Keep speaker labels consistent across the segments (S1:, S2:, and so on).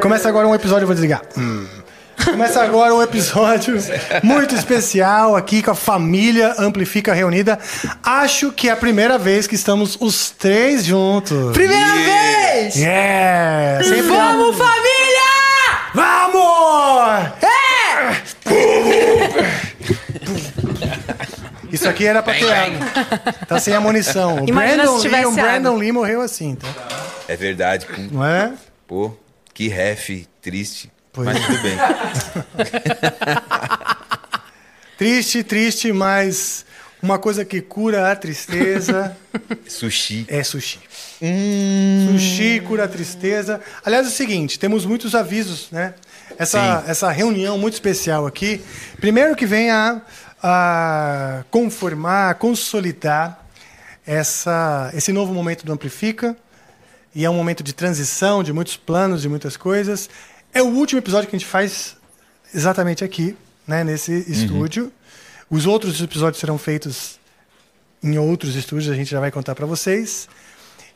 S1: Começa agora um episódio, eu vou desligar. Hum. Começa agora um episódio muito especial aqui com a família Amplifica Reunida. Acho que é a primeira vez que estamos os três juntos.
S2: Primeira vez!
S1: Yeah! Sempre há-
S2: Vamos, família!
S1: Vamos!
S2: É!
S1: Isso aqui era pra ter água. Tá sem a munição. O
S3: Imagina
S1: Brandon,
S3: se
S1: Lee,
S3: tivesse
S1: o Brandon
S3: água.
S1: Lee morreu assim, tá?
S4: É verdade. com-
S1: Não é?
S4: Pô, que ref triste.
S1: Pois
S4: Mas
S1: é.
S4: tudo bem.
S1: Triste, triste, mas uma coisa que cura a tristeza
S4: Sushi.
S1: é sushi. Hum. Sushi cura a tristeza. Aliás, é o seguinte, temos muitos avisos, né? Essa, essa reunião muito especial aqui. Primeiro que vem a, a conformar, a consolidar essa, esse novo momento do Amplifica. E é um momento de transição, de muitos planos, de muitas coisas. É o último episódio que a gente faz exatamente aqui, né, nesse estúdio. Os outros episódios serão feitos em outros estúdios, a gente já vai contar para vocês.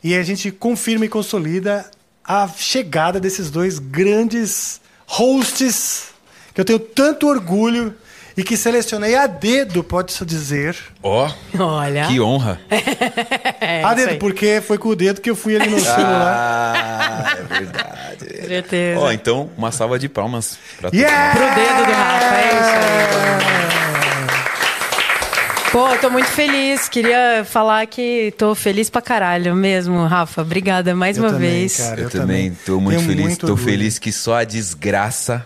S1: E a gente confirma e consolida a chegada desses dois grandes hosts que eu tenho tanto orgulho e que selecionei a dedo, pode-se dizer.
S4: Ó,
S3: Olha.
S4: que honra.
S1: É
S3: É,
S1: a
S3: isso
S1: dedo,
S3: aí.
S1: porque foi com o dedo que eu fui ali no celular.
S4: Ah, é verdade.
S3: Com certeza.
S4: Ó, então, uma salva de palmas pra todo
S1: Yeah!
S4: mundo.
S3: Pro dedo do Rafa, é isso aí. Pô, eu tô muito feliz. Queria falar que tô feliz pra caralho mesmo, Rafa. Obrigada mais
S1: Eu
S3: uma
S1: também,
S3: vez.
S1: cara.
S4: Eu,
S1: Eu
S4: também
S1: também.
S4: tô muito
S1: Tenho
S4: feliz.
S1: muito
S4: tô
S1: orgulho.
S4: feliz que só a desgraça.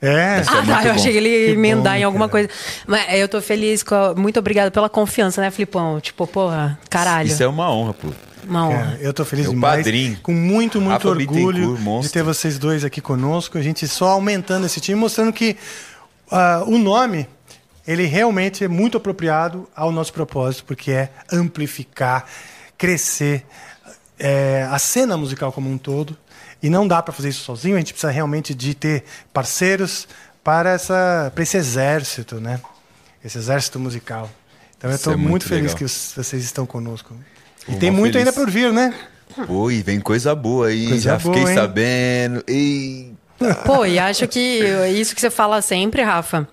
S1: É.
S4: Isso é
S3: Ah, tá,
S4: muito
S3: eu
S4: bom.
S3: achei que ele ia
S1: Que
S3: emendar
S1: bom,
S3: em alguma
S1: cara.
S3: coisa. Mas é, eu tô feliz. com a- Muito obrigada pela confiança, né, Flipão? Tipo, porra, caralho.
S4: Isso é uma honra, pô.
S3: Uma honra.
S1: Cara, eu tô feliz
S4: Meu
S1: demais.
S4: É padrinho.
S1: Com muito, muito
S4: Rafa
S1: orgulho
S4: Bittencourt,
S1: de
S4: monstro.
S1: ter vocês dois aqui conosco. A gente só aumentando esse time, mostrando que ah, o nome ele realmente é muito apropriado ao nosso propósito, porque é amplificar, crescer eh, a cena musical como um todo. E não dá para fazer isso sozinho, a gente precisa realmente de ter parceiros para, essa, para esse exército, né? Esse exército musical. Então eu
S4: Isso
S1: estou
S4: é
S1: muito,
S4: muito
S1: feliz
S4: legal.
S1: que os- vocês estão conosco. E
S4: Pô,
S1: tem
S4: mó
S1: muito
S4: feliz.
S1: ainda por vir, né?
S4: Pô, e vem coisa boa aí.
S1: Coisa
S4: já
S1: boa,
S4: fiquei
S1: hein?
S4: sabendo. E
S3: Pô, e acho que isso que você fala sempre, Rafa,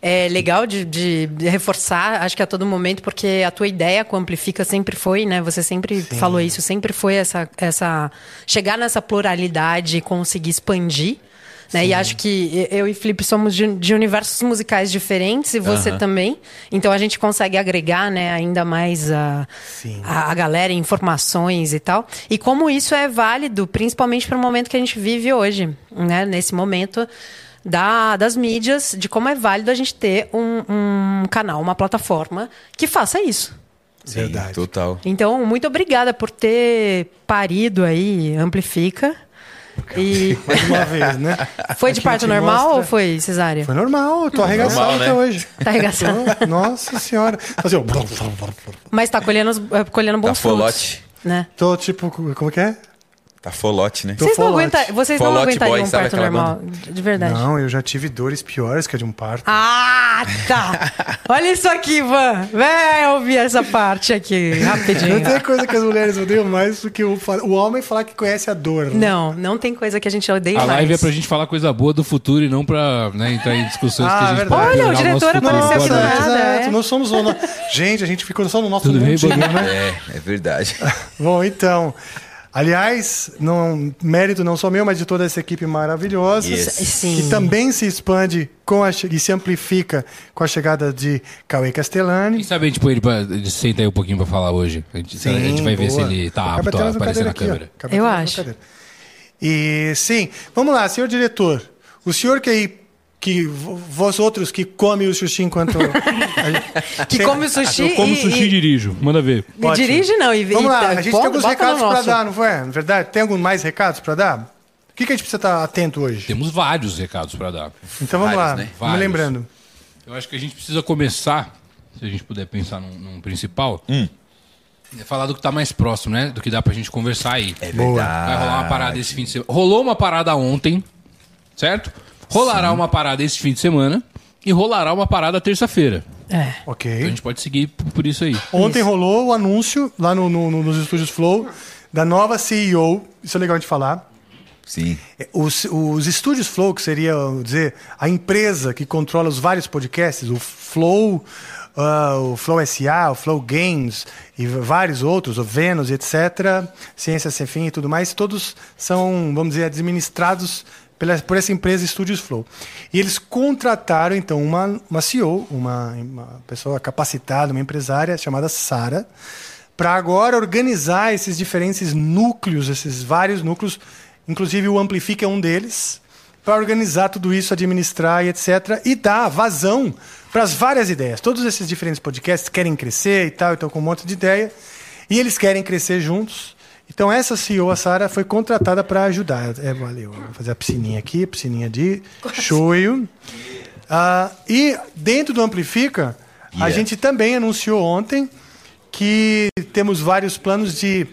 S3: é legal de, de reforçar, acho que a todo momento, porque a tua ideia com Amplifica sempre foi, né? Você sempre falou isso, sempre foi essa, essa. chegar nessa pluralidade e conseguir expandir. Né? E acho que eu e Felipe somos de, de universos musicais diferentes e você também. Então a gente consegue agregar né, ainda mais a,
S1: Sim.
S3: a, a galera, informações e tal. E como isso é válido, principalmente para o momento que a gente vive hoje, né? Nesse momento da, das mídias, de como é válido a gente ter um, um canal, uma plataforma que faça isso.
S1: Verdade.
S4: total.
S3: Então, muito obrigada por ter parido aí, amplifica. E
S1: Mais uma vez, né?
S3: foi de
S1: Aqui a gente
S3: parto normal
S1: mostra-
S3: ou foi cesárea?
S1: Foi normal, eu tô arregaçado
S4: normal,
S1: até
S4: né?
S1: hoje.
S3: Tá arregaçado.
S1: Tô- Nossa senhora. Fazer um o...
S3: Mas tá colhendo, os- eh, colhendo bons
S4: Tá
S3: frutos.
S4: folote.
S3: Né?
S1: Tô tipo, como que é?
S4: Tá folote, né?
S1: Tô-
S3: Vocês, não,
S1: folote.
S3: aguenta, vocês não
S4: Folote
S3: aguentariam
S4: Boy,
S3: um
S4: sabe
S3: parto
S4: aquela
S3: normal, de verdade.
S1: Não, eu já tive dores piores que a de um parto.
S3: Ah, tá. Olha isso aqui, Ivan. Vai ouvir essa parte aqui,
S1: Não
S3: rapidinho.
S1: tem coisa que as mulheres odeiam mais do que o, fa- o homem falar que conhece a dor. né?
S3: Não, não tem coisa que a gente odeia
S5: A
S3: mais.
S5: live é pra gente falar coisa boa do futuro e não pra né, entrar em discussões
S1: Ah,
S5: que a gente
S1: verdade.
S5: pode
S1: Olha, o
S5: piorar nosso
S3: diretor
S5: futuro.
S3: apareceu
S5: Boa
S3: aqui do
S5: noite.
S3: nada.
S1: Exato,
S3: é.
S1: nós somos... o no- Gente, a gente ficou só no nosso
S5: Tudo bem,
S1: mundinho,
S5: Bolinha?
S1: né?
S4: É, é verdade.
S1: Bom, então. Aliás, não, mérito não só meu, mas de toda essa equipe maravilhosa,
S4: Yes.
S3: Sim.
S1: que também se expande com a, che- e se amplifica com a chegada de Cauê
S5: Quem
S1: Castellani.
S5: sabe a gente põe ele pra. Ele senta aí um pouquinho pra falar hoje. A gente, a gente vai ver
S1: boa.
S5: se ele tá
S1: Acaba
S5: apto a
S1: atrás da cadeira
S5: aparecer na
S1: aqui, ó.
S5: câmera.
S1: Acaba
S3: Eu
S1: atrás da
S3: acho.
S1: cadeira. E sim, vamos lá, senhor diretor. O senhor que aí, que vo- vós outros que come o sushi enquanto.
S3: Que come o sushi, e, e-
S5: dirijo, manda ver.
S3: e dirige, não. E,
S1: Vamos
S3: e-
S1: lá, a gente tem
S3: bota-
S1: alguns
S3: bota no
S1: recados para
S3: nosso.
S1: dar, não foi? Na verdade, tem alguns mais recados para dar? O que, que a gente precisa estar atento hoje?
S5: Temos vários recados pra dar.
S1: Então vamos
S4: Vários,
S1: lá,
S4: né?
S1: me
S5: Vários.
S1: lembrando.
S5: Eu acho que a gente precisa começar, se a gente puder pensar num, num principal,
S4: Hum.
S5: é falar do que tá mais próximo, né? Do que dá pra gente conversar aí.
S4: É
S1: Boa.
S5: Vai
S4: verdade.
S5: rolar
S1: Ah,
S5: uma parada esse fim de semana. Rolou uma parada ontem, certo? Rolará uma parada esse fim de semana e rolará uma parada terça-feira.
S3: É.
S5: Então a
S1: Ok.
S5: gente pode seguir p- por isso aí.
S1: Ontem rolou o anúncio lá no- no- no- nos estúdios Flow da nova CEO, isso é legal de falar,
S4: Sim.
S1: Os, os estúdios Flow, que seria eu dizer, a empresa que controla os vários podcasts, o Flow, ah, o Flow SA, o Flow Games e vários outros, o Vênus, etc., Ciência Sem Fim e tudo mais, todos são, vamos dizer, administrados pela, por essa empresa Estúdios Flow. E eles contrataram, então, uma, uma CEO, uma, uma pessoa capacitada, uma empresária chamada Sara, para agora organizar esses diferentes núcleos, esses vários núcleos, inclusive o Amplifica é um deles, para organizar tudo isso, administrar e etc. E dar vazão para as várias ideias. Todos esses diferentes podcasts querem crescer e tal, então com um monte de ideia. E eles querem crescer juntos. Então essa CEO, a Sara, foi contratada para ajudar. É, valeu. Vou fazer a piscininha aqui, piscininha de shoyu. Ah, e dentro do Amplifica, a
S4: Yeah.
S1: gente também anunciou ontem que temos vários planos de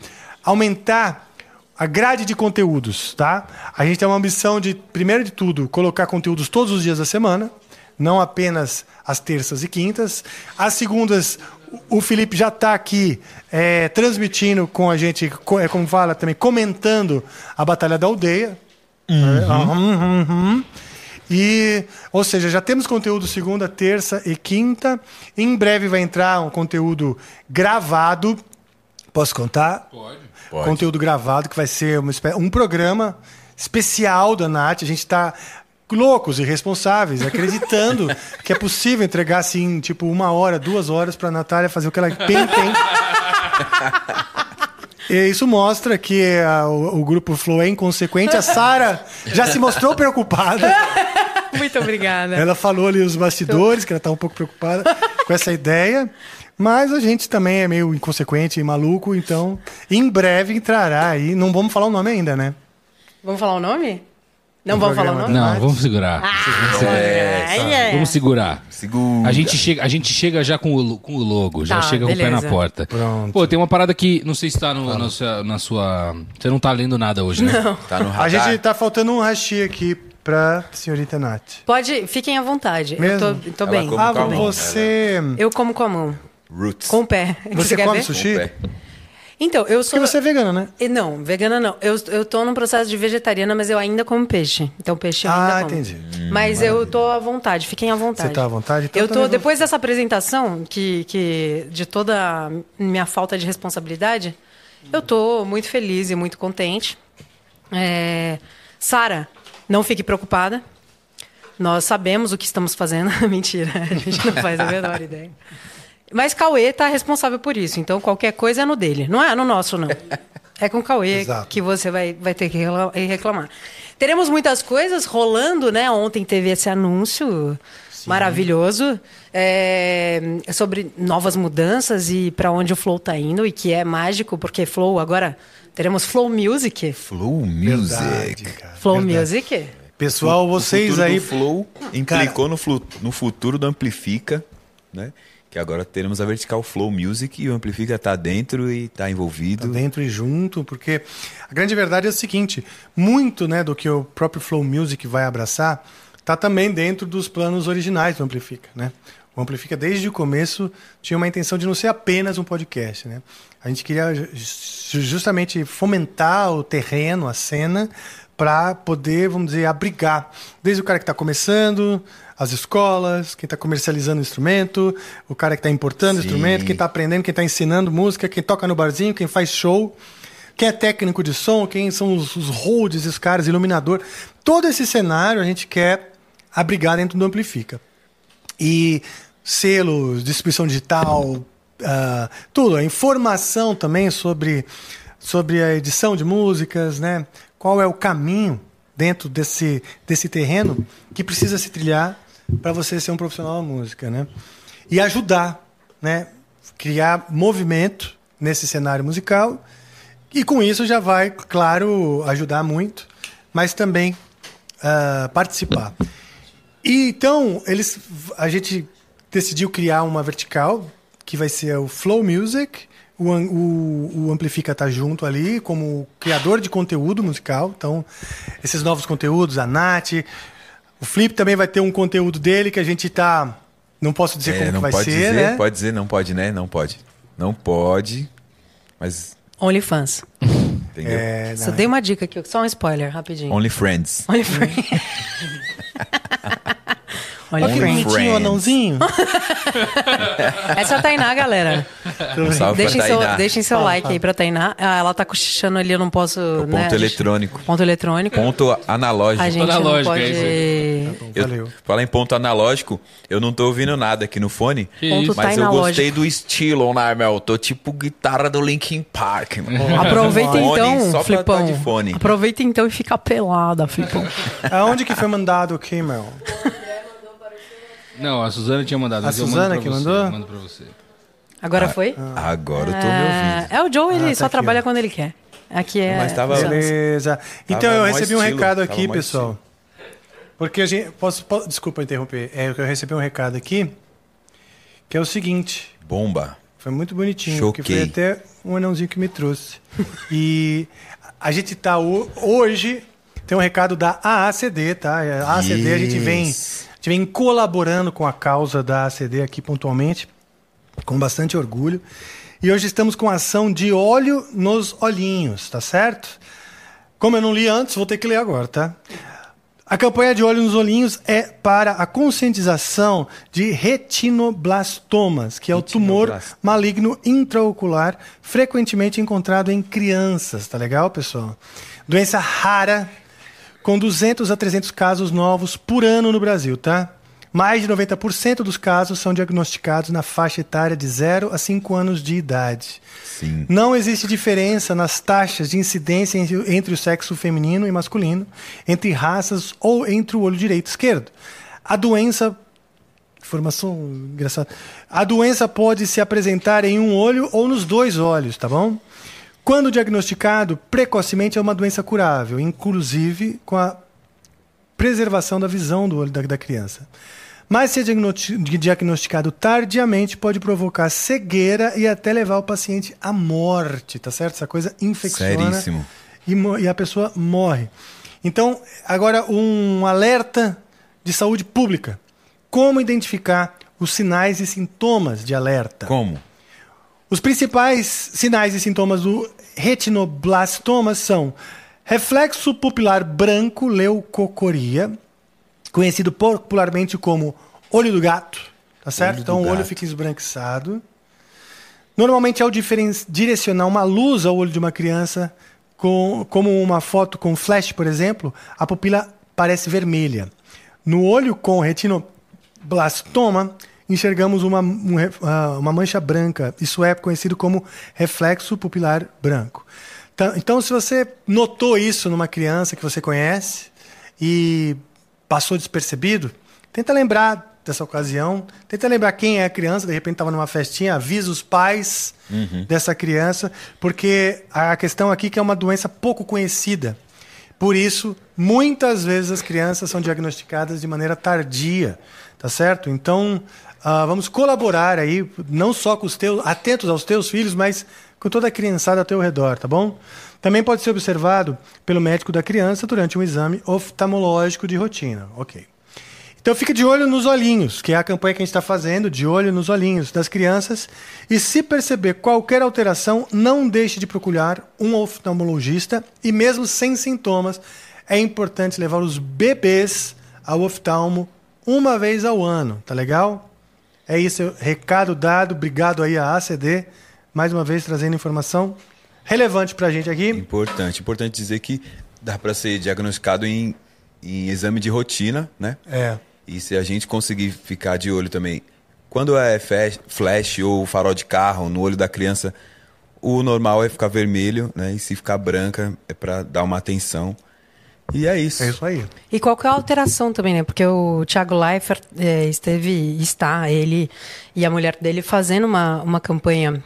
S1: aumentar a grade de conteúdos, tá? A gente tem uma ambição de, primeiro de tudo, colocar conteúdos todos os dias da semana, não apenas às terças e quintas. Às segundas, o o Felipe já está aqui é, transmitindo com a gente, co- é, como fala também, comentando a Batalha da Aldeia. É, aham, uhum. E, ou seja, já temos conteúdo segunda, terça e quinta. Em breve vai entrar um conteúdo gravado. Posso contar?
S5: Pode.
S4: Pode.
S1: Conteúdo gravado, que vai ser uma espé- um programa especial da Nath. A gente está loucos, irresponsáveis, acreditando que é possível entregar, assim, tipo, uma hora, duas horas para a Natália fazer o que ela bem tem. E isso mostra que ah, o, o grupo Flow é inconsequente. A Sara já se mostrou preocupada.
S3: Muito obrigada.
S1: Ela falou ali os bastidores, que ela tá um pouco preocupada com essa ideia. Mas a gente também é meio inconsequente e maluco, então em breve entrará aí. Não vamos falar o nome ainda, né?
S3: Vamos falar o nome? Não
S1: Do
S3: vamos falar o
S1: programa.
S3: nome?
S5: Não,
S1: Mas-
S5: vamos segurar.
S3: Ah, Ai, ai, ai.
S5: Vamos segurar.
S4: É, Segura.
S5: A gente, chega, a gente chega já com o, lo- com o logo, já
S3: Tá,
S5: chega com o pé
S3: beleza.
S5: na porta.
S1: Pronto.
S5: Pô, tem uma parada que não sei se tá no, na, sua, na sua. Você não tá lendo nada hoje, né? Não.
S4: Tá no radar.
S1: A gente tá faltando um hashi aqui pra senhorita Nath.
S3: Pode, fiquem à vontade. Eu
S1: Mesmo?
S3: tô, tô
S4: Ela
S3: bem.
S4: come
S1: Ah,
S4: com a mão.
S1: você.
S3: Eu como com a mão,
S4: Roots.
S3: com o pé.
S1: Você
S3: quer
S1: come
S3: ver?
S1: sushi?
S4: Com o pé.
S3: Então, eu
S1: Porque
S3: sou.
S1: você é vegana, né?
S3: E Não, vegana não. Eu, eu tô num processo de vegetariana, mas eu ainda como peixe. Então, peixe eu ainda
S1: Ah,
S3: como.
S1: entendi.
S3: Mas eu tô à vontade, fiquem à vontade.
S1: Você tá à vontade? Então
S3: eu
S1: também
S3: tô,
S1: vou-
S3: depois dessa apresentação, que, que de toda a minha falta de responsabilidade, eu tô muito feliz e muito contente. É, Sara, não fique preocupada. Nós sabemos o que estamos fazendo. Mentira, a gente não faz a menor ideia. Mas Cauê tá responsável por isso, então qualquer coisa é no dele. Não é no nosso, não. É com o Cauê
S1: Exato.
S3: que você vai, vai ter que rela- reclamar. Teremos muitas coisas rolando, né? Ontem teve esse anúncio maravilhoso é, sobre novas mudanças e para onde o Flow tá indo, e que é mágico, porque Flow agora teremos Flow Music.
S4: Flow Music.
S1: cara.
S3: Flow
S1: Verdade. É.
S3: Music?
S1: Pessoal,
S4: o
S1: vocês
S4: futuro
S1: aí.
S4: do Flow implicou no, flu- no futuro do Amplifica, né? Que agora teremos a vertical Flow Music e o Amplifica tá dentro e tá
S1: Tá
S4: envolvido.
S1: dentro e junto, porque a grande verdade é o seguinte: muito né, do que o próprio Flow Music vai abraçar tá também dentro dos planos originais do Amplifica. Né? O Amplifica, desde o começo, tinha uma intenção de não ser apenas um podcast. Né? A gente queria ju- ju- justamente fomentar o terreno, a cena, para poder, vamos dizer, abrigar. Desde o cara que está começando, as escolas, quem está comercializando o instrumento, o cara que está importando o
S4: Sim.
S1: instrumento, quem está aprendendo, quem está ensinando música, quem toca no barzinho, quem faz show, quem é técnico de som, quem são os, os holds, os caras, iluminador. Todo esse cenário a gente quer abrigar dentro do Amplifica. E selo, distribuição digital, ah, tudo. A informação também sobre, sobre a edição de músicas, né? Qual é o caminho dentro desse, desse terreno que precisa se trilhar para você ser um profissional da música, né? E ajudar, né? Criar movimento nesse cenário musical e com isso já vai, claro, ajudar muito, mas também ah, participar. E então, eles, a gente decidiu criar uma vertical, que vai ser o Flow Music. O, Am- o, o Amplifica tá junto ali como criador de conteúdo musical. Então, esses novos conteúdos, a Nath. O Flip também vai ter um conteúdo dele que a gente tá. Não posso dizer
S4: É,
S1: como que
S4: não
S1: vai
S4: pode
S1: ser,
S4: dizer,
S1: né?
S4: pode dizer, não pode, né? Não pode. Não pode. Mas
S3: OnlyFans.
S4: Entendeu?
S1: É,
S3: Só dei uma dica aqui, só um spoiler, rapidinho.
S4: Only Friends.
S3: Only Friends. Only
S1: Olha que
S3: Friends.
S1: bonitinho,
S4: Friends.
S1: anãozinho.
S3: Essa é a Tainá, galera.
S4: Um salve
S3: Deixem
S4: pra
S3: seu,
S4: Tainá.
S3: deixem seu like aí pra Tainá. Ah, ela tá cochichando ali, eu não posso.
S4: É
S3: né,
S4: O ponto
S3: a gente-
S4: eletrônico.
S3: Ponto eletrônico.
S4: Ponto analógico.
S3: A gente
S5: Toda
S3: não
S5: lógica,
S3: pode.
S5: é isso
S4: Eu,
S1: Valeu.
S4: falar em ponto analógico, eu não tô ouvindo nada aqui no fone.
S5: Que
S3: Ponto tá
S5: isso?
S4: Mas eu
S3: Tainalógico.
S4: gostei do estilo, né, meu? Tô tipo guitarra do Linkin Park, mano.
S3: Aproveita
S4: Fone,
S3: então,
S4: só pra
S3: Flipão.
S4: tá de fone.
S3: Aproveita então e fica pelada, Flipão.
S1: Aonde que foi mandado o Kimmel?
S5: Não, a Suzana tinha mandado.
S1: A
S5: mas eu mando
S1: Suzana
S5: pra
S1: que
S5: você,
S1: mandou?
S5: eu Mando pra você.
S3: Agora foi?
S4: Agora Ah, eu tô me
S3: Ah,
S4: ouvindo.
S3: é o Joe, ele
S1: tá
S3: só
S1: aqui,
S3: trabalha
S1: ó.
S3: quando ele quer. Aqui é.
S4: Mas tava-
S3: Suzana.
S1: Beleza. Então
S4: Tava
S1: eu
S4: mó
S1: recebi um
S4: estilo,
S1: recado
S4: tava
S1: aqui,
S4: mó
S1: pessoal. Porque a gente. Posso, po- desculpa interromper. É, eu recebi um recado aqui que é o seguinte.
S4: Bomba.
S1: Foi muito bonitinho.
S4: Choquei.
S1: Que foi até um anãozinho que me trouxe. e a gente tá ho- hoje. Tem um recado da AACD, tá? É, A AACD, a gente vem, a
S4: Yes.
S1: gente vem colaborando com a causa da AACD aqui pontualmente, com bastante orgulho. E hoje estamos com a ação de óleo nos olhinhos, tá certo? Como eu não li antes, vou ter que ler agora, tá? A campanha de Olho nos Olhinhos é para a conscientização de retinoblastomas, que é o tumor
S4: Retinoblastoma.
S1: maligno intraocular frequentemente encontrado em crianças, tá legal, pessoal? Doença rara, com 200 a 300 casos novos por ano no Brasil, tá? Mais de 90% dos casos são diagnosticados na faixa etária de 0 a 5 anos de idade.
S4: Sim.
S1: Não existe diferença nas taxas de incidência entre- entre o sexo feminino e masculino, entre raças ou entre o olho direito e esquerdo. A doença. Informação engraçada. A doença pode se apresentar em um olho ou nos dois olhos, tá bom? Quando diagnosticado, precocemente é uma doença curável, inclusive com a preservação da visão do olho da, da criança. Mas ser diagnoti- diagnosticado tardiamente pode provocar cegueira e até levar o paciente à morte, tá certo? Essa coisa infecciona
S4: Seríssimo.
S1: e, mo- e a pessoa morre. Então, agora um alerta de saúde pública. Como identificar os sinais e sintomas de alerta?
S4: Como?
S1: Os principais sinais e sintomas do retinoblastoma são reflexo pupilar branco leucocoria, conhecido popularmente como olho do gato, tá certo?
S4: do
S1: então o olho
S4: gato.
S1: fica esbranquiçado. Normalmente ao diferen- direcionar uma luz ao olho de uma criança, com- como uma foto com flash, por exemplo, a pupila parece vermelha. No olho com retinoblastoma, enxergamos uma, um re- ah, uma mancha branca. Isso é conhecido como reflexo pupilar branco. Tá- Então, se você notou isso numa criança que você conhece e passou despercebido, tenta lembrar dessa ocasião, tenta lembrar quem é a criança, de repente estava numa festinha, avisa os pais dessa criança, porque a questão aqui é que é uma doença pouco conhecida. Por isso, muitas vezes as crianças são diagnosticadas de maneira tardia, tá certo? Então, ah, vamos colaborar aí, não só com os teus, atentos aos teus filhos, mas com toda a criançada ao teu redor, tá bom? Também pode ser observado pelo médico da criança durante um exame oftalmológico de rotina. Ok. Então fica de olho nos olhinhos, que é a campanha que a gente está fazendo, de olho nos olhinhos das crianças. E se perceber qualquer alteração, não deixe de procurar um oftalmologista. E mesmo sem sintomas, é importante levar os bebês ao oftalmo uma vez ao ano, tá legal? É isso, recado dado. Obrigado aí à ACD, mais uma vez trazendo informação relevante pra gente aqui.
S4: Importante. Importante dizer que dá pra ser diagnosticado em, em exame de rotina, né?
S1: É.
S4: E se a gente conseguir ficar de olho também, quando é fe- flash ou farol de carro no olho da criança, o normal é ficar vermelho, né? E se ficar branca é pra dar uma atenção. E é isso.
S1: É isso aí.
S3: E qualquer alteração também, né? Porque o Thiago Leifert eh, esteve, está, ele e a mulher dele fazendo uma, uma campanha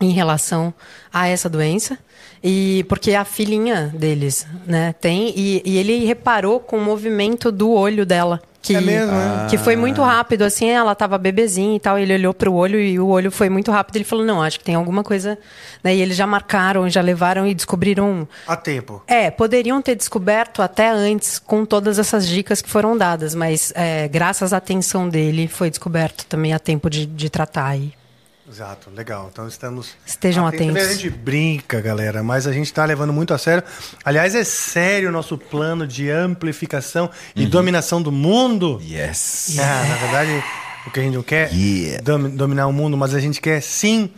S3: em relação a essa doença. E porque a filhinha deles, né, tem. E, e ele reparou com o movimento do olho dela. Que,
S1: É mesmo, né?
S3: que foi muito rápido, assim, ela tava bebezinha e tal, ele olhou pro olho e o olho foi muito rápido, ele falou, não, acho que tem alguma coisa, né, e eles já marcaram, já levaram e descobriram
S1: A tempo.
S3: é, poderiam ter descoberto até antes com todas essas dicas que foram dadas, mas é, graças à atenção dele foi descoberto também a tempo de, de tratar aí.
S1: Exato, legal. Então estamos.
S3: Estejam
S1: atentos.
S3: atentos.
S1: A gente brinca, galera, mas a gente está levando muito a sério. Aliás, é sério o nosso plano de amplificação e dominação do mundo.
S4: Yes.
S1: Ah, na verdade, o que a gente não quer é
S4: Yeah.
S1: domi- dominar o mundo, mas a gente quer sim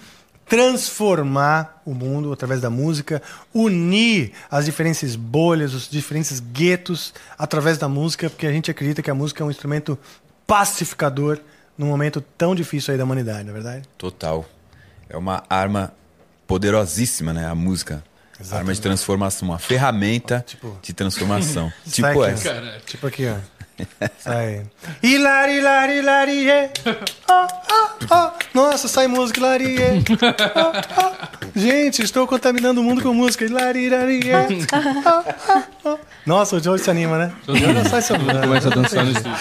S1: transformar o mundo através da música, unir as diferentes bolhas, os diferentes guetos através da música, porque a gente acredita que a música é um instrumento pacificador num momento tão difícil aí da humanidade, não é verdade?
S4: Total. É uma arma poderosíssima, né? A música.
S1: Exatamente.
S4: Arma de transformação, uma ferramenta
S1: Tipo-
S4: de transformação.
S1: Sai
S4: tipo
S1: aqui,
S4: essa.
S1: ó.
S5: Caralho.
S1: Tipo aqui, ó. Sai. Hilari, lari, lari, é. Oh, oh, oh. Nossa, sai música, lari, é. Oh, oh. Gente, estou contaminando o mundo com música. Hilari, lari, é. Oh, oh, oh. Nossa, o Joe se anima, né? O Joe já sai
S5: Todo mundo
S1: sobrando.
S5: Começa a dançar no estúdio.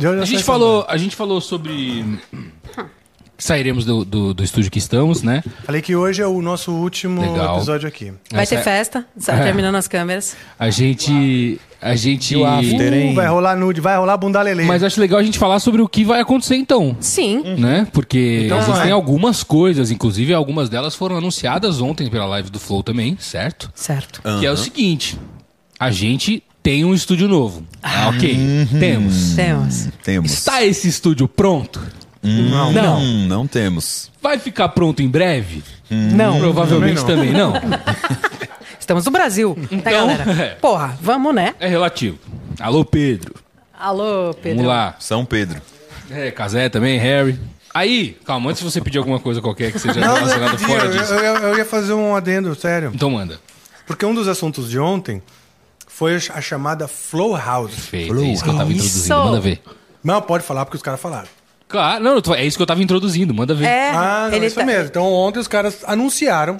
S1: Joe já
S5: A gente
S1: sai
S5: falou, a gente falou sobre. Sairemos do, do, do estúdio que estamos, né?
S1: sobrando. Falei que hoje é o nosso último
S5: Legal.
S1: episódio aqui.
S3: Vai
S5: Essa
S3: ter
S5: é-
S3: festa, só terminando as câmeras.
S5: A gente. A gente.
S1: Uh, vai rolar nude, vai rolar bunda lele.
S5: Mas acho legal a gente falar sobre o que vai acontecer então.
S1: Hum.
S3: Sim.
S5: Né? Porque
S1: Então
S5: existem
S1: vai.
S5: algumas coisas, inclusive algumas delas foram anunciadas ontem pela live do Flow também, certo?
S3: Certo.
S5: Que é o seguinte: a gente tem um estúdio novo. Ah, ok. Temos.
S3: Temos.
S4: Temos.
S5: Está esse estúdio pronto?
S1: Não.
S5: Não.
S4: Hum, não temos.
S5: Vai ficar pronto em breve?
S3: Não.
S5: Provavelmente também não.
S3: Estamos no Brasil, né,
S5: Então, é.
S3: galera? Porra, vamos, né?
S5: É relativo. Alô, Pedro.
S3: Alô,
S5: Vamos
S3: Pedro.
S5: lá.
S4: São Pedro.
S5: É, Casé também, Harry. Aí, calma, antes de você pedir alguma coisa qualquer que seja
S1: Não, não,
S5: relacionada
S1: eu,
S5: fora disso.
S1: eu, eu ia fazer um adendo, sério.
S5: Então manda.
S1: Porque um dos assuntos de ontem foi a chamada Flow House.
S5: Perfeito. É isso que eu tava
S3: Isso.
S5: introduzindo. Manda ver.
S1: Não, pode falar porque os caras falaram.
S5: Claro, não, eu tô- é isso que eu tava introduzindo. Manda ver.
S3: É,
S1: Ah, não,
S3: ele
S1: isso
S3: tá-
S1: mesmo. Então ontem os caras anunciaram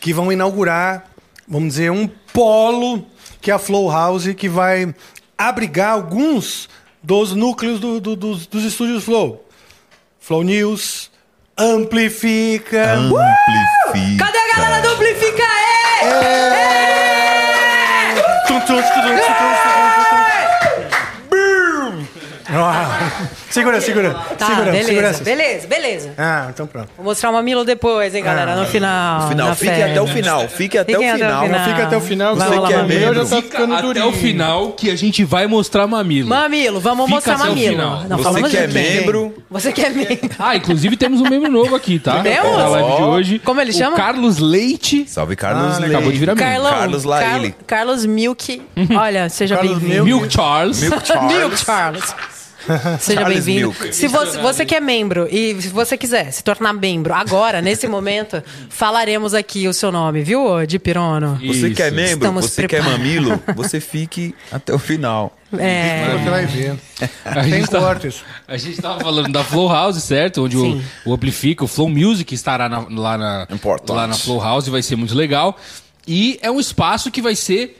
S1: que vão inaugurar, vamos dizer, um polo que é a Flow House, que vai abrigar alguns dos núcleos do- do- dos, dos estúdios Flow. Flow News, Amplifica.
S4: Amplifica.
S2: Uh! Cadê a galera do Amplifica? Ei!
S1: É, Tum, tum, tum, tum, tum, tum, tum, tum, tum. Ah, Segura, segura.
S3: Tá,
S1: segura,
S3: beleza,
S1: segura essa.
S3: beleza, beleza.
S1: Ah, então pronto.
S3: Vou mostrar o mamilo depois, hein, galera, no final. na
S4: Final, fique
S3: festa.
S4: até o final. Fique até o
S3: Fiquem
S4: final.
S1: Não fica até o final,
S3: Vai
S1: você
S3: rolar
S1: que é
S3: mamilo.
S1: meu já tá
S5: Fica
S1: ficando
S5: até
S1: durinho.
S5: o final que a gente vai mostrar mamilo.
S3: Mamilo, vamos
S5: Fica
S3: mostrar
S5: até o
S3: mamilo.
S5: final.
S3: Não
S4: Você
S3: falamos
S4: que
S3: de
S4: é
S3: quem.
S4: membro.
S3: Você que é membro.
S5: Ah, inclusive temos um membro novo aqui, tá?
S3: Temos?
S5: Na live de hoje.
S3: Como ele
S5: O
S3: chama?
S5: Carlos Leite.
S4: Salve, Carlos.
S1: Ah,
S4: Leite.
S5: Acabou de virar membro.
S3: Carlão.
S4: É Carlos Laili.
S3: Car- Carlos Milk.
S5: Uhum.
S3: Olha, seja
S1: Carlos
S3: bem-vindo.
S5: Milk Charles.
S4: Milk Charles.
S3: Milk Charles. Seja
S4: Charles
S3: bem-vindo.
S4: Milk.
S3: Se você, você que é membro e se você quiser se tornar membro agora, nesse momento, falaremos aqui o seu nome, viu, de Pirono?
S4: Você que é
S5: Isso.
S4: membro,
S3: Estamos
S4: você que é
S3: preparados.
S4: mamilo, você fique até o final.
S3: É,
S1: Você vai ver.
S5: A
S1: Tem
S5: gente tá-
S1: cortes.
S5: A gente tava falando da Flow House, certo? Onde o,
S3: Sim.
S5: o Amplifica, o Flow Music estará na- lá, na,
S4: Em Portland.
S5: lá na Flow House, vai ser muito legal. E é um espaço que vai ser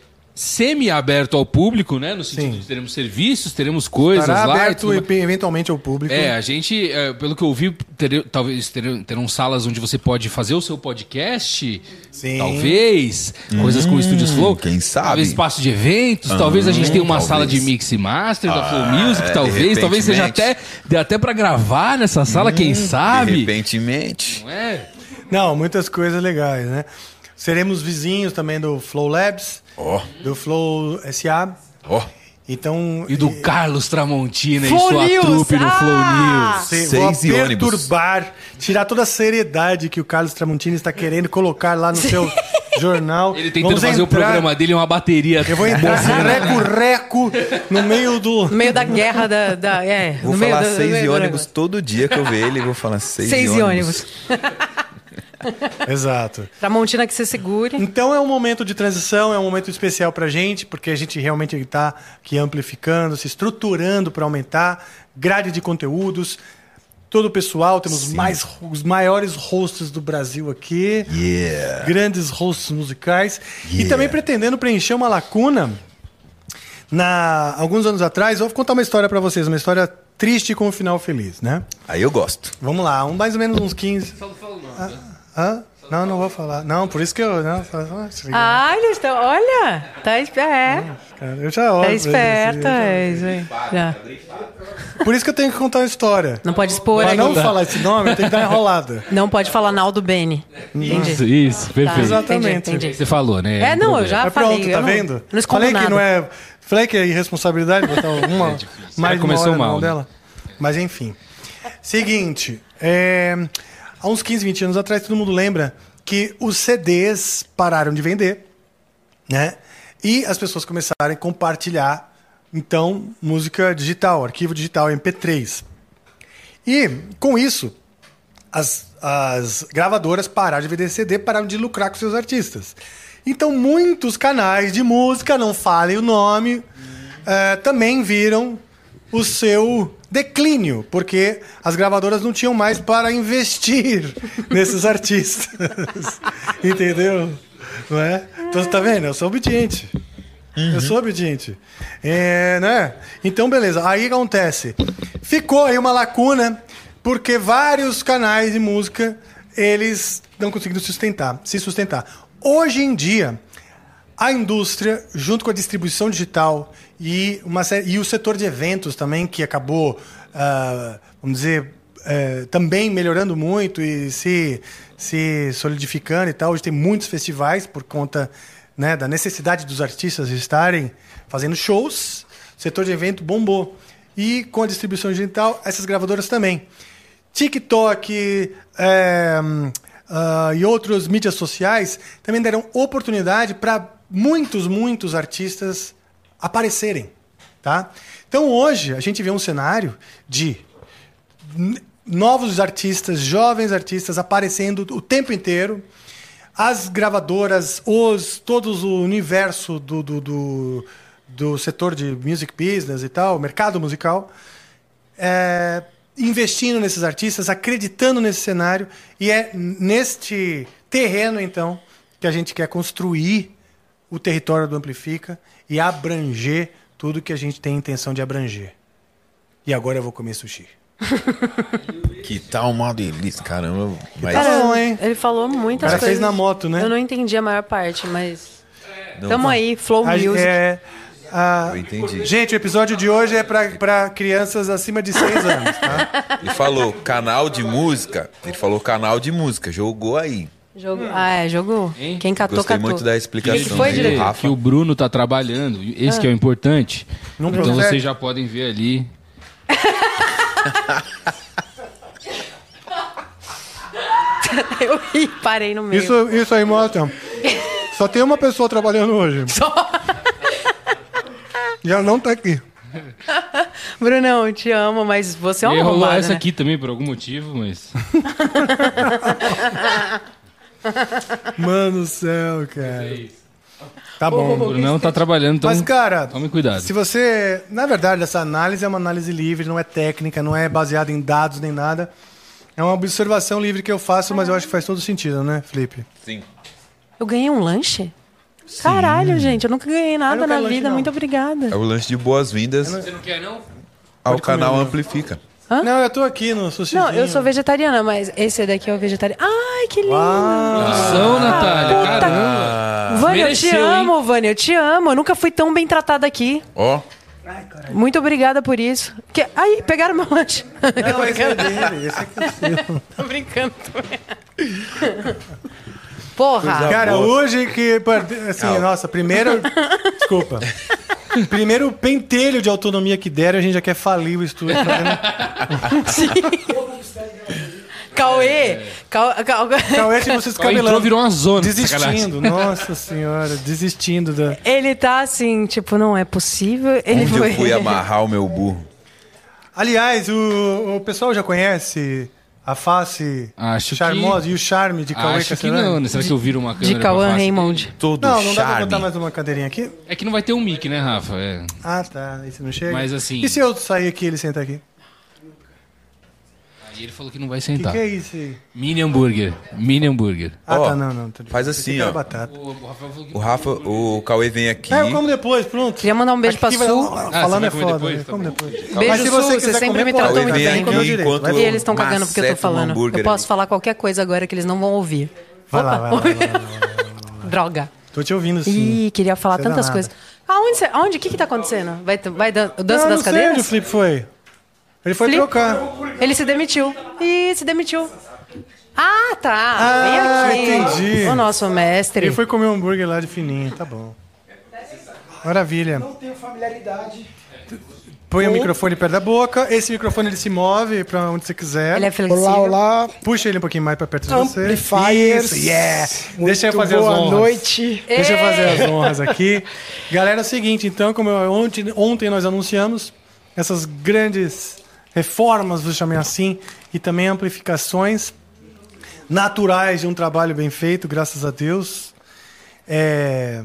S5: semi-aberto ao público, né? No sentido
S1: Sim.
S5: de teremos serviços, teremos coisas
S1: Estará
S5: lá. e
S1: aberto
S5: tudo mais.
S1: eventualmente ao público.
S5: É, a gente, é, pelo que eu ouvi, tere- talvez terão, terão salas onde você pode fazer o seu podcast,
S1: Sim.
S5: talvez, coisas com o Studios Flow.
S4: quem sabe?
S5: Talvez espaço de eventos, talvez a gente tenha uma
S4: talvez.
S5: sala de mix e master da Flow Music,
S4: de
S5: talvez,
S4: repente,
S5: talvez seja
S4: mix.
S5: até, dê até pra gravar nessa sala, quem
S4: De
S5: sabe?
S4: repentemente.
S5: Não é?
S1: Não, muitas coisas legais, né? Seremos vizinhos também do Flow Labs,
S4: Ó,
S1: do Flow SA.
S4: ó.
S1: Então.
S5: E do Carlos Tramontina
S3: Flow
S5: e sua
S3: News,
S5: trupe no Flow
S3: ah!
S5: News.
S1: Sim,
S4: Seis
S1: vou
S4: e ônibus.
S1: perturbar, tirar toda a seriedade que o Carlos Tramontini está querendo colocar lá no seu jornal.
S5: Ele tentando
S1: Vamos
S5: fazer o
S1: entrar-
S5: programa né? dele em uma bateria.
S1: Eu vou entrar reco-reco no meio do.
S3: no meio da guerra da. da- é,
S4: Vou
S3: no meio
S4: falar
S3: do- no
S4: seis
S3: meio
S4: e
S3: do
S4: ônibus
S3: negócio.
S4: todo dia que eu ver ele, vou falar seis,
S3: Seis
S4: e
S3: e
S4: ônibus.
S3: ônibus.
S1: Exato.
S3: Tramontina que se segure.
S1: Então é um momento de transição, é um momento especial pra gente, porque a gente realmente está aqui amplificando, se estruturando para aumentar grade de conteúdos. Todo o pessoal, temos mais, os maiores hosts do Brasil aqui,
S4: Yeah.
S1: grandes hosts musicais, e
S4: Yeah.
S1: também pretendendo preencher uma lacuna. Na alguns anos atrás, eu vou contar uma história pra vocês, uma história triste com um final feliz, né?
S4: Aí eu gosto.
S1: Vamos lá, um, mais ou menos uns 15. Hã? Não, não vou falar. Não, por isso que eu. Não, fala- ah,
S3: Ah, eles estão. Olha! Tá, esp- é,
S1: Cara, eu já olho.
S3: tá
S1: pra eles,
S3: esperto.
S1: eu já-
S3: É, isso aí. Já.
S1: Por isso que eu tenho que contar uma história.
S3: Não pode expor
S1: Pra não
S3: aqui.
S1: falar esse nome, eu tenho que dar uma enrolada.
S3: Não pode falar Naldo Bene. Entendi.
S6: Isso, isso,
S3: Tá,
S6: perfeito.
S1: Exatamente.
S3: Entendi, entendi.
S5: Você falou, né?
S3: É, não, eu
S5: problema.
S3: já
S1: Mas
S3: falei.
S1: pronto,
S3: eu
S1: tá
S3: não-
S1: vendo?
S3: Não escondo
S1: falei
S3: nada.
S1: que não é. Falei que é irresponsabilidade botar uma. mais
S5: É Ela
S1: de
S5: começou
S1: uma hora na
S5: mal,
S1: mão
S5: né?
S1: dela. Mas enfim. Seguinte. é, há uns 15, 20 anos atrás, todo mundo lembra que os CDs pararam de vender, né? E as pessoas começaram a compartilhar, então, música digital, arquivo digital, MP3. E, com isso, as, as gravadoras pararam de vender CD, pararam de lucrar com seus artistas. Então, muitos canais de música, não falem o nome, eh, também viram o seu declínio, porque as gravadoras não tinham mais para investir nesses artistas. Entendeu? Não é? Então, você tá vendo? Eu sou obediente. Eu sou obediente. É, né? Então, beleza. Aí o que acontece. Ficou aí uma lacuna, porque vários canais de música, eles não conseguiram sustentar, se sustentar. Hoje em dia, a indústria, junto com a distribuição digital e, uma série- e o setor de eventos também, que acabou, ah, vamos dizer, eh, também melhorando muito e se, se solidificando e tal. Hoje tem muitos festivais por conta né, da necessidade dos artistas estarem fazendo shows. O setor de evento bombou. E com a distribuição digital, essas gravadoras também. TikTok é, hum, ah, e outras mídias sociais também deram oportunidade para muitos, muitos artistas aparecerem. Tá? Então hoje a gente vê um cenário de n- novos artistas, jovens artistas aparecendo o tempo inteiro. As gravadoras, os todos o universo do, do, do, do setor de music business e tal, mercado musical, é, investindo nesses artistas, acreditando nesse cenário, e é neste terreno, então, que a gente quer construir o território do Amplifica e abranger tudo que a gente tem intenção de abranger. E agora eu vou comer sushi.
S7: Que tal uma delícia, caramba. Mas
S1: Tá bom, hein?
S3: É, Ele falou
S1: O
S3: muitas
S1: cara
S3: coisas.
S1: fez na moto, né?
S3: Eu não entendi a maior parte, mas. Tamo aí, Flow
S1: A-
S3: Music.
S1: é, a-
S4: Eu entendi.
S1: gente, o episódio de hoje é para crianças acima de 6 anos, tá?
S4: Ele falou canal de música. Ele falou canal de música. Jogou aí.
S1: Hum.
S3: Jogo... Ah, é, jogo.
S5: Hein?
S3: Quem catou,
S4: Gostei
S3: catou.
S4: muito da explicação
S1: Então,
S3: Que que foi,
S4: aí,
S3: diretor? Ah.
S4: Rafa.
S5: que o Bruno tá trabalhando. Esse que é o importante.
S1: Não
S5: então
S1: procede.
S5: vocês já podem ver ali.
S3: Eu ri, parei no meio.
S1: Isso, isso aí mostra. Só tem uma pessoa trabalhando hoje.
S3: Só.
S1: E ela não tá aqui.
S3: Brunão, te amo, mas você é
S5: E
S3: uma
S5: aí rolou
S3: roubada,
S5: essa
S3: né?
S5: aqui também por algum motivo, mas.
S1: Mano do céu, cara. Tá bom.
S5: O Brunão tá trabalhando, então.
S1: Mas, cara,
S5: tome cuidado.
S1: se você. Na verdade, essa análise é uma análise livre, não é técnica, não é baseada em dados nem nada. É uma observação livre que eu faço, mas eu acho que faz todo sentido, né, Felipe?
S4: Sim.
S3: Eu ganhei um lanche? Caralho, gente, eu nunca ganhei
S1: Eu
S3: nada
S1: não
S3: na
S1: quero lanche,
S3: vida.
S1: não.
S3: Muito obrigada.
S4: É o lanche de boas-vindas
S5: Você não quer, não?
S4: ao canal Amplifica.
S1: Não, eu tô aqui no sushi.
S3: Não, eu sou vegetariana, mas esse daqui é o vegetariano. Ai, que lindo!
S5: São, Natália.
S3: puta
S5: Caramba.
S3: Vânia, eu te
S5: mereceu, hein?
S3: amo, Vânia, eu te amo. Eu nunca fui tão bem tratada aqui.
S7: Ó,
S3: Muito obrigada por isso. Que... Aí, pegaram meu lanche.
S1: Não, esse é dele, esse aqui é seu.
S3: Tô brincando também.
S4: Tá
S3: Porra!
S1: Cara, hoje que. Assim, nossa, primeiro. Desculpa. Primeiro pentelho de autonomia que deram, a gente já quer falir o estúdio. fazendo-
S3: Sim. Cauê! Cau- cau-
S1: Cauê, tinha Então, vocês
S5: Ela entrou,
S1: cabelando.
S5: virou uma zona. sacanagem.
S1: Desistindo, né? nossa senhora, desistindo da.
S3: Ele tá assim, tipo, não é possível. Ele
S4: Onde
S3: foi.
S4: eu fui amarrar o meu burro.
S1: Aliás, o, o pessoal já conhece a face
S5: Acho que-
S1: charmosa e o charme de Cauê
S5: Acho que
S1: Castellani?
S5: não, né? Será que eu viro uma câmera?
S3: De
S5: pra
S3: Cauã
S5: face
S3: Raymond.
S5: dele?
S7: todo
S1: Não, não dá pra
S7: charme.
S1: botar mais uma cadeirinha aqui?
S5: É que não vai ter um mic, né, Rafa? É.
S1: Ah, tá. Aí você não chega.
S5: Mas, assim-
S1: E se eu sair aqui e ele sentar aqui?
S5: Aí ele falou que não vai
S1: O que,
S5: sentar.
S1: que é isso aí?
S5: Mini hambúrguer. Mini hambúrguer.
S1: Ah,
S4: Ó,
S1: tá, não, não. tudo bem.
S4: faz
S1: Esse
S4: assim,
S1: aqui é
S4: ó.
S1: batata.
S5: O Rafael falou que.
S4: O Rafa, o Cauê vem aqui.
S1: É, eu como depois, pronto.
S3: Queria mandar um beijo
S1: Aqui vai-
S3: pra Sul.
S1: Ah, Falando
S5: Ah, você
S1: é
S5: vai comer
S1: foda,
S5: depois?
S1: eu como
S5: Tá
S1: depois.
S3: Beijo,
S1: Mas se você
S3: Sul,
S1: quiser
S3: você sempre
S1: comer,
S3: me
S1: pode.
S3: tratou
S4: Cauê
S3: muito
S4: vem
S3: bem.
S4: aqui
S1: comeu direito,
S4: enquanto
S1: vai
S3: E eles estão
S4: eu
S3: cagando porque eu tô
S4: maceto um
S3: falando.
S4: hambúrguer
S3: Eu posso
S4: ali.
S3: falar qualquer coisa agora que eles não vão ouvir.
S1: Vai lá, vai lá, vai lá, vai lá.
S3: Droga.
S1: Tô te ouvindo, sim.
S3: Ih, queria falar
S1: Você é
S3: tantas
S1: danada.
S3: coisas. Aonde? Cê, aonde? O que que tá acontecendo? Vai, vai dan- dança
S1: Não, não
S3: das
S1: sei onde o
S3: cadeiras?
S1: Flip foi. Ele foi
S3: Flip.
S1: trocando.
S3: Ele se demitiu. Ih, se demitiu. Ah, tá.
S1: Ah,
S3: Vem aqui.
S1: entendi.
S3: O nosso mestre.
S1: Ele foi comer um hambúrguer lá de fininho, tá bom. Maravilha.
S6: Não tenho familiaridade.
S1: Põe o microfone perto da boca. Esse microfone ele se move pra onde você quiser.
S3: Ele é flexível.
S6: Olá, olá.
S1: Puxa ele um pouquinho mais pra perto de você.
S6: Amplifiers.
S1: Isso, yeah.
S6: Muito
S1: Deixa eu fazer as
S6: boa
S1: honras.
S6: noite.
S1: Deixa eu fazer as honras aqui. Galera, é o seguinte, então, como eu- ontem, ontem nós anunciamos, essas grandes reformas, vou chamar assim, e também amplificações naturais de um trabalho bem feito, graças a Deus. É,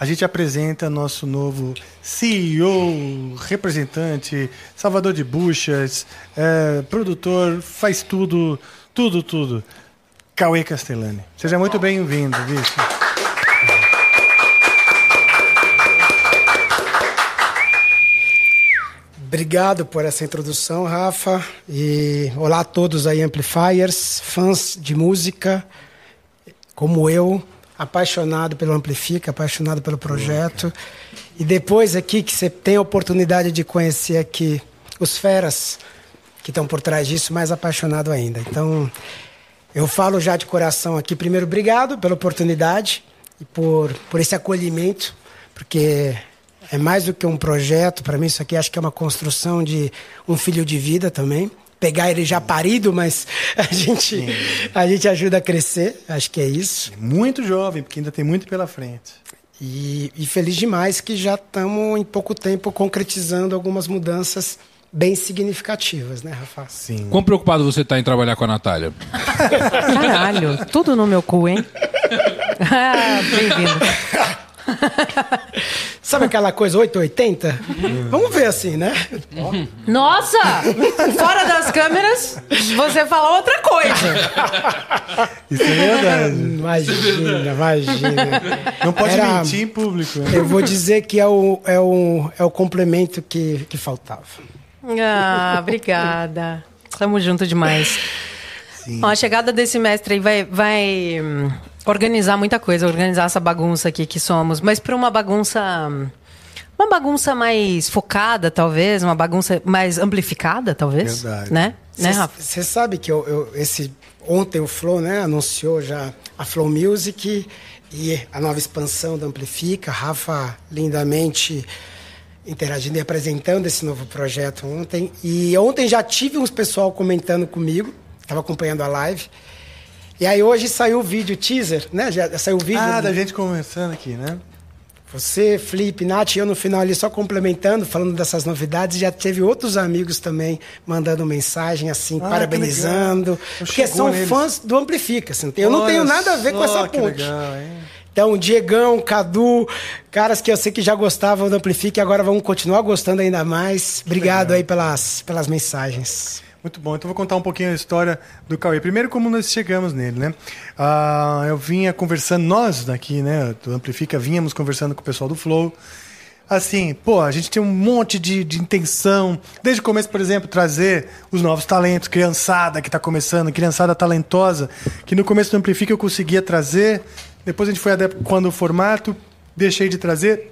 S1: a gente apresenta nosso novo CEO, representante, salvador de buchas, é, produtor, faz tudo, tudo, tudo. Cauê Castellani. Seja muito bem-vindo, bicho.
S6: Obrigado por essa introdução, Rafa. E olá a todos aí, Amplifiers, fãs de música, como eu, apaixonado pelo Amplifica, apaixonado pelo projeto. E depois aqui que você tem a oportunidade de conhecer aqui os feras que estão por trás disso, mais apaixonado ainda. Então, eu falo já de coração aqui, primeiro, obrigado pela oportunidade e por, por esse acolhimento, porque é mais do que um projeto, para mim isso aqui acho que é uma construção de um filho de vida também. Pegar ele já parido, mas a gente, a gente ajuda a crescer, acho que é isso.
S1: Muito jovem, porque ainda tem muito pela frente.
S6: E, e feliz demais que já estamos em pouco tempo concretizando algumas mudanças bem significativas, né, Rafa?
S1: Sim.
S5: Quão preocupado você tá em trabalhar com a Natália?
S3: Caralho, tudo no meu cu, hein? Ah, Bem-vindo.
S6: Sabe aquela coisa 880? Vamos ver assim, né?
S3: Nossa! Fora das câmeras, você fala outra coisa.
S1: Isso é verdade.
S6: Imagina, imagina.
S1: Não pode
S6: Era-
S1: mentir em público. né?
S6: Eu vou dizer que é o, é o, é o complemento que, que faltava.
S3: Ah, obrigada. Tamo junto demais. Ó, a chegada desse mestre aí vai, vai hum, organizar muita coisa, organizar essa bagunça aqui que somos, mas para uma bagunça. hum, Uma bagunça mais focada, talvez, uma bagunça mais amplificada, talvez.
S1: Verdade.
S3: Né? Né, Rafa?
S6: Você sabe que eu, eu- esse ontem o Flow né, anunciou já a Flow Music e a nova expansão da Amplifica. Rafa lindamente interagindo e apresentando esse novo projeto ontem. E ontem já tive uns pessoal comentando comigo, estava acompanhando a live. E aí hoje saiu o vídeo teaser, né? Já saiu o vídeo.
S1: Ah,
S6: do-
S1: da gente conversando aqui, né?
S6: Você, Felipe, Nath, e eu no final ali só complementando, falando dessas novidades, já teve outros amigos também mandando mensagem assim,
S1: Ah, que
S6: parabenizando,
S1: legal. Eu
S6: porque
S1: chegou
S6: são
S1: neles.
S6: fãs do Amplifica, assim, eu não
S1: Olha
S6: tenho nada a ver com
S1: só
S6: essa
S1: que
S6: ponte.
S1: legal, hein?
S6: Então, Diegão, Cadu, caras que eu sei que já gostavam do Amplifica e agora vão continuar gostando ainda mais. Obrigado aí pelas, pelas mensagens.
S1: Muito bom. Então vou contar um pouquinho a história do Cauê. Primeiro, como nós chegamos nele, né? Ah, eu vinha conversando, nós daqui, né, do Amplifica, vínhamos conversando com o pessoal do Flow. Assim, pô, a gente tem um monte de, de intenção. Desde o começo, por exemplo, trazer os novos talentos, criançada que está começando, criançada talentosa, que no começo do Amplifica eu conseguia trazer. Depois a gente foi adepto quando o formato, deixei de trazer.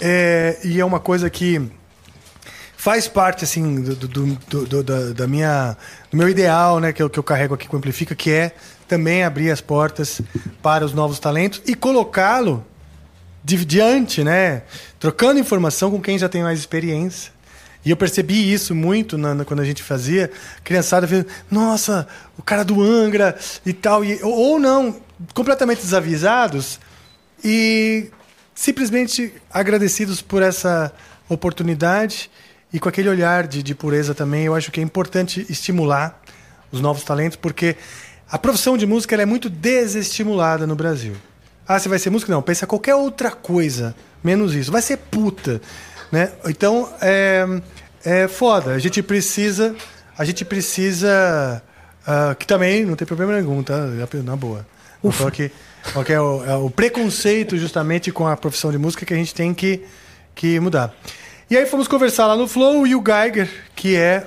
S1: É, e é uma coisa que faz parte assim do, do- do- do- do- da, da minha do meu ideal né que eu, que eu carrego aqui com o amplifica que é também abrir as portas para os novos talentos e colocá-lo de- diante né trocando informação com quem já tem mais experiência e eu percebi isso muito na- na- quando a gente fazia criançada vendo nossa o cara do Angra e tal e ou- ou não completamente desavisados e simplesmente agradecidos por essa oportunidade e com aquele olhar de, de pureza também, eu acho que é importante estimular os novos talentos, porque a profissão de música ela é muito desestimulada no Brasil. Ah, você vai ser músico? Não, pensa qualquer outra coisa, menos isso. Vai ser puta, né? Então, é, é foda. A gente precisa, a gente precisa, ah, que também não tem problema nenhum, tá? Na boa. Não tô aqui- qual que é o, é o preconceito justamente com a profissão de música que a gente tem que, que mudar. E aí fomos conversar lá no Flow e o Geiger, que é,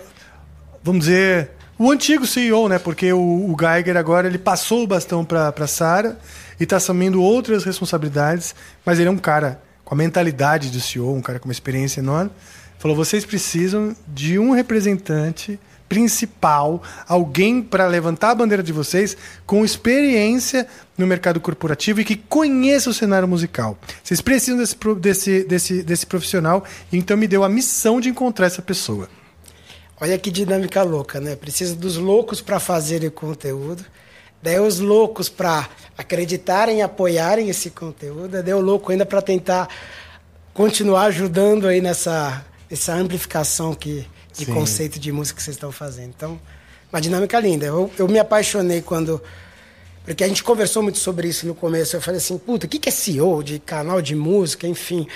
S1: vamos dizer, o antigo CEO, né? Porque o, o Geiger agora ele passou o bastão para a Sara e está assumindo outras responsabilidades, mas ele é um cara com a mentalidade do CEO, um cara com uma experiência enorme. Falou: vocês precisam de um representante principal, alguém para levantar a bandeira de vocês com experiência no mercado corporativo e que conheça o cenário musical. Vocês precisam desse, pro- desse, desse, desse profissional, então me deu a missão de encontrar essa pessoa.
S6: Olha que dinâmica louca, né? Precisa dos loucos para fazerem conteúdo, daí os loucos para acreditarem, apoiarem esse conteúdo, daí o louco ainda para tentar continuar ajudando aí nessa essa amplificação que, de
S1: Sim.
S6: conceito de música que vocês estão fazendo. Então, uma dinâmica linda. Eu, eu me apaixonei quando. Porque a gente conversou muito sobre isso no começo. Eu falei assim, puta, o que, que é CEO de canal de música, enfim.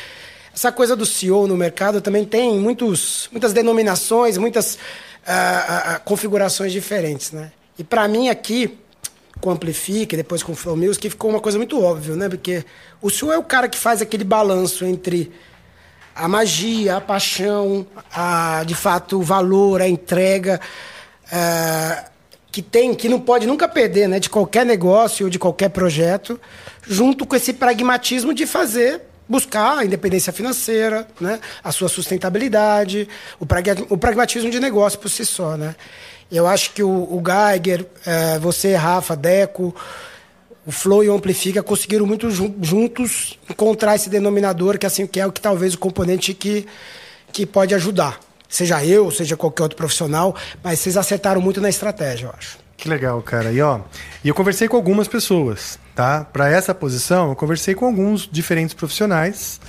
S6: Essa coisa do CEO no mercado também tem muitos, muitas denominações, muitas ah, ah, ah, configurações diferentes, né? E para mim aqui, com o Amplifique, depois com o Flow Music, ficou uma coisa muito óbvia, né? Porque o CEO é o cara que faz aquele balanço entre a magia, a paixão, a, de fato o valor, a entrega eh, que tem, que não pode nunca perder, né, de qualquer negócio ou de qualquer projeto, junto com esse pragmatismo de fazer buscar a independência financeira, né, a sua sustentabilidade, o, pragma- o pragmatismo de negócio por si só, né. Eu acho que o, o Geiger, eh, você, Rafa, Deco, o Flow e o Amplifica conseguiram muito jun- juntos encontrar esse denominador que assim que é o que talvez o componente que, que pode ajudar. Seja eu, seja qualquer outro profissional, mas vocês acertaram muito na estratégia, eu acho.
S1: Que legal, cara. E ó, e eu conversei com algumas pessoas, tá? Para essa posição, eu conversei com alguns diferentes profissionais.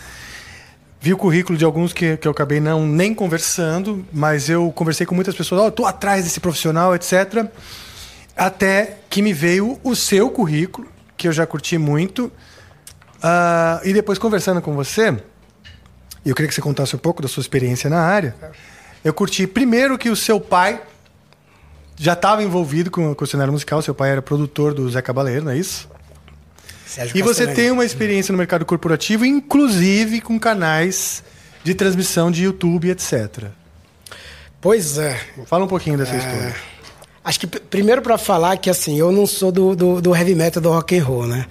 S1: Vi o currículo de alguns que, que eu acabei não nem conversando, mas eu conversei com muitas pessoas, ó, eu tô atrás desse profissional, etc. Até que me veio o seu currículo, que eu já curti muito. Ah, e depois conversando com você, e eu queria que você contasse um pouco da sua experiência na área. Eu curti primeiro que o seu pai já estava envolvido com, com o cenário musical, seu pai era produtor do Zé Cabaleiro, não é isso?
S6: Sérgio
S1: E você
S6: Castanheira.
S1: tem um uma experiência no mercado corporativo, inclusive com canais de transmissão de YouTube, etc.
S6: Pois é.
S1: Fala um pouquinho dessa história.
S6: Acho que pr- primeiro para falar que assim, eu não sou do, do, do heavy metal do rock and roll, né?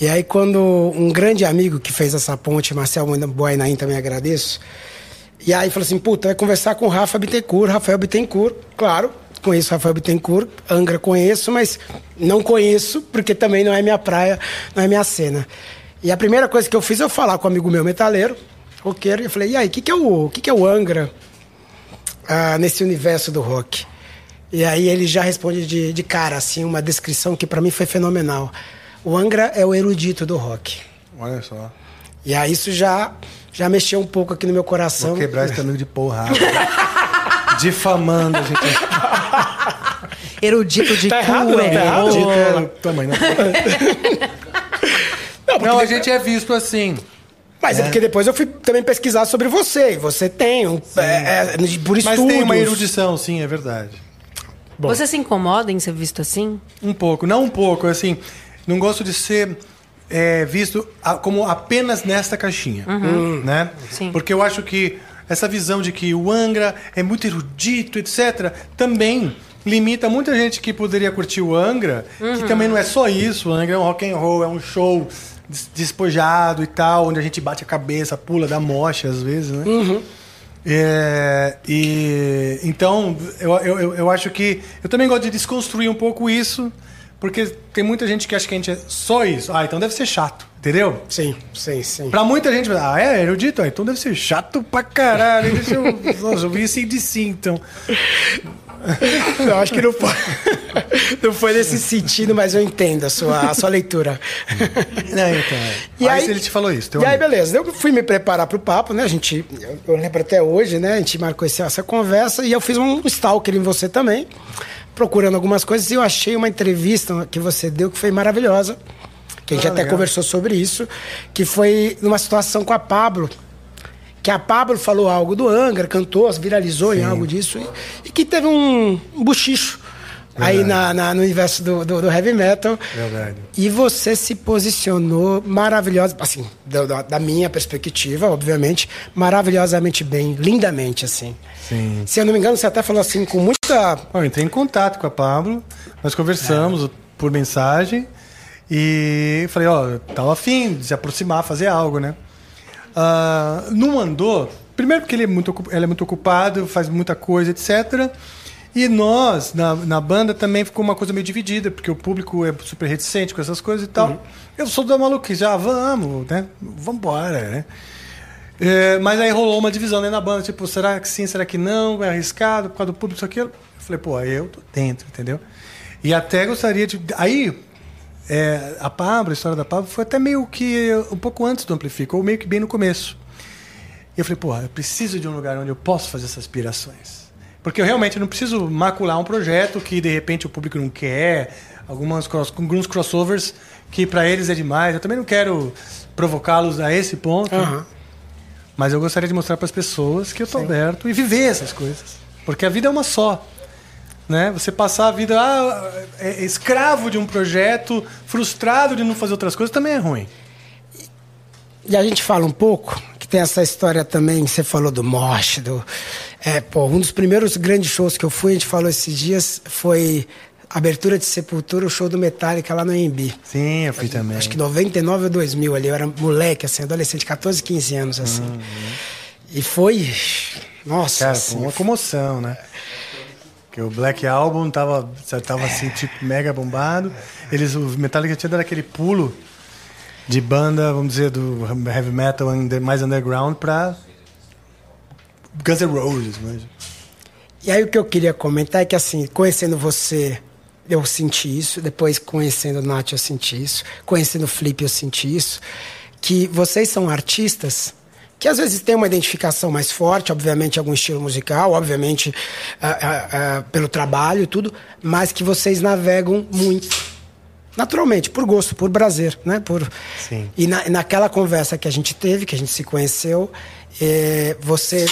S6: E aí quando um grande amigo que fez essa ponte, Marcel Buenain, também agradeço. E aí falou assim, puta, vai conversar com o Rafa Bittencourt, Rafael Bittencourt, claro, conheço o Rafael Bittencourt, Angra conheço, mas não conheço, porque também não é minha praia, não é minha cena. E a primeira coisa que eu fiz, eu falar com um amigo meu metaleiro, roqueiro, e eu falei, e aí, o que, que, é o- o que, que é o Angra? ah, nesse universo do rock. E aí ele já responde de, de cara, assim, uma descrição que pra mim foi fenomenal. O Angra é o erudito do rock.
S1: Olha só.
S6: E aí isso já, já mexeu um pouco aqui no meu coração.
S1: Vou quebrar esse amigo de porrada. Difamando, a gente.
S3: Erudito de
S6: Tá
S3: cu,
S6: errado, não,
S3: é.
S6: tá errado.
S1: Dito é o tamanho, né? Não, a gente é visto assim.
S6: Mas é. porque depois eu fui também pesquisar sobre você. E você tem, um, é, é, por estudos.
S1: Mas tem uma erudição, sim, é verdade.
S3: Você se incomoda em ser visto assim?
S1: Um pouco, não um pouco, assim, não gosto de ser é, visto a- como apenas nesta caixinha, né?
S3: Sim.
S1: Porque eu acho que essa visão de que o Angra é muito erudito, etc., também limita muita gente que poderia curtir o Angra, que também não é só isso, o Angra é um rock and roll, é um show des- despojado e tal, onde a gente bate a cabeça, pula, dá mocha às vezes, né? É, e então eu, eu, eu- eu acho que eu também gosto de desconstruir um pouco isso, porque tem muita gente que acha que a gente é só isso. Ah, então deve ser chato, entendeu?
S6: Sim, sim, sim.
S1: Pra muita gente, ah, é erudito, Ah, então deve ser chato pra caralho. Deixa eu, nossa, eu vi isso de si, então.
S6: Eu acho que não foi, não foi nesse sentido, mas eu entendo a sua, a sua leitura.
S1: Não, então, é.
S6: E
S1: aí,
S6: aí-
S1: ele te falou isso. teu
S6: E aí,
S1: amigo.
S6: beleza. Eu fui me preparar para o papo, né? A gente, eu- eu lembro até hoje, né? A gente marcou esse- essa conversa e eu fiz um stalker em você também, procurando algumas coisas. E eu achei uma entrevista que você deu que foi maravilhosa. Que a gente
S1: Ah,
S6: até
S1: legal.
S6: conversou sobre isso. Que foi numa situação com a Pablo. Que a Pablo falou algo do Angra, cantou, viralizou em algo disso. e- E, que teve um, um bochicho aí na, na- no universo do, do- do heavy metal.
S1: Verdade.
S6: E você se posicionou maravilhosa, assim, da, da- da minha perspectiva, obviamente, maravilhosamente bem, lindamente, assim.
S1: Sim.
S6: Se eu não me engano, você até falou assim, com muita.
S1: Bom, eu entrei em contato com a Pablo, nós conversamos por mensagem e falei, ó, eu tava afim de se aproximar, fazer algo, né? Ah, não andou Primeiro porque ele é muito, ocup- ela é muito ocupado, faz muita coisa, etc. E nós, na, na banda, também ficou uma coisa meio dividida, porque o público é super reticente com essas coisas e tal. Eu sou da maluquice, ah, vamos, né? Vambora, né? É, mas aí rolou uma divisão né, na banda, tipo, será que sim, será que não? É arriscado por causa do público, isso aquilo. Eu falei, pô, aí eu tô dentro, entendeu? E até gostaria de. Aí, é, a Pablo, a história da Pablo, foi até meio que um pouco antes do Amplifica, ou meio que bem no começo. E eu falei, porra, eu preciso de um lugar onde eu posso fazer essas aspirações. Porque eu realmente não preciso macular um projeto que de repente o público não quer, algumas cross- alguns crossovers que para eles é demais. Eu também não quero provocá-los a esse ponto.
S6: Aham.
S1: Mas eu gostaria de mostrar para as pessoas que eu tô aberto e viver essas coisas. Porque a vida é uma só. Né? Você passar a vida ah, é- é escravo de um projeto, frustrado de não fazer outras coisas, também é ruim.
S6: E a gente fala um pouco, que tem essa história também, que você falou do Mosh, do. É, pô, um dos primeiros grandes shows que eu fui, a gente falou esses dias, foi a abertura de Sepultura, o show do Metallica lá no AMB.
S1: Sim, eu fui também.
S6: Acho que 99 ou 2000 ali, eu era moleque, assim, adolescente, 14, 15 anos, assim. E foi. Nossa,
S1: Uhum. Cara, foi um
S6: assim,
S1: É uma comoção, né? Porque o Black Album tava, tava assim, tipo, mega bombado. Eles, o Metallica tinha dado aquele pulo de banda, vamos dizer, do heavy metal under- mais underground pra Guns N' Roses, mas...
S6: E aí o que eu queria comentar é que assim, conhecendo você, eu senti isso, depois conhecendo o Nath eu senti isso, conhecendo o Flip eu senti isso, que vocês são artistas que às vezes têm uma identificação mais forte, obviamente algum estilo musical, obviamente ah, ah, ah, pelo trabalho e tudo, mas que vocês navegam muito naturalmente, por gosto, por prazer, né? Por...
S1: Sim.
S6: E na, naquela conversa que a gente teve, que a gente se conheceu, eh, você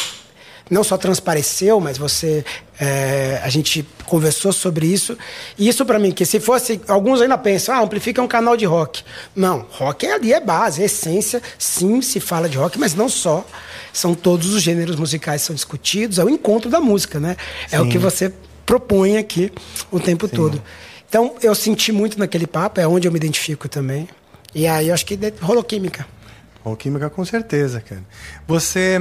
S6: não só transpareceu, mas você eh, a gente conversou sobre isso. E isso pra mim, que se fosse alguns ainda pensam, ah, amplifica é um canal de rock. Não, rock é ali é base, é essência. Sim, se fala de rock, mas não só. São todos os gêneros musicais que são discutidos, é o encontro da música, né? É o que você propõe aqui o tempo todo. Então, eu senti muito naquele papo, é onde eu me identifico também. E aí, eu acho que de- rolou química.
S1: Ou química com certeza, cara. Você.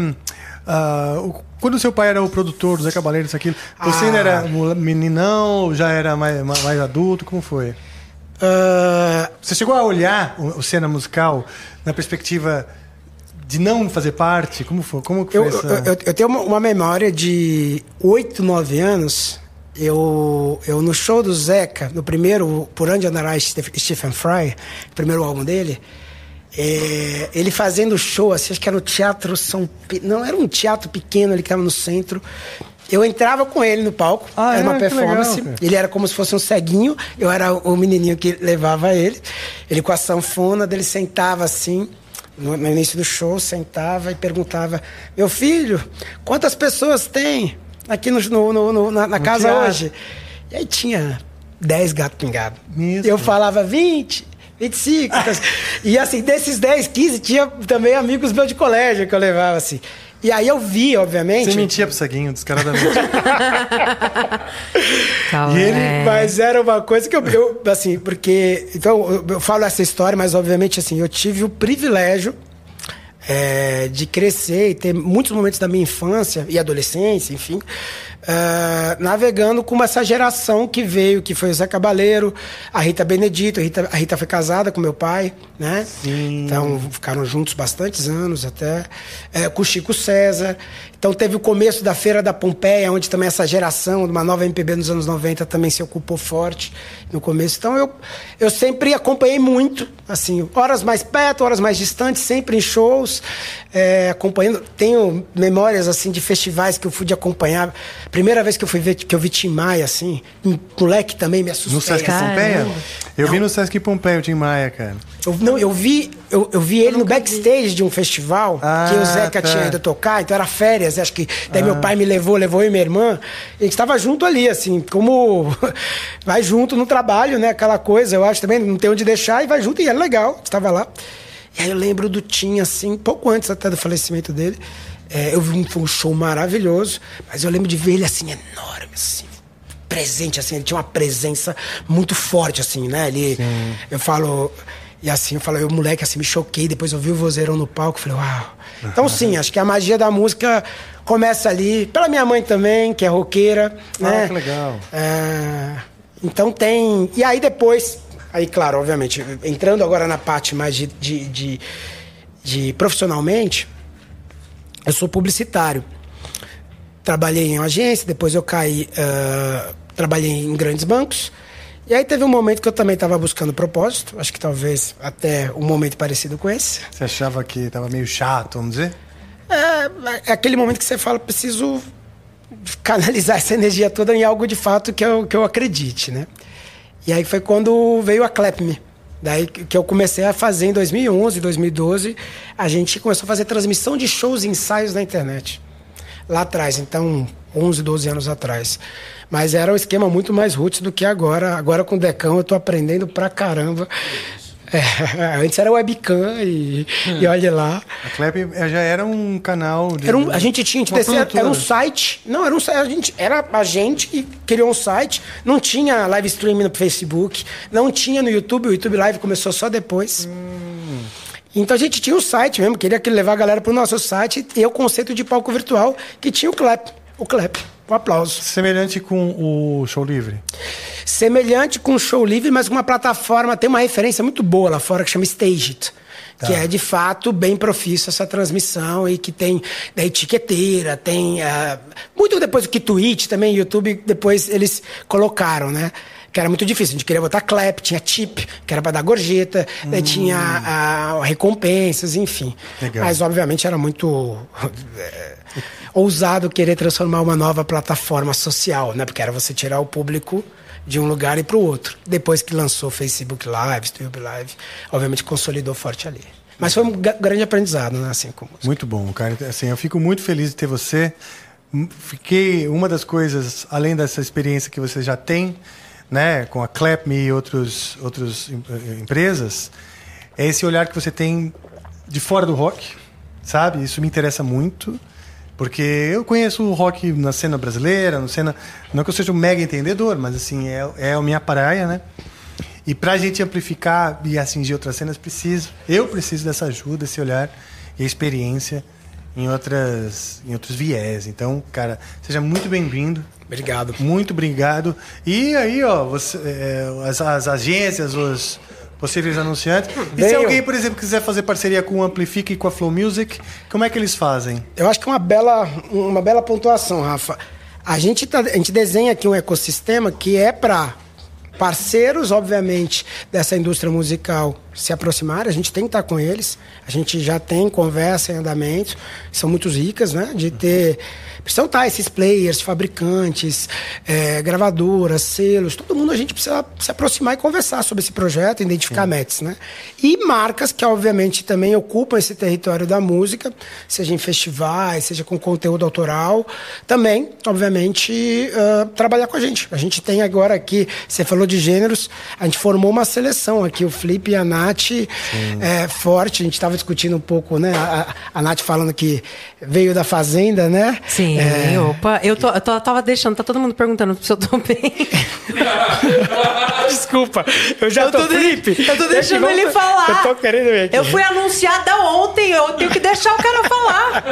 S1: ah, o- quando seu pai era o produtor do Zé Cabaleiro, isso aquilo, você
S6: Ah.
S1: ainda era mole- meninão, já era mais, ma- mais adulto? Como foi?
S6: Ah,
S1: Você chegou a olhar o, o cena musical na perspectiva de não fazer parte? Como foi? Como que foi
S6: eu,
S1: essa?
S6: eu- eu- eu tenho uma, uma memória de 8, 9 anos. Eu, eu no show do Zeca, no primeiro, por onde andará Steph- Stephen Fry, primeiro álbum dele, é, ele fazendo show, assim, acho que era no Teatro São Pe- Não, era um teatro pequeno, ele que estava no centro. Eu entrava com ele no palco,
S1: Ah,
S6: era
S1: é?
S6: uma
S1: Que legal,
S6: performance.
S1: cara.
S6: Ele era como se fosse um ceguinho, eu era o menininho que levava ele. Ele com a sanfona, dele sentava assim, no, no início do show, sentava e perguntava: Meu filho, quantas pessoas tem aqui no, no- no- no- na, na casa
S1: teatro.
S6: hoje? E aí tinha 10 gatos pingados.
S1: Mesmo?
S6: Eu falava 20. 25. então, e assim, desses 10, 15, tinha também amigos meus de colégio que eu levava, assim. E aí eu vi, obviamente.
S1: Você mentia pro ceguinho, descaradamente.
S3: Calma,
S6: E ele,
S3: é.
S6: mas era uma coisa que eu, eu, assim, porque. Então, eu, eu falo essa história, mas obviamente, assim, eu tive o privilégio é, de crescer e ter muitos momentos da minha infância e adolescência, enfim, ah, navegando com essa geração que veio, que foi o Zé Cabaleiro, a Rita Benedito, a Rita, a Rita foi casada com meu pai, né? Sim. Então, ficaram juntos bastantes anos até, é, com o Chico César. Então, teve o começo da Feira da Pompeia, onde também essa geração de uma nova MPB nos anos 90 também se ocupou forte no começo. Então, eu, eu sempre acompanhei muito, assim, horas mais perto, horas mais distantes, sempre em shows, é, acompanhando. Tenho memórias, assim, de festivais que eu fui de acompanhar. Primeira vez que eu fui ver, que eu vi Tim Maia, assim, um moleque também me assustou.
S1: No Sesc
S3: Caramba.
S1: Pompeia? Eu vi no Sesc Pompeia o Tim Maia, cara.
S6: Eu, não, eu vi, eu, eu vi ele no backstage de um festival
S1: Ah,
S6: que o
S1: tá.
S6: Zeca tinha ido tocar, então era férias, acho que. Daí meu pai me levou, levou eu e minha irmã. A gente estava junto ali, assim, como vai junto no trabalho, né? Aquela coisa, eu acho também, não tem onde deixar, e vai junto, e era legal, estava lá. E aí eu lembro do Tim, assim, pouco antes até do falecimento dele. É, eu vi um, foi um show maravilhoso, mas eu lembro de ver ele assim, enorme, assim, presente, assim, ele tinha uma presença muito forte, assim, né? Ele, eu falo, E assim, eu falei, eu moleque, assim, me choquei. Depois eu vi o vozeirão no palco, falei, uau. Então, sim, acho que a magia da música começa ali. Pela minha mãe também, que é roqueira, né?
S1: Ah, que legal.
S6: É, então tem. E aí depois, aí claro, obviamente, entrando agora na parte mais de, de, de- de profissionalmente, eu sou publicitário. Trabalhei em agência, depois eu caí, ah, trabalhei em grandes bancos. E aí teve um momento que eu também estava buscando propósito, acho que talvez até um momento parecido com esse.
S1: Você achava que tava meio chato, vamos dizer?
S6: É, é aquele momento que você fala, preciso canalizar essa energia toda em algo de fato que eu, que eu acredite, né? E aí foi quando veio a Clap Me. Daí que que eu comecei a fazer em 2011, 2012, a gente começou a fazer transmissão de shows e ensaios na internet. Lá atrás, então 11, 12 anos atrás. Mas era um esquema muito mais roots do que agora. Agora com o Decão eu tô aprendendo pra caramba. É, antes era webcam e, e olha lá.
S1: A Clap eh, já era um canal de.
S6: Era um, a gente tinha, a gente
S1: Uma
S6: descia, era um
S1: produtora.
S6: site. Não, era um site. A gente, era a gente que criou um site. Não tinha live streaming no Facebook. Não tinha no YouTube. O YouTube Live começou só depois. Então a gente tinha um site mesmo. Queria que levar a galera pro nosso site. E o conceito de palco virtual que tinha o clap. O clap. O aplauso.
S1: Semelhante com o Show Livre.
S6: Semelhante com o show livre, mas com uma plataforma. Tem uma referência muito boa lá fora que chama Staged. Que é de fato bem profício essa transmissão e que tem da etiqueteira, tem. ah, muito depois do que Twitch também, YouTube, depois eles colocaram, né? Que era muito difícil. A gente queria botar clap, tinha tip, que era pra dar gorjeta, né, tinha ah, recompensas, enfim.
S1: Legal.
S6: Mas obviamente era muito é, ousado querer transformar uma nova plataforma social, né? Porque era você tirar o público de um lugar e para o outro. Depois que lançou Facebook Live, YouTube Live, obviamente consolidou forte ali. Mas foi um ga- grande aprendizado, né? Assim como
S1: Muito bom, cara. Assim, eu fico muito feliz de ter você. M- Fiquei uma das coisas, além dessa experiência que você já tem, né, com a ClapMe e outros outras em- eh, empresas, é esse olhar que você tem de fora do rock, sabe? Isso me interessa muito, porque eu conheço o rock na cena brasileira, na cena, não que eu seja um mega entendedor, mas assim é, é a minha praia, né? E pra gente amplificar e atingir outras cenas, preciso, eu preciso dessa ajuda, esse olhar e experiência em outras em outros viés. Então, cara, seja muito bem-vindo.
S6: Obrigado.
S1: Muito obrigado. E aí, ó, você, é, as, as agências, os possíveis anunciantes. E se
S6: Venham.
S1: alguém, por exemplo, quiser fazer parceria com o Amplifica e com a Flow Music, como é que eles fazem?
S6: Eu acho que é uma bela, uma bela pontuação, Rafa. A gente, tá- a gente desenha aqui um ecossistema que é para parceiros, obviamente, dessa indústria musical se aproximarem. A gente tem que estar com eles. A gente já tem conversa em andamento. São muito ricas, né? De ter... Precisam estar esses players, fabricantes, eh, gravadoras, selos. Todo mundo a gente precisa se aproximar e conversar sobre esse projeto, identificar metas, né? E marcas que, obviamente, também ocupam esse território da música, seja em festivais, seja com conteúdo autoral, também, obviamente, ah, trabalhar com a gente. A gente tem agora aqui, você falou de gêneros, a gente formou uma seleção aqui, o Flip e a Nath é, forte. A gente estava discutindo um pouco, né? A, a- a Nath falando que veio da Fazenda, né?
S3: Sim,
S1: É.
S3: opa. Eu, tô, eu tô- tava deixando, tá todo mundo perguntando se eu tô bem.
S6: Desculpa, eu já tô,
S3: de-
S6: Flip.
S3: eu tô
S6: Já
S3: deixando
S6: chegou-
S3: ele falar.
S6: Eu tô querendo ver aqui.
S3: Eu fui anunciada ontem, eu tenho que deixar o cara falar.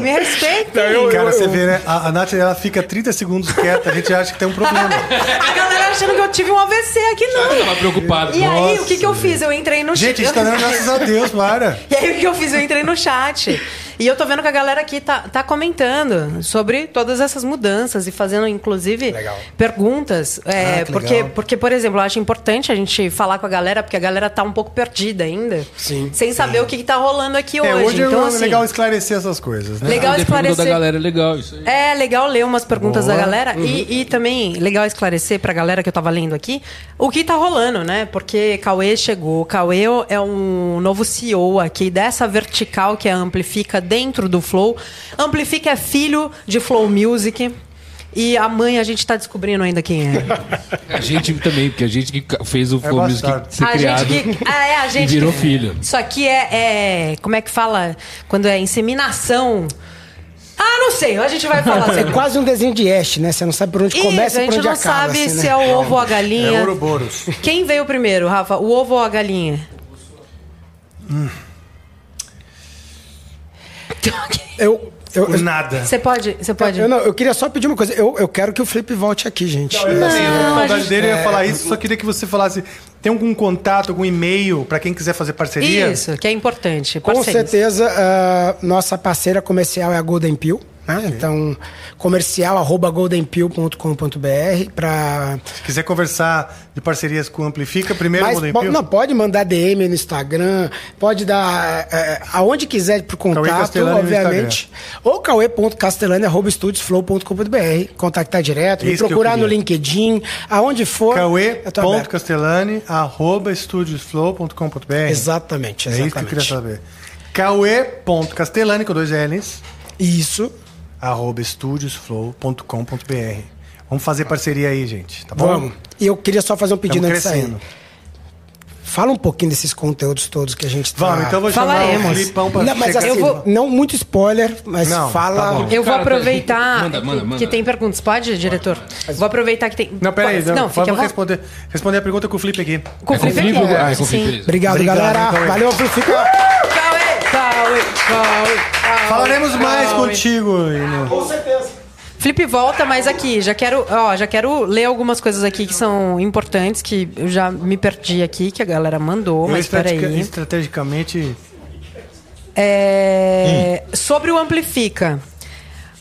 S1: Meu.
S3: me respeita.
S1: Cara, você vê, né? A, a Nath ela fica 30 segundos quieta, a gente acha que tem um problema.
S3: A galera achando que eu tive um AVC aqui,
S5: Eu
S3: não.
S5: tava preocupado.
S3: E é aí, o que,
S1: Nossa,
S3: que eu fiz? Eu entrei no
S1: Gente, a gente tá dando graças a Deus, para.
S3: E aí o que eu fiz? Eu entrei no chat. E eu tô vendo que a galera aqui tá, tá comentando sobre todas essas mudanças e fazendo, inclusive, perguntas. É,
S1: Ah, que
S3: porque,
S1: legal.
S3: porque, por exemplo, eu acho importante a gente falar com a galera, porque a galera tá um pouco perdida ainda.
S6: Sim,
S3: Sem saber o que, que tá rolando aqui
S1: É,
S3: hoje.
S1: hoje
S3: então,
S1: é
S3: assim,
S1: legal esclarecer essas coisas, né?
S3: legal
S5: Legal da
S3: esclarecer.
S5: galera, legal isso aí.
S3: É legal ler umas perguntas
S1: Boa.
S3: da galera
S5: Uhum.
S3: e, e também legal esclarecer pra galera que eu tava lendo aqui o que tá rolando, né? Porque Cauê chegou. Cauê é um novo CEO aqui dessa vertical que é a Amplifica dentro do Flow. Amplifica é filho de Flow Music. E a mãe a gente tá descobrindo ainda quem é.
S5: A gente também, porque a gente que ca- fez o Flow Music
S1: É bastardo.
S5: ser
S3: a
S5: criado.
S3: gente que. Ah, é, a gente.
S5: e virou
S3: que-
S5: filho.
S3: Isso aqui é, é- Como é que fala? Quando é inseminação. Ah,
S2: Ah, não sei. A gente vai falar
S6: É
S2: sobre
S6: quase um desenho de Ash, né? Você não sabe por onde
S3: Isso,
S6: começa e
S3: a
S6: por
S3: gente
S6: onde
S3: não
S6: acaba.
S3: sabe
S6: assim,
S3: se
S6: né?
S3: é o ovo ou a galinha.
S1: É Ouroboros.
S3: Quem veio primeiro, Rafa? O ovo ou a galinha?
S6: Eu, eu,
S1: Por nada.
S3: Você pode, você pode.
S6: eu, não, eu queria só pedir uma coisa. Eu, eu quero que o Felipe volte aqui, gente.
S1: Assim,
S6: é
S1: a
S3: a
S1: saudade
S3: gente-
S1: dele eu ia falar isso, só queria que você falasse. Tem algum contato, algum e-mail pra quem quiser fazer parceria?
S3: Isso, que é importante.
S6: Com
S3: Parceiros.
S6: certeza, ah, nossa parceira comercial é a Golden Pill. Né? Então, comercial arroba goldenpill.com.br para
S1: Se quiser conversar de parcerias com o Amplifica, primeiro
S6: Mas,
S1: Golden
S6: po-
S1: Pill.
S6: não, pode mandar DM no Instagram, pode dar é, aonde quiser pro contato,
S1: Castellani no
S6: obviamente. Ou cauê.castelani.estudiosflow.com.br. Contactar direto, me
S1: É Isso que eu
S6: procurar no
S1: queria.
S6: LinkedIn, aonde for. eu tô aberto.
S1: Cauê.castellani, arroba estúdiosflow.com.br.
S6: Exatamente,
S1: É isso que eu queria
S6: exatamente.
S1: saber. Cauê.castellani, com dois L's,
S6: Isso.
S1: arroba estúdiosflow.com.br. Vamos fazer parceria aí, gente, tá bom?
S6: Vamos. E eu queria só fazer um pedido
S1: Estamos
S6: antes de sair.
S1: crescendo.
S6: Fala um pouquinho desses conteúdos todos que a gente tá...
S3: Ah,
S1: Vamos, então eu vou
S3: Fala
S1: chamar
S3: aí,
S1: o
S3: moço.
S1: Filipão pra
S6: Não, mas
S1: chegar.
S6: assim,
S3: Eu vou-
S6: não muito spoiler, mas
S1: Não, tá
S6: fala...
S1: bom.
S3: Eu vou
S5: Cara, tá-
S3: aproveitar
S5: Manda, manda,
S3: que-
S5: manda.
S3: que tem perguntas. Pode, diretor? Vou aproveitar que tem.
S1: Não, peraí,
S3: Pode-
S1: não,
S3: Não, fica à
S1: vamos
S3: vontade.
S1: responder, responder a pergunta com o Felipe aqui.
S3: Com
S5: É com o
S3: Felipe
S5: Felipe?
S3: Guerra,
S5: Ah, é com o
S3: sim.
S5: Felipe, beleza.
S6: Obrigado,
S1: Obrigado, então,
S6: galera.
S1: Cauê.
S6: Valeu, Fica...
S3: Cauê, Cauê, Cauê, Cauê,
S1: Falaremos mais
S3: Cauê.
S1: contigo, Ino.
S3: Felipe, volta, mas aqui, já quero, ó, já quero ler algumas coisas aqui que são importantes, que eu já me perdi aqui, que a galera mandou,
S1: Eu
S3: mas
S1: estrategica-
S3: peraí.
S1: estrategicamente.
S3: É, Sobre o Amplifica.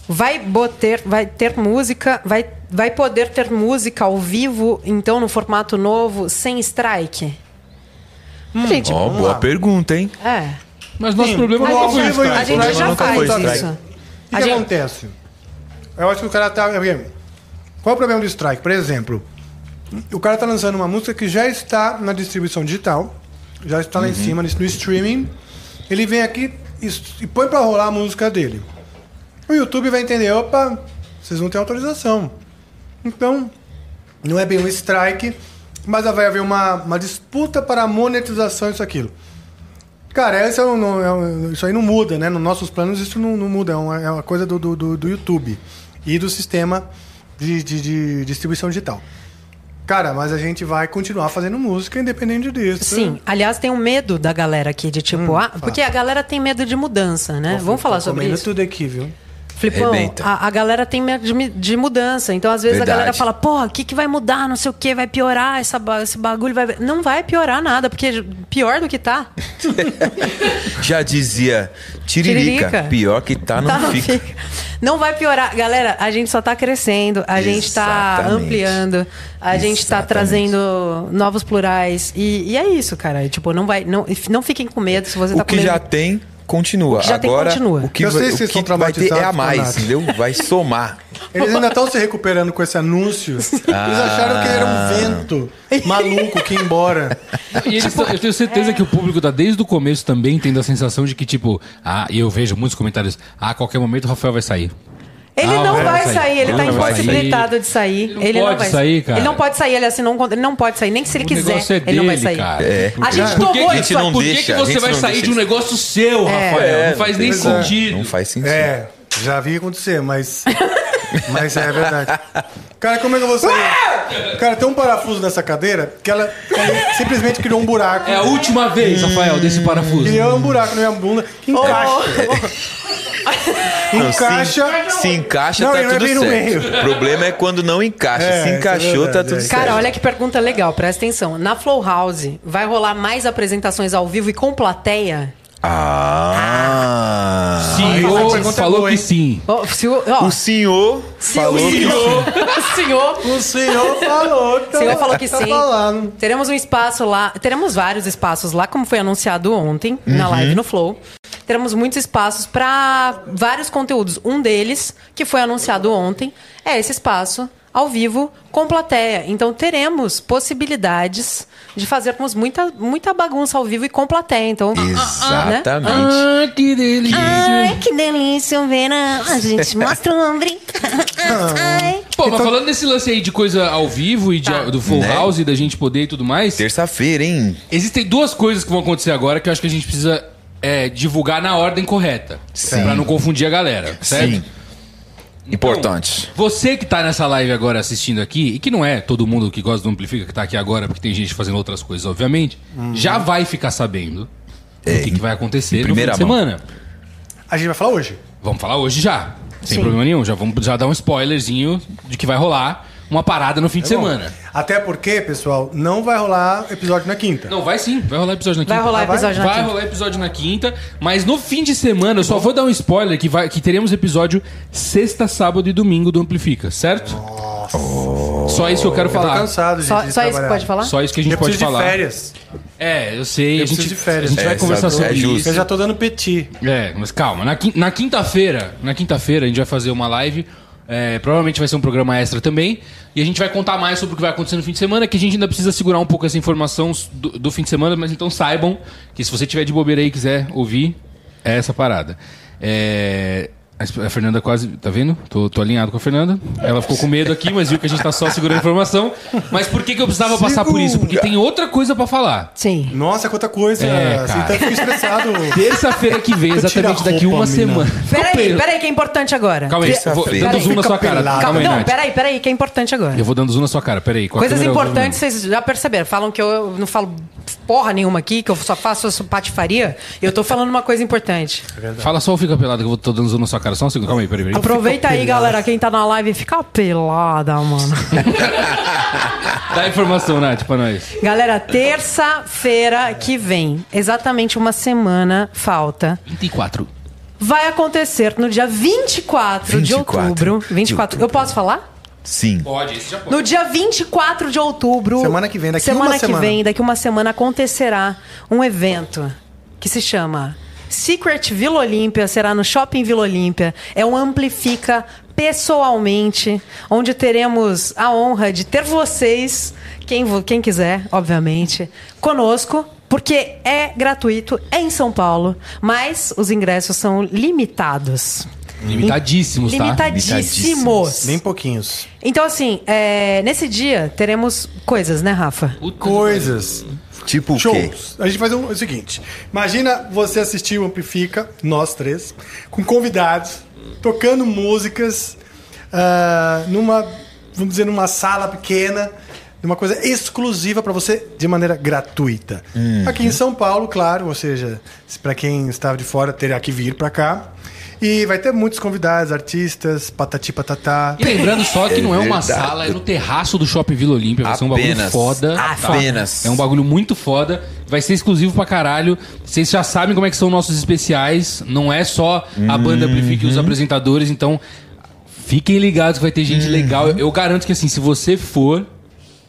S3: Vai, boter, vai ter música, vai, vai poder ter música ao vivo, então, no formato novo, sem strike? Gente,
S4: Ó, boa pergunta, hein?
S3: é.
S5: Mas nosso
S1: Sim,
S5: problema
S1: vamos
S5: não
S1: ao
S5: foi
S1: vivo
S5: isso.
S1: aí.
S3: A gente já
S4: nunca
S3: faz
S4: foi
S3: isso.
S4: strike.
S1: O que,
S3: A
S1: que
S3: gente-
S1: acontece? Eu acho que o cara tá. Qual é o problema do strike? Por exemplo, o cara tá lançando uma música que já está na distribuição digital, já está lá
S3: Uhum.
S1: em cima, no streaming. Ele vem aqui e, e põe pra rolar a música dele. O YouTube vai entender: opa, vocês não têm autorização. Então, não é bem um strike, mas vai haver uma, uma disputa para a monetização isso aquilo. Cara, isso, é um- não- é um- isso aí não muda, né? Nos nossos planos isso não, não muda, é uma, é uma coisa do, do, do- do YouTube e do sistema de, de- de distribuição digital. Cara, mas a gente vai continuar fazendo música independente disso.
S3: Sim, aliás, tem um medo da galera aqui de tipo, ah, porque a galera tem medo de mudança, né? Vamos falar
S1: Tô
S3: sobre
S1: comendo
S3: isso.
S1: tudo aqui, viu?
S3: Flipão,
S4: Arrebenta.
S3: a, a galera tem medo de, mi- de mudança. Então, às vezes,
S4: Verdade.
S3: a galera fala, porra, o que, que vai mudar? Não sei o que, vai piorar essa, ba- esse bagulho. Vai... Não vai piorar nada, porque pior do que tá.
S4: Já dizia Tiririca,
S3: Tiririca.
S4: pior que tá, não,
S3: Tá, não,
S4: fica.
S3: fica. Não vai piorar. Galera, a gente só tá crescendo, a gente tá
S4: Exatamente.
S3: ampliando, a gente tá
S4: Exatamente.
S3: trazendo novos plurais. E, e é isso, cara. E, Tipo, não vai. Não, não fiquem com medo se você
S4: O
S3: tá com
S4: que
S3: medo.
S4: já tem, continua.
S3: O que já tem,
S4: Agora,
S3: continua.
S4: o que,
S1: Eu
S4: vai,
S1: sei
S4: o
S1: se vocês
S4: que
S1: estão
S4: vai ter é a
S1: traumatizados,
S4: mais,
S1: Donato.
S4: entendeu? Vai somar.
S1: Eles ainda estão se recuperando com esse anúncio. Eles acharam que era
S4: Ah.
S1: um vento maluco que ia embora.
S5: E eles tão- eu tenho certeza que o público tá desde o começo também tendo a sensação de que, tipo, ah, e eu vejo muitos comentários, ah, a qualquer momento o Rafael vai sair.
S3: Ele
S5: Ah,
S3: não
S5: vai
S3: vai
S5: sair.
S3: sair, ele
S5: Ele
S3: tá
S5: não vai
S3: impossibilitado
S5: sair.
S3: de sair.
S5: Ele não pode sair, cara.
S3: Ele não pode sair, ele assinou um contrato, ele não pode sair, nem que se ele
S5: O
S3: quiser,
S5: negócio é
S3: ele não vai
S5: dele,
S3: sair.
S5: cara.
S3: A gente
S4: Por que
S3: tomou
S4: que a gente
S3: isso
S4: não
S5: Por que que,
S4: deixa? A
S5: você
S4: gente
S5: vai
S4: não
S5: sair
S4: deixa
S5: de um
S4: isso.
S5: negócio seu, Rafael? É, não faz nem
S4: tem como.
S5: sentido.
S4: Não faz sentido.
S1: É, já vi acontecer, mas. Mas é verdade. Cara, como é que eu vou sair? Cara, tem um parafuso nessa cadeira que ela, ela simplesmente criou um buraco.
S5: É a última vez, Rafael, desse parafuso.
S1: Criou um buraco na minha bunda que
S3: Oh,
S1: encaixa.
S4: Não, se-
S1: Encaixa.
S4: Se, encaixa,
S1: Não,
S4: tá
S1: ele não é
S4: tudo
S1: bem
S4: certo.
S1: no meio.
S4: O problema é quando não encaixa.
S1: É,
S4: se
S1: isso é
S4: encaixou, tá
S1: verdade,
S4: tudo
S1: é.
S4: certo.
S3: Cara, olha que pergunta legal, presta atenção. Na Flow House, vai rolar mais apresentações ao vivo e com plateia?
S4: Ah!
S1: Essa
S5: senhor
S1: pergunta é
S5: falou
S1: boa,
S5: que
S1: hein?
S5: sim.
S3: Ó, se o- ó,
S4: O senhor
S3: se o
S4: falou que
S3: senhor, o senhor
S1: O senhor falou.
S3: O
S1: Então
S3: senhor falou que
S1: tá
S3: sim.
S1: falando.
S3: Teremos um espaço lá, teremos vários espaços lá, como foi anunciado ontem
S8: Uhum.
S3: na live no Flow. Teremos muitos espaços para vários conteúdos. Um deles, que foi anunciado ontem, é esse espaço ao vivo com plateia. Então teremos possibilidades de fazermos muita, muita bagunça ao vivo e com plateia. Então,
S8: Ah,
S4: ah, Exatamente.
S5: Ah, que delícia.
S8: né? Ai, que delícia, Vera. A gente mostra o ombro. Ai.
S5: Pô, mas falando nesse lance aí de coisa ao vivo e de- do full
S4: Né?
S5: house e da gente poder e tudo mais,
S4: Terça-feira, hein?
S5: existem duas coisas que vão acontecer agora que eu acho que a gente precisa é, divulgar na ordem correta. Pra não confundir a galera, certo?
S4: Sim.
S7: Importante.
S5: Você que tá nessa live agora assistindo aqui, e que não é todo mundo que gosta do Amplifica que tá aqui agora, porque tem gente fazendo outras coisas, obviamente,
S4: Uhum.
S5: já vai ficar sabendo o que, que vai acontecer no
S4: É.
S5: fim
S4: primeira
S5: de
S4: mão.
S5: semana.
S1: A gente vai falar hoje.
S5: Vamos falar hoje já. Sem
S3: Sim.
S5: problema nenhum. Já vamos já dar um spoilerzinho de que vai rolar uma parada no fim
S4: É
S5: de semana.
S1: Até porque, pessoal, não vai rolar episódio na quinta.
S5: Não, vai sim. Vai rolar episódio na quinta.
S3: Vai rolar episódio na
S5: Vai
S3: quinta.
S5: rolar episódio na quinta, mas no fim de semana eu só vou dar um spoiler que, vai, que teremos episódio sexta, sábado e domingo do Amplifica, certo? Oh. Só isso que eu quero
S1: Eu tô
S5: falar.
S1: cansado, gente. de
S3: Só, só isso que
S1: trabalhar.
S3: pode falar?
S5: Só isso que a gente
S1: Eu
S5: pode
S1: preciso de
S5: falar.
S1: férias.
S5: É, eu sei.
S1: Eu
S5: a gente,
S1: preciso de férias.
S5: A gente
S1: É,
S5: vai conversar
S4: exato, é
S5: sobre isso.
S4: justo.
S1: Eu já tô dando petit.
S5: É, mas calma. Na quin- na quinta-feira, na quinta-feira a gente vai fazer uma live. é, provavelmente vai ser um programa extra também. E a gente vai contar mais sobre o que vai acontecer no fim de semana, que a gente ainda precisa segurar um pouco essa informação s- do, do fim de semana, mas então saibam que se você tiver de bobeira aí e quiser ouvir, é essa parada. É, a esp- A Fernanda quase. Tá vendo? Tô, tô alinhado com a Fernanda. Ela ficou com medo aqui, mas viu que a gente tá só segurando a informação. Mas por que, que eu precisava passar por isso? Porque tem outra coisa pra falar.
S3: Sim.
S1: Nossa, quanta coisa.
S5: É,
S1: assim,
S5: cara.
S1: até fico estressado.
S5: Terça-feira que
S1: Eu
S5: vem,
S1: tiro a
S5: exatamente daqui
S1: roupa,
S5: uma
S1: mina.
S5: semana.
S3: Peraí, peraí, que é importante agora.
S5: Calma aí, eu vou
S4: Terça-feira.
S5: dando zoom na sua cara.
S1: Calma,
S5: Calma aí,
S3: não,
S5: Nath.
S3: peraí, peraí, que é importante agora.
S5: Eu vou dando zoom na sua cara, peraí. com a
S3: Coisas
S5: câmera eu vou dando zoom.
S3: importantes, vocês já perceberam. Falam que eu, eu não falo porra nenhuma aqui, que eu só faço essa patifaria. Eu tô falando uma coisa importante.
S5: Fala só ou fica pelado que eu vou- tô dando zoom na sua cara. Só um segundo, calma aí, peraí. peraí.
S3: Aproveita aí, galera, quem tá na live, fica pelada, mano.
S5: Dá a informação, Nath, pra nós.
S3: Galera, terça-feira que vem, exatamente uma semana falta,
S5: 24.
S3: vai acontecer no dia 24, de
S4: 24
S3: outubro.
S4: de
S3: 24. Eu posso falar?
S4: Sim.
S5: Pode, esse já pode.
S3: No dia 24 de outubro.
S1: Semana que vem, daqui
S3: semana
S1: uma
S3: que
S1: semana.
S3: vem, daqui uma semana, acontecerá um evento que se chama Secret Vila Olímpia, será no Shopping Vila Olímpia. É um Amplifica pessoalmente, onde teremos a honra de ter vocês, quem, vo- quem quiser, obviamente, conosco. Porque é gratuito, é em São Paulo, mas os ingressos são limitados.
S5: Limitadíssimos, tá?
S3: Limitadíssimos.
S1: Nem pouquinhos.
S3: Então, assim, é, nesse dia teremos coisas, né, Rafa?
S5: Puta
S1: Coisas.
S4: Tipo o quê?
S1: Shows. A gente faz um- é o seguinte: imagina você assistir o Amplifica, nós três, com convidados, tocando músicas, ah, numa, vamos dizer, numa sala pequena, numa coisa exclusiva para você de maneira gratuita. Aqui em São Paulo, claro, ou seja, para quem está de fora, terá que vir para cá. E vai ter muitos convidados, artistas, patati patatá.
S5: E lembrando só que não é uma
S4: verdade.
S5: sala, é no terraço do Shopping Vila Olímpia. Vai ser um bagulho
S4: Apenas.
S5: foda. tá?
S4: Apenas.
S5: É um bagulho muito foda. Vai ser exclusivo pra caralho. Vocês já sabem como é que são nossos especiais. Não é só a banda Amplifica e os apresentadores. Então, fiquem ligados que vai ter gente legal. Eu garanto que, assim, se você for,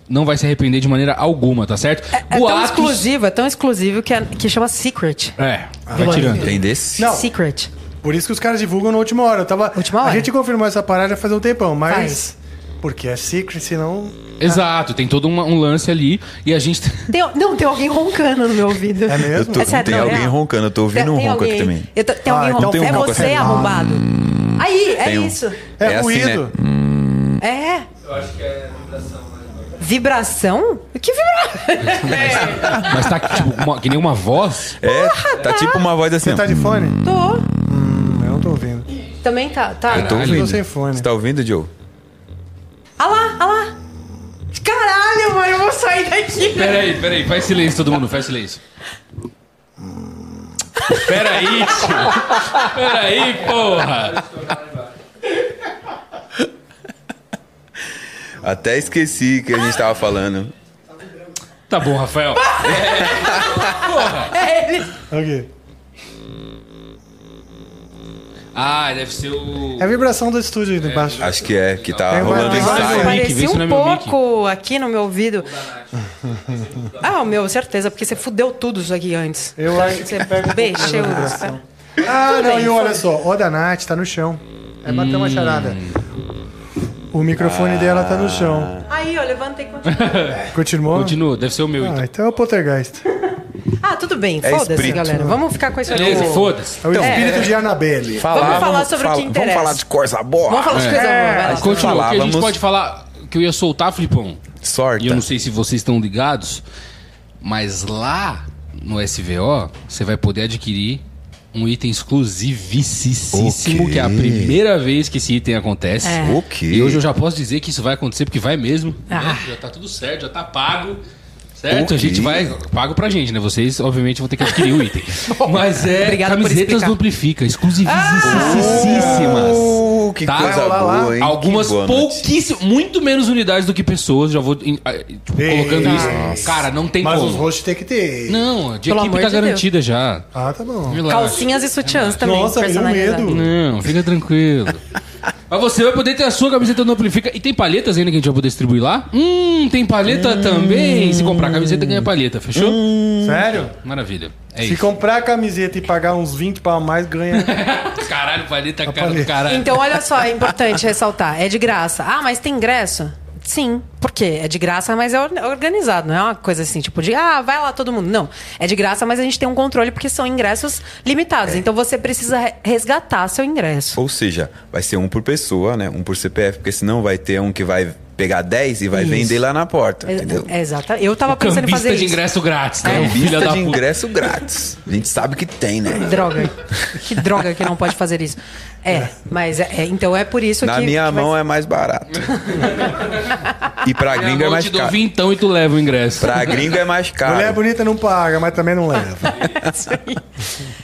S5: não vai se arrepender de maneira alguma, tá certo?
S3: É tão exclusivo, é tão exclusivo que, é- que chama Secret.
S5: É, vai tirando.
S4: Tem desse?
S1: Não.
S3: Secret.
S1: Por isso que os caras divulgam na última hora. Eu tava,
S3: Última
S1: A
S3: hora.
S1: gente confirmou essa parada faz um tempão, mas.
S3: Faz.
S1: Porque é secret, senão.
S5: Exato, tem todo uma- um lance ali. E a gente. tá-
S3: Tem, não, tem alguém roncando no meu ouvido.
S1: É mesmo?
S4: Eu tô,
S3: É sério,
S4: tem
S3: não, é
S4: alguém
S3: real.
S4: roncando, eu tô
S3: Tem-
S4: ouvindo um
S3: tem
S4: ronco aqui
S3: alguém.
S4: também.
S3: Eu tô- tem
S1: Ah,
S3: alguém
S1: então
S3: roncando.
S1: tem
S3: é
S1: um ronco
S3: você
S1: aqui.
S3: arrombado. Aí, é
S4: Tem um.
S3: isso.
S1: É,
S4: É assim,
S1: ruído.
S4: né?
S3: É. Eu acho que é vibração. Vibração? Que vibração?
S5: Mas tá tipo, uma- que nem uma voz.
S4: É, tá tipo uma voz assim.
S1: Você
S4: ó.
S1: tá de fone?
S3: Tô.
S1: Hum, eu não tô ouvindo.
S3: Também tá. tá.
S4: Eu tô
S5: Caralho.
S1: Eu tô
S4: ouvindo.
S1: sem fone.
S4: Você tá ouvindo, Joe?
S3: Ah lá, ah lá. Caralho, mano, eu vou sair daqui.
S5: Peraí, peraí, faz silêncio todo mundo, faz silêncio. Peraí, tio. Peraí, porra.
S4: Até esqueci que a gente tava falando.
S5: Tá bom, Rafael.
S3: É ele.
S1: Ok.
S5: Ah, deve ser o.
S1: É a vibração do estúdio aí embaixo.
S4: Acho que é, que tá
S1: Tem uma-
S4: rolando
S1: tem uma-
S4: ensaio.
S5: Vai, Mickey, vê
S3: Parecia
S5: se não é
S3: um
S5: meu
S3: pouco aqui no meu ouvido. Ah, o meu, certeza, porque você fudeu tudo isso aqui antes.
S1: Eu acho que
S3: Você
S1: pega um
S3: mexeu.
S1: pouquinho da vibração. Ah, não,
S3: É. bem,
S1: e olha
S3: foi.
S1: só. O da Nath tá no chão. É bater uma charada. O microfone dela tá no chão.
S3: Aí, ó, levanta e continua.
S1: Continuou?
S5: Continua, deve ser o meu.
S1: Ah,
S5: Então.
S1: então é o poltergeist.
S3: Ah, tudo bem,
S4: É
S3: foda-se,
S4: espírito.
S3: galera. Vamos ficar com isso aí.
S5: né?
S4: Ah,
S5: Beleza,
S3: Vamos-
S5: foda-se.
S1: É o espírito de Annabelle.
S3: Vamos falar sobre o que interessa.
S7: Vamos falar de coisa boa.
S3: Vamos falar de coisa boa, vai lá.
S5: Mas É. Continua,
S4: falar,
S5: o que a gente
S4: vamos-
S5: pode falar que eu ia soltar, Filipão.
S4: Sorta.
S5: E eu não sei se vocês estão ligados, mas lá no SVO você vai poder adquirir um item exclusivíssimo,
S4: Ok.
S5: que é a primeira vez que esse item acontece.
S3: É.
S4: O quê?
S5: E hoje eu já posso dizer que isso vai acontecer, porque vai mesmo. né?
S3: Ah.
S5: Já tá tudo certo, já tá pago. Certo?
S4: Ok.
S5: A gente vai. Pago pra gente, né? Vocês, obviamente, vão ter que adquirir o item. Mas é.
S3: Obrigado por
S5: camisetas
S3: explicar.
S5: do Amplifica,
S4: Ah.
S5: exclusivíssimas.
S3: Uh,
S4: Oh, que
S5: Tá?
S4: coisa
S1: Vai lá, lá.
S4: boa, hein?
S5: Algumas
S4: Que boa notícia.
S5: pouquíssimas, muito menos unidades do que pessoas, já vou em- ah, tipo,
S1: Ei,
S5: colocando isso.
S1: nossa.
S5: Cara, não tem
S1: Mas
S5: como.
S1: os rostos tem que ter.
S5: Não, a de
S3: Pelo
S5: equipe
S3: amor
S5: tá
S3: de
S5: garantida já.
S1: Ah, tá bom.
S5: Relaxa.
S3: Calcinhas e sutiãs também.
S1: Nossa, me deu
S3: personalizadas.
S1: medo.
S5: Não, fica tranquilo. Mas você vai poder ter a sua camiseta do Amplifica. E tem palhetas ainda que a gente vai poder distribuir lá? Hum, tem palheta também. Se comprar camiseta, ganha palheta, fechou?
S4: Hum.
S1: Sério?
S5: Maravilha. É
S1: Se
S5: isso.
S1: comprar a camiseta e pagar uns 20 pau a mais, ganha.
S5: Caralho, palheta, cara do
S1: palheta.
S5: caralho.
S3: Então, olha só, é importante ressaltar. É de graça. Ah, mas tem ingresso? Sim, por quê? É de graça, mas é or- organizado. Não é uma coisa assim, tipo de, ah, vai lá todo mundo. Não. É de graça, mas a gente tem um controle porque são ingressos limitados.
S4: É.
S3: Então, você precisa re- resgatar seu ingresso.
S4: Ou seja, vai ser um por pessoa, né? Um por CPF, porque senão vai ter um que vai pegar 10 e vai
S3: Isso.
S4: vender lá na porta, entendeu?
S3: É, exato. Eu tava pensando em
S5: Cambista
S3: fazer
S5: de
S3: isso.
S5: ingresso grátis, né? O
S4: Vista
S5: filho da
S4: de
S5: puta.
S4: ingresso grátis. A gente sabe que tem, né?
S3: Droga. que droga que não pode fazer isso. É, mas é, é, então é por isso
S4: Na
S3: que.
S4: minha
S3: que vai
S4: mão
S3: ser-
S4: é mais barato. e pra
S5: Na
S4: gringa é
S5: mão eu
S4: mais
S5: te dou
S4: caro.
S5: vintão e tu leva o ingresso.
S4: Pra gringa é mais
S1: Mulher
S4: caro.
S1: bonita não paga, mas também não leva.
S3: Isso aí.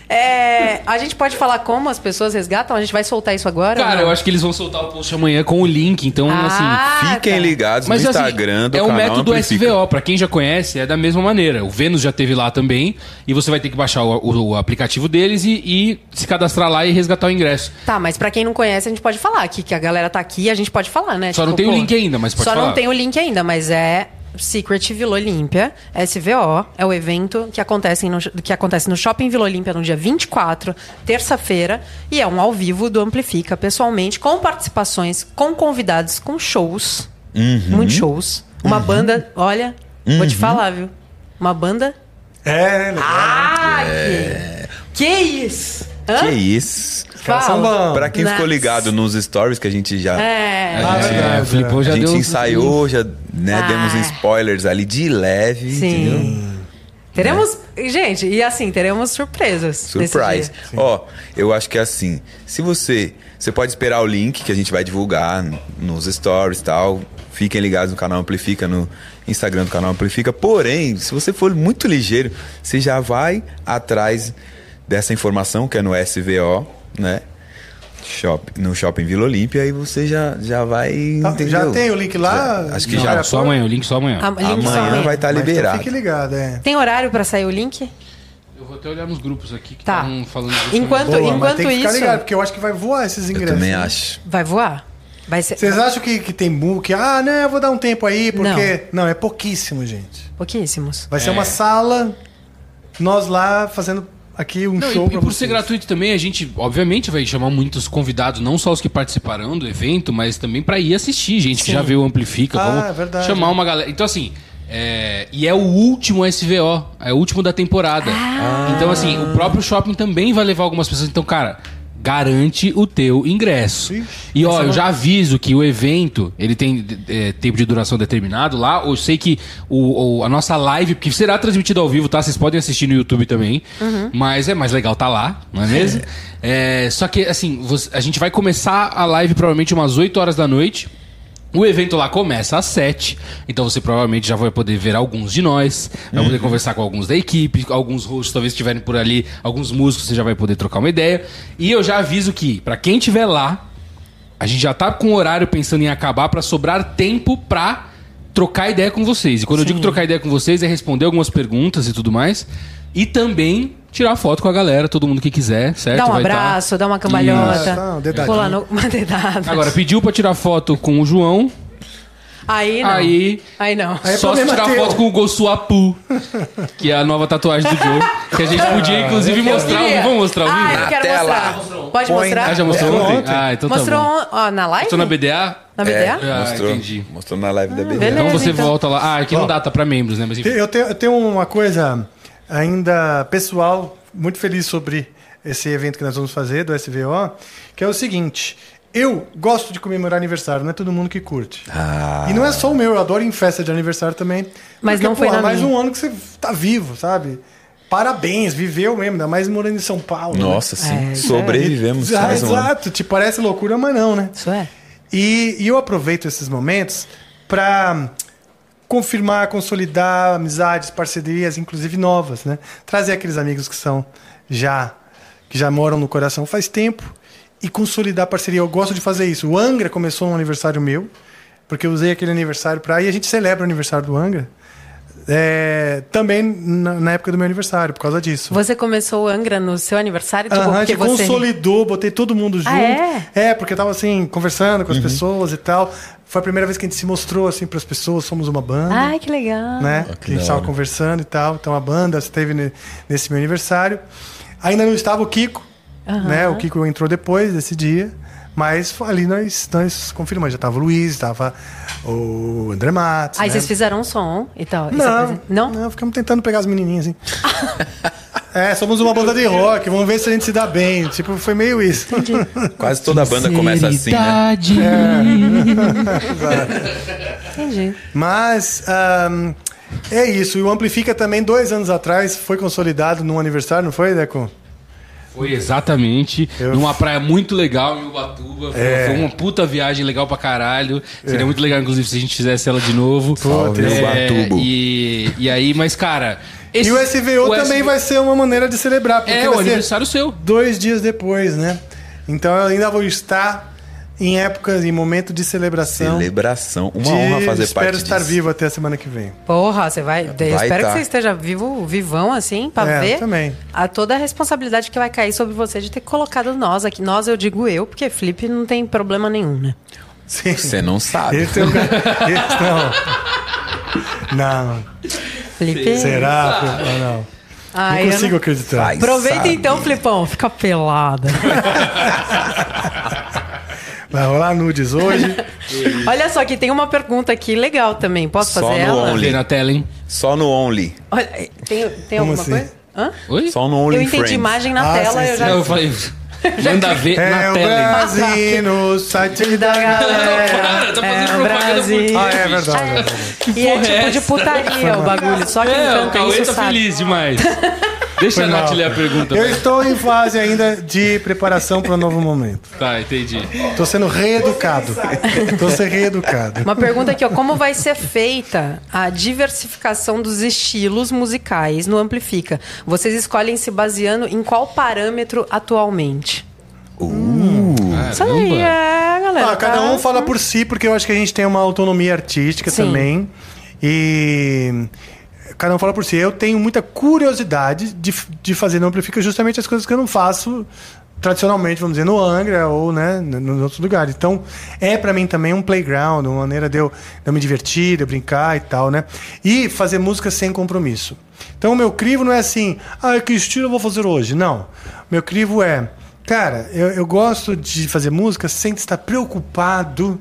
S3: É, a gente pode falar como as pessoas resgatam? A gente vai soltar isso agora?
S5: Cara, eu acho que eles vão soltar o post amanhã com o link, então
S1: Ah.
S5: assim.
S3: Ah,
S4: Fiquem
S3: tá.
S4: ligados
S5: Mas
S4: no
S5: assim,
S4: Instagram do
S5: é o
S4: canal
S5: método
S4: Amplifica.
S5: SVO, pra quem já conhece, é da mesma maneira. O Vênus já teve lá também, e você vai ter que baixar o, o- o aplicativo deles e, e se cadastrar lá e resgatar o ingresso.
S3: Tá, mas pra quem não conhece, a gente pode falar aqui, que a galera tá aqui, a gente pode falar, né?
S5: Só não tem o link ainda, mas pode
S3: Só
S5: falar.
S3: não tem o link ainda, mas é Secret Vila Olímpia, SVO, é o evento que acontece no, que acontece no Shopping Vila Olímpia no dia 24, terça-feira, e é um ao vivo do Amplifica, pessoalmente, com participações, com convidados, com shows, muitos shows. Uma banda, olha, vou te falar, viu? Uma banda...
S1: É, né?
S3: Ah, que... Que isso? Hã?
S4: Que isso.
S1: Caras são
S3: Fala.
S1: bons.
S4: Pra quem ficou
S3: Nossa.
S4: ligado nos stories que a gente já.
S3: É...
S1: Ah, verdade,
S5: o Filipão
S4: A
S5: já
S4: gente
S5: deu- um
S4: ensaiou, já né,
S3: Ah.
S4: demos spoilers ali de leve, entendeu? É.
S3: Sim. Teremos. Gente, e assim, teremos surpresas.
S4: Surprise.
S3: nesse dia.
S4: Ó, eu acho que é assim. Se você. Você pode esperar o link que a gente vai divulgar n- nos stories e tal. Fiquem ligados no canal Amplifica, no Instagram do canal Amplifica. Porém, se você for muito ligeiro, você já vai atrás dessa informação que é no SVO, né? Shop, no shopping Vila Olímpia, e você já, já vai. entendeu?
S1: Ah, já tem o link lá? é
S4: Já- acho que
S5: Não,
S4: já.
S5: só amanhã, o link só amanhã.
S1: Tá.
S3: Ah, link só
S4: Amanhã
S3: amanhã.
S4: vai estar
S1: Mas então
S4: liberado.
S1: Fique ligado, é.
S3: Tem horário pra sair o link?
S5: Eu vou até olhar nos grupos aqui que
S3: Tá.
S5: estão falando
S3: Enquanto,
S1: Boa, mas
S3: enquanto
S1: tem que ficar
S3: isso.
S1: ligado, porque eu acho que vai voar esses
S4: Eu
S1: ingressos.
S4: também acho.
S3: Vai voar? Vai ser.
S1: Vocês acham que, que tem book? Ah, não, eu vou dar um tempo aí, porque. Não, é pouquíssimo, gente.
S3: Pouquíssimos.
S1: Vai ser uma sala, nós lá fazendo aqui um
S5: Não,
S1: show
S5: e,
S1: pra
S5: e por
S1: vocês.
S5: ser gratuito também, a gente, obviamente, vai chamar muitos convidados, não só os que participarão do evento, mas também pra ir assistir, gente que já viu o Amplifica.
S1: Ah,
S5: vamos
S1: verdade.
S5: chamar uma galera. Então, assim. é, e é o último SVO, é o último da temporada. Então, assim, o próprio shopping também vai levar algumas pessoas. Então, cara, garante o teu ingresso. e
S1: é
S5: ó, eu já aviso que o evento ele tem é, tempo de duração determinado lá. Eu sei que o, o- a nossa live, que será transmitida ao vivo, tá? Vocês podem assistir no YouTube também. Mas é mais legal tá lá, não é mesmo? É, só que, assim, você- a gente vai começar a live provavelmente umas 8 horas da noite. O evento lá começa às 7, então você provavelmente já vai poder ver alguns de nós, vai poder conversar com alguns da equipe, alguns hosts talvez estiverem por ali, alguns músicos você já vai poder trocar uma ideia. E eu já aviso que, pra quem estiver lá, a gente já tá com o horário pensando em acabar pra sobrar tempo pra trocar ideia com vocês. E quando eu digo trocar ideia com vocês, é responder algumas perguntas e tudo mais. E também tirar foto com a galera, todo mundo que quiser, certo?
S3: Dá um
S5: Vai tá-
S3: abraço, dá uma
S1: Isso.
S3: cambalhota.
S1: Dá um dedadinho.
S3: Pular no... uma dedada.
S5: Agora, pediu pra tirar foto com o João,
S3: Aí não.
S5: Aí-
S3: Aí não.
S1: Aí é
S5: Só se
S1: problema
S5: tirar
S1: teu.
S5: foto com o Gosuapu, que é a nova tatuagem do Joe. Que a gente podia, inclusive,
S3: Ah, Eu
S5: mostrar.
S3: queria.
S5: Vamos mostrar o
S3: Ah,
S5: vídeo?
S3: eu quero
S4: Até
S3: mostrar. Pode mostrar?
S5: Ah, já mostrou
S1: É,
S5: ontem?
S1: ontem.
S5: Ah, então
S3: Mostrou
S5: tá bom.
S3: on- ó, na live?
S5: Mostrou na BDA?
S3: Na BDA?
S5: Ah,
S4: É, mostrou,
S5: entendi.
S4: mostrou na live da BD.
S3: beleza.
S5: Então você
S3: então.
S5: volta lá. Ah, aqui não dá, tá pra membros, né? Mas enfim.
S1: Eu tenho, eu tenho uma coisa ainda pessoal, muito feliz sobre esse evento que nós vamos fazer do SVO, que é o seguinte. Eu gosto de comemorar aniversário, não é todo mundo que curte.
S4: Ah.
S1: E não é só o meu, eu adoro ir em festa de aniversário também. é um
S3: Mas não foi na
S1: mais
S3: minha.
S1: um ano que você tá vivo, sabe? Parabéns, viveu mesmo, ainda mais morando em São Paulo. né?
S4: Nossa, sim.
S3: É,
S4: Sobrevivemos
S1: Ah,
S4: mais um ano.
S1: exato, te parece loucura, mas não, né?
S3: Isso é.
S1: E, e eu aproveito esses momentos para confirmar, consolidar amizades, parcerias, inclusive novas, né? Trazer aqueles amigos que são já que já moram no coração faz tempo e consolidar parceria. Eu gosto de fazer isso. O Angra começou no aniversário meu, porque eu usei aquele aniversário para e a gente celebra o aniversário do Angra. é, também na, na época do meu aniversário, por causa disso.
S3: Você começou o Angra no seu aniversário? Tipo,
S1: Aham, a
S3: porque
S1: gente
S3: você...
S1: consolidou, botei todo mundo junto.
S3: é?
S1: porque eu tava assim, conversando com
S4: Uhum.
S1: as pessoas e tal. Foi a primeira vez que a gente se mostrou assim pras pessoas, somos uma banda.
S3: Ai, que legal.
S1: né?
S4: Ah, que
S1: que a gente
S4: da
S1: tava
S4: hora.
S1: conversando e tal. Então a banda esteve ne- nesse meu aniversário. Ainda não estava o Kiko, né? O Kiko entrou depois desse dia. Mas foi ali nós, nós confirmamos, já tava o Luiz, tava o André Matos.
S3: Aí
S1: né?
S3: vocês fizeram um som e tal. Isso
S1: Não,
S3: apresenta- Não?
S1: ficamos tentando pegar as menininhas, assim. é, somos uma banda de rock, vamos ver se a gente se dá bem. Tipo, foi meio isso.
S4: Quase toda a banda começa assim, né?
S5: Sinceridade. É.
S3: Entendi.
S1: Mas ahn, é isso. E o Amplifica também, dois anos atrás, foi consolidado num aniversário, não foi, Deco?
S5: Foi exatamente numa praia muito legal em Ubatuba. Foi-
S1: É.
S5: Foi uma puta viagem legal pra caralho. Seria muito legal, inclusive, se a gente fizesse ela de novo. É,
S1: Salve,
S4: Ubatubo.
S5: e, e aí, mas, cara.
S1: E o SVO também vai ser uma maneira de celebrar, porque
S5: É,
S1: vai
S5: o
S1: ser
S5: aniversário seu.
S1: dois dias depois, né? Então eu ainda vou estar em épocas, em momento de celebração.
S4: Celebração. Uma
S1: de-
S4: honra fazer
S1: espero
S4: parte
S1: estar
S4: disso.
S1: vivo até a semana que vem.
S3: Porra, você vai. eu espero
S4: tá.
S3: que você esteja vivo, vivão, assim, pra
S1: É,
S3: ver
S1: também.
S3: a toda a responsabilidade que vai cair sobre você de ter colocado nós aqui. Nós, eu digo eu, porque Felipe não tem problema nenhum, né?
S1: Sim.
S4: Você não sabe.
S1: Ele tem um... Ele... Não. Não.
S3: Felipe.
S1: Será? Não, não.
S3: Ai, eu
S1: não consigo acreditar.
S4: Vai.
S3: Aproveita
S4: sabe.
S3: então, Flipão, fica pelada.
S1: Vai rolar nudes hoje.
S3: Olha só que tem uma pergunta aqui legal também. Posso
S4: Só
S3: fazer
S4: no
S3: ela?
S4: Only.
S5: Olhei na tela, hein?
S4: Só no Only.
S3: Olha, tem, tem
S1: Como
S3: alguma
S1: assim?
S3: coisa? Hã?
S5: Oi?
S4: Só um no
S3: Eu
S4: Only
S3: entendi
S4: Friends.
S3: imagem na
S1: Ah,
S3: tela,
S1: sim,
S3: eu
S1: sim.
S5: Não,
S3: já.
S5: eu falei. Manda ver
S1: É
S5: na
S1: o
S5: tela. hein?
S1: Brasil no site da galera.
S5: Cara, tá fazendo
S3: É,
S5: propaganda
S3: Brasil.
S5: muito
S1: Ah, é verdade. é verdade.
S3: E é
S5: porra é
S3: tipo de
S5: essa?
S3: putaria o bagulho. Só quem
S5: É, o
S3: canta
S5: Cauê
S3: isso
S5: tá
S3: sabe.
S5: feliz demais. Deixa a Nath ler a pergunta. né?
S1: Eu estou em fase ainda de preparação para um novo momento.
S5: Tá, entendi.
S1: Estou sendo reeducado. Estou sendo reeducado.
S3: Uma pergunta aqui, ó. Como vai ser feita a diversificação dos estilos musicais no Amplifica? Vocês escolhem se baseando em qual parâmetro atualmente?
S4: Uh,
S3: Isso aí
S5: Caramba.
S3: é, galera.
S1: Ah, cada
S3: tá?
S1: um fala por si, porque eu acho que a gente tem uma autonomia artística
S3: Sim.
S1: também. E cada um fala por si. Eu tenho muita curiosidade de, de fazer no Amplifica justamente as coisas que eu não faço tradicionalmente, vamos dizer, no Angra ou né, n- nos outros lugares. Então, é pra mim também um playground, uma maneira de eu, de eu me divertir, de eu brincar e tal, né? E fazer música sem compromisso. Então, o meu crivo não é assim, ah, que estilo eu vou fazer hoje? Não. Meu crivo é, cara, eu, eu gosto de fazer música sem estar preocupado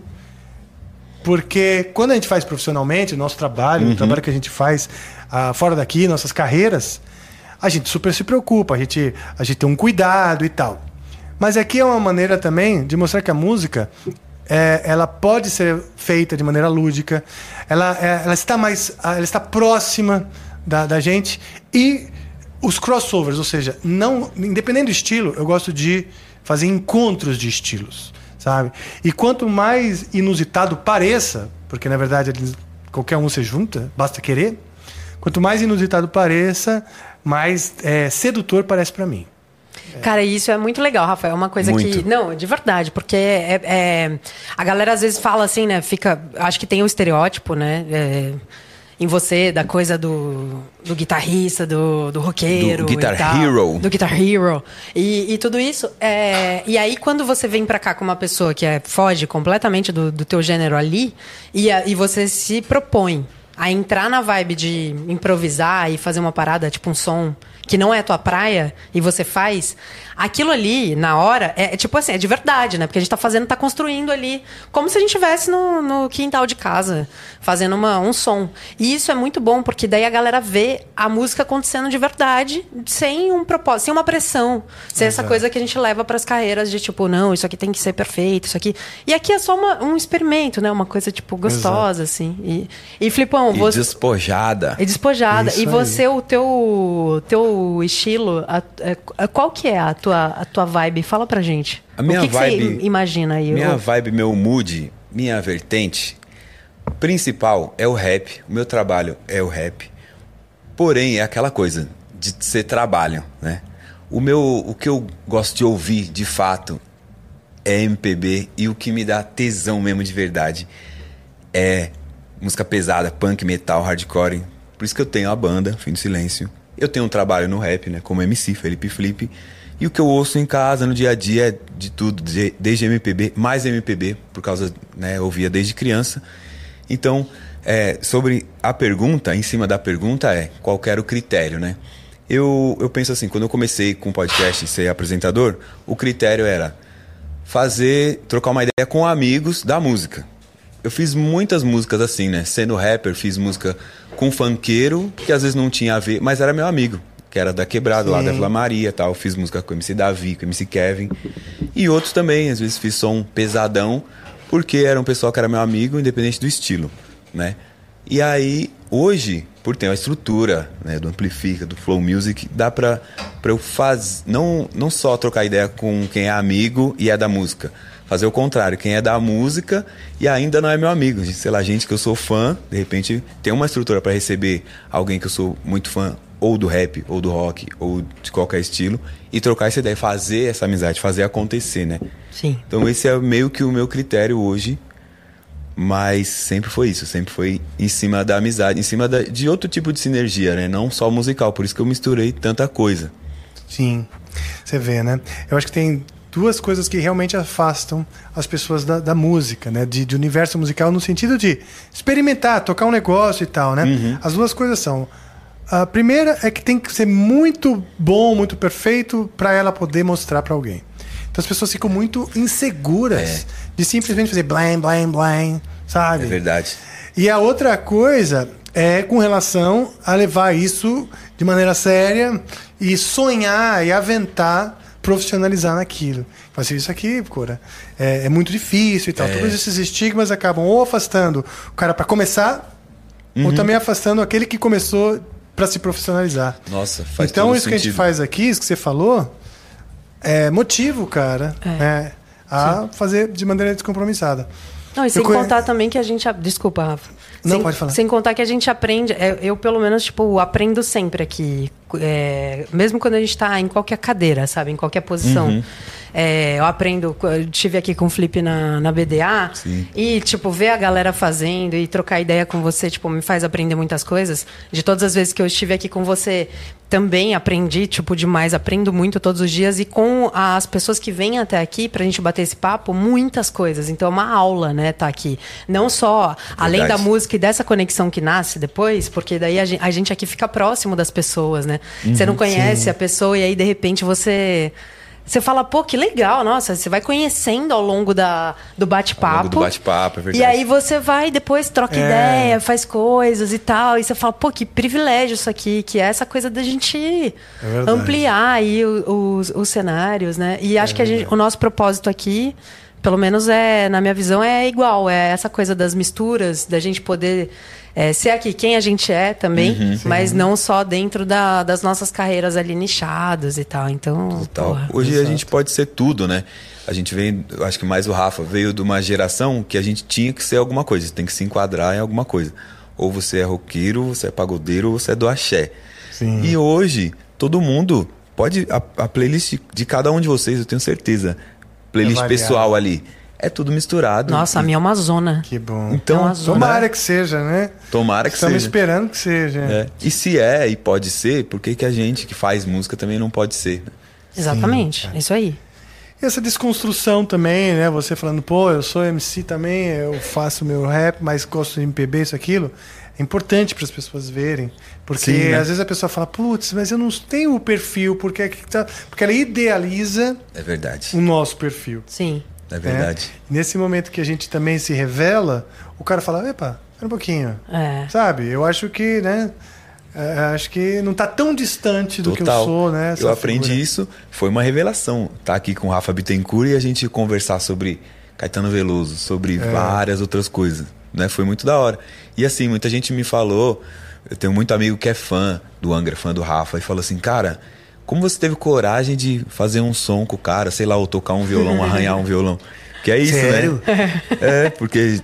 S1: porque quando a gente faz profissionalmente, o nosso trabalho, o trabalho que a gente faz ah, fora daqui, nossas carreiras, a gente super se preocupa, a gente, a gente tem um cuidado e tal. Mas aqui é uma maneira também de mostrar que a música é, ela pode ser feita de maneira lúdica, ela, é, ela está mais. ah, ela está próxima da, da gente e os crossovers, ou seja, não, independente do estilo, eu gosto de fazer encontros de estilos sabe? E quanto mais inusitado pareça, porque na verdade eles- qualquer um se junta, basta querer. Quanto mais inusitado pareça, mais é, sedutor parece pra mim.
S3: Cara, isso é muito legal, Rafael. É uma coisa que.
S4: Muito.
S3: Não, de verdade, porque é, é- a galera às vezes fala assim, né? Fica. Acho que tem o estereótipo, né? é, em você, da coisa do, do guitarrista, do, do roqueiro.
S4: Do guitar
S3: e tal,
S4: hero.
S3: Do Guitar Hero. E, e tudo isso. é, e aí, quando você vem pra cá com uma pessoa que é, foge completamente do, do teu gênero ali, e, a- e você se propõe a entrar na vibe de improvisar e fazer uma parada, tipo um som que não é a tua praia, e você faz, aquilo ali, na hora, é, é tipo assim, é de verdade, né? Porque a gente tá fazendo, tá construindo ali, como se a gente estivesse no, no quintal de casa, fazendo uma, um som. E isso é muito bom, porque daí a galera vê a música acontecendo de verdade, sem um propósito, sem uma pressão, sem essa coisa que a gente leva pras carreiras de tipo, não, isso aqui tem que ser perfeito, isso aqui. E aqui é só uma- um experimento, né? Uma coisa, tipo, gostosa, assim. E, e Flipão, Então,
S4: E
S3: você.
S4: despojada.
S3: E É despojada.
S1: É Isso
S3: e você, o teu, teu estilo, a- a- qual que é a tua, a tua vibe? Fala pra gente.
S4: A minha
S3: o que, que
S4: vibe-
S3: você imagina aí?
S4: Minha
S3: O-
S4: vibe, meu mood, minha vertente principal é o rap. O meu trabalho é o rap. Porém, é aquela coisa de ser trabalho, né? O meu, o que eu gosto de ouvir de fato é MPB e o que me dá tesão mesmo de verdade é música pesada, punk, metal, hardcore. Por isso que eu tenho a banda, Fim do Silêncio. Eu tenho um trabalho no rap, né? Como MC, Felipe Flip. E o que eu ouço em casa, no dia a dia, é de tudo, de- desde MPB, mais MPB, por causa, né? Eu ouvia desde criança. Então, é, sobre a pergunta, em cima da pergunta é qual que era o critério, né? Eu, eu penso assim, quando eu comecei com o podcast e ser apresentador, o critério era fazer, trocar uma ideia com amigos da música. Eu fiz muitas músicas assim, né? Sendo rapper, fiz música com funkeiro, que às vezes não tinha a ver, mas era meu amigo, que era da Quebrada, lá da Vila Maria e tal. Fiz música com o MC Davi, com o MC Kevin. E outros também, às vezes fiz som pesadão, porque era um pessoal que era meu amigo, independente do estilo, né? E aí, hoje, por ter uma estrutura né, do Amplifica, do Flow Music, dá pra, pra eu fazer. Não, não só trocar ideia com quem é amigo e é da música. Fazer o contrário, quem é da música e ainda não é meu amigo. Sei lá, gente que eu sou fã, de repente tem uma estrutura pra receber alguém que eu sou muito fã, ou do rap, ou do rock, ou de qualquer estilo, e trocar essa ideia, fazer essa amizade, fazer acontecer, né?
S3: Sim.
S4: Então esse é meio que o meu critério hoje mas sempre foi isso, sempre foi em cima da amizade, em cima da- de outro tipo de sinergia, né? Não só musical, por isso que eu misturei tanta coisa.
S1: Sim, você vê, né? Eu acho que tem duas coisas que realmente afastam as pessoas da, da música, né? De, de universo musical no sentido de experimentar, tocar um negócio e tal, né? As duas coisas são. A primeira é que tem que ser muito bom, muito perfeito para ela poder mostrar para alguém. Então as pessoas ficam muito inseguras de simplesmente fazer blém, blém, blém, sabe?
S4: É verdade.
S1: E a outra coisa é com relação a levar isso de maneira séria e sonhar e aventar profissionalizar naquilo. Fazer isso aqui, Cora, é, é muito difícil e tal.
S4: É.
S1: Todos esses estigmas acabam ou afastando o cara para começar,
S4: Uhum.
S1: ou também afastando aquele que começou para se profissionalizar.
S4: Nossa, faz
S1: Então,
S4: todo
S1: isso que a gente
S4: sentido.
S1: faz aqui, isso que você falou, é motivo, cara, né, a fazer de maneira descompromissada.
S3: Não, e sem
S1: Eu conhe-
S3: contar também que a gente. a- Desculpa, Rafa.
S1: Não,
S3: sem,
S1: pode falar.
S3: Sem contar que a gente aprende. é, Eu, pelo menos, tipo, aprendo sempre aqui. é, mesmo quando a gente tá em qualquer cadeira, sabe? Em qualquer posição. É, eu aprendo. Eu tive aqui com o Felipe na, na BDA. E, tipo, ver a galera fazendo e trocar ideia com você, tipo, me faz aprender muitas coisas. De todas as vezes que eu estive aqui com você, também aprendi, tipo, demais. Aprendo muito todos os dias. E com as pessoas que vêm até aqui pra gente bater esse papo, muitas coisas. Então é uma aula, né, tá aqui. Não só, além da
S4: Verdade.
S3: música e dessa conexão que nasce depois, porque daí a gen- a gente, aqui fica próximo das pessoas, né? você
S4: Uhum,
S3: não conhece a pessoa e aí, de repente, você. Você fala, pô, que legal, nossa, você vai conhecendo ao longo da, do bate-papo.
S4: Ao longo do bate-papo, é verdade. É.
S3: E aí você vai, depois troca ideia, faz coisas e tal. E você fala, pô, que privilégio isso aqui, que é essa coisa da gente
S4: É
S1: verdade.
S3: ampliar aí o- os, os cenários, né? E acho que a gente, o nosso propósito aqui, pelo menos é, na minha visão, é igual. É essa coisa das misturas, da gente poder é, ser aqui quem a gente é também, mas não só dentro da- das nossas carreiras ali nichadas e tal. Então,
S4: tal.
S3: porra.
S4: Hoje a gente pode ser tudo, né? A gente vem, eu acho que mais o Rafa, veio de uma geração que a gente tinha que ser alguma coisa, tem que se enquadrar em alguma coisa. Ou você é roqueiro, você é pagodeiro, ou você é do axé. E hoje, todo mundo pode. A, a playlist de cada um de vocês, eu tenho certeza. Playlist
S1: É variado.
S4: pessoal ali. É tudo misturado.
S3: Nossa, a minha é uma zona.
S1: Que bom.
S4: Então,
S3: Então,
S1: Tomara que seja, né?
S4: Tomara que
S1: é Estamos
S4: seja.
S1: esperando que seja.
S4: É. E se é e pode ser, por que, que a gente que faz música também não pode ser? né?
S3: Exatamente, isso aí.
S1: E essa desconstrução também, né? Você falando, pô, eu sou MC também, eu faço meu rap, mas gosto de MPB, isso, aquilo. É importante para as pessoas verem. Porque
S4: Sim, né?
S1: às vezes a pessoa fala, putz, mas eu não tenho o perfil, porque, é que tá... porque ela idealiza
S4: É verdade.
S1: o nosso perfil.
S3: Sim.
S4: É
S1: né?
S4: verdade.
S1: Nesse momento que a gente também se revela, o cara fala, epa, espera um pouquinho.
S3: É.
S1: Sabe? Eu acho que, né? é, Acho que não tá tão distante do que eu
S4: Total.
S1: sou, né?
S4: Eu aprendi
S1: isso.
S4: isso, foi uma revelação. Tá aqui com o
S1: É.
S4: Rafa Bittencourt e a gente conversar sobre Caetano Veloso, sobre várias outras coisas. né? Foi muito da hora. E assim, muita gente me falou, eu tenho muito amigo que é fã do Angra, fã do Rafa, e falou assim, cara, como você teve coragem de fazer um som com o cara, sei lá, ou tocar um violão, arranhar um violão? Que é isso,
S9: Sério?
S4: né? É, porque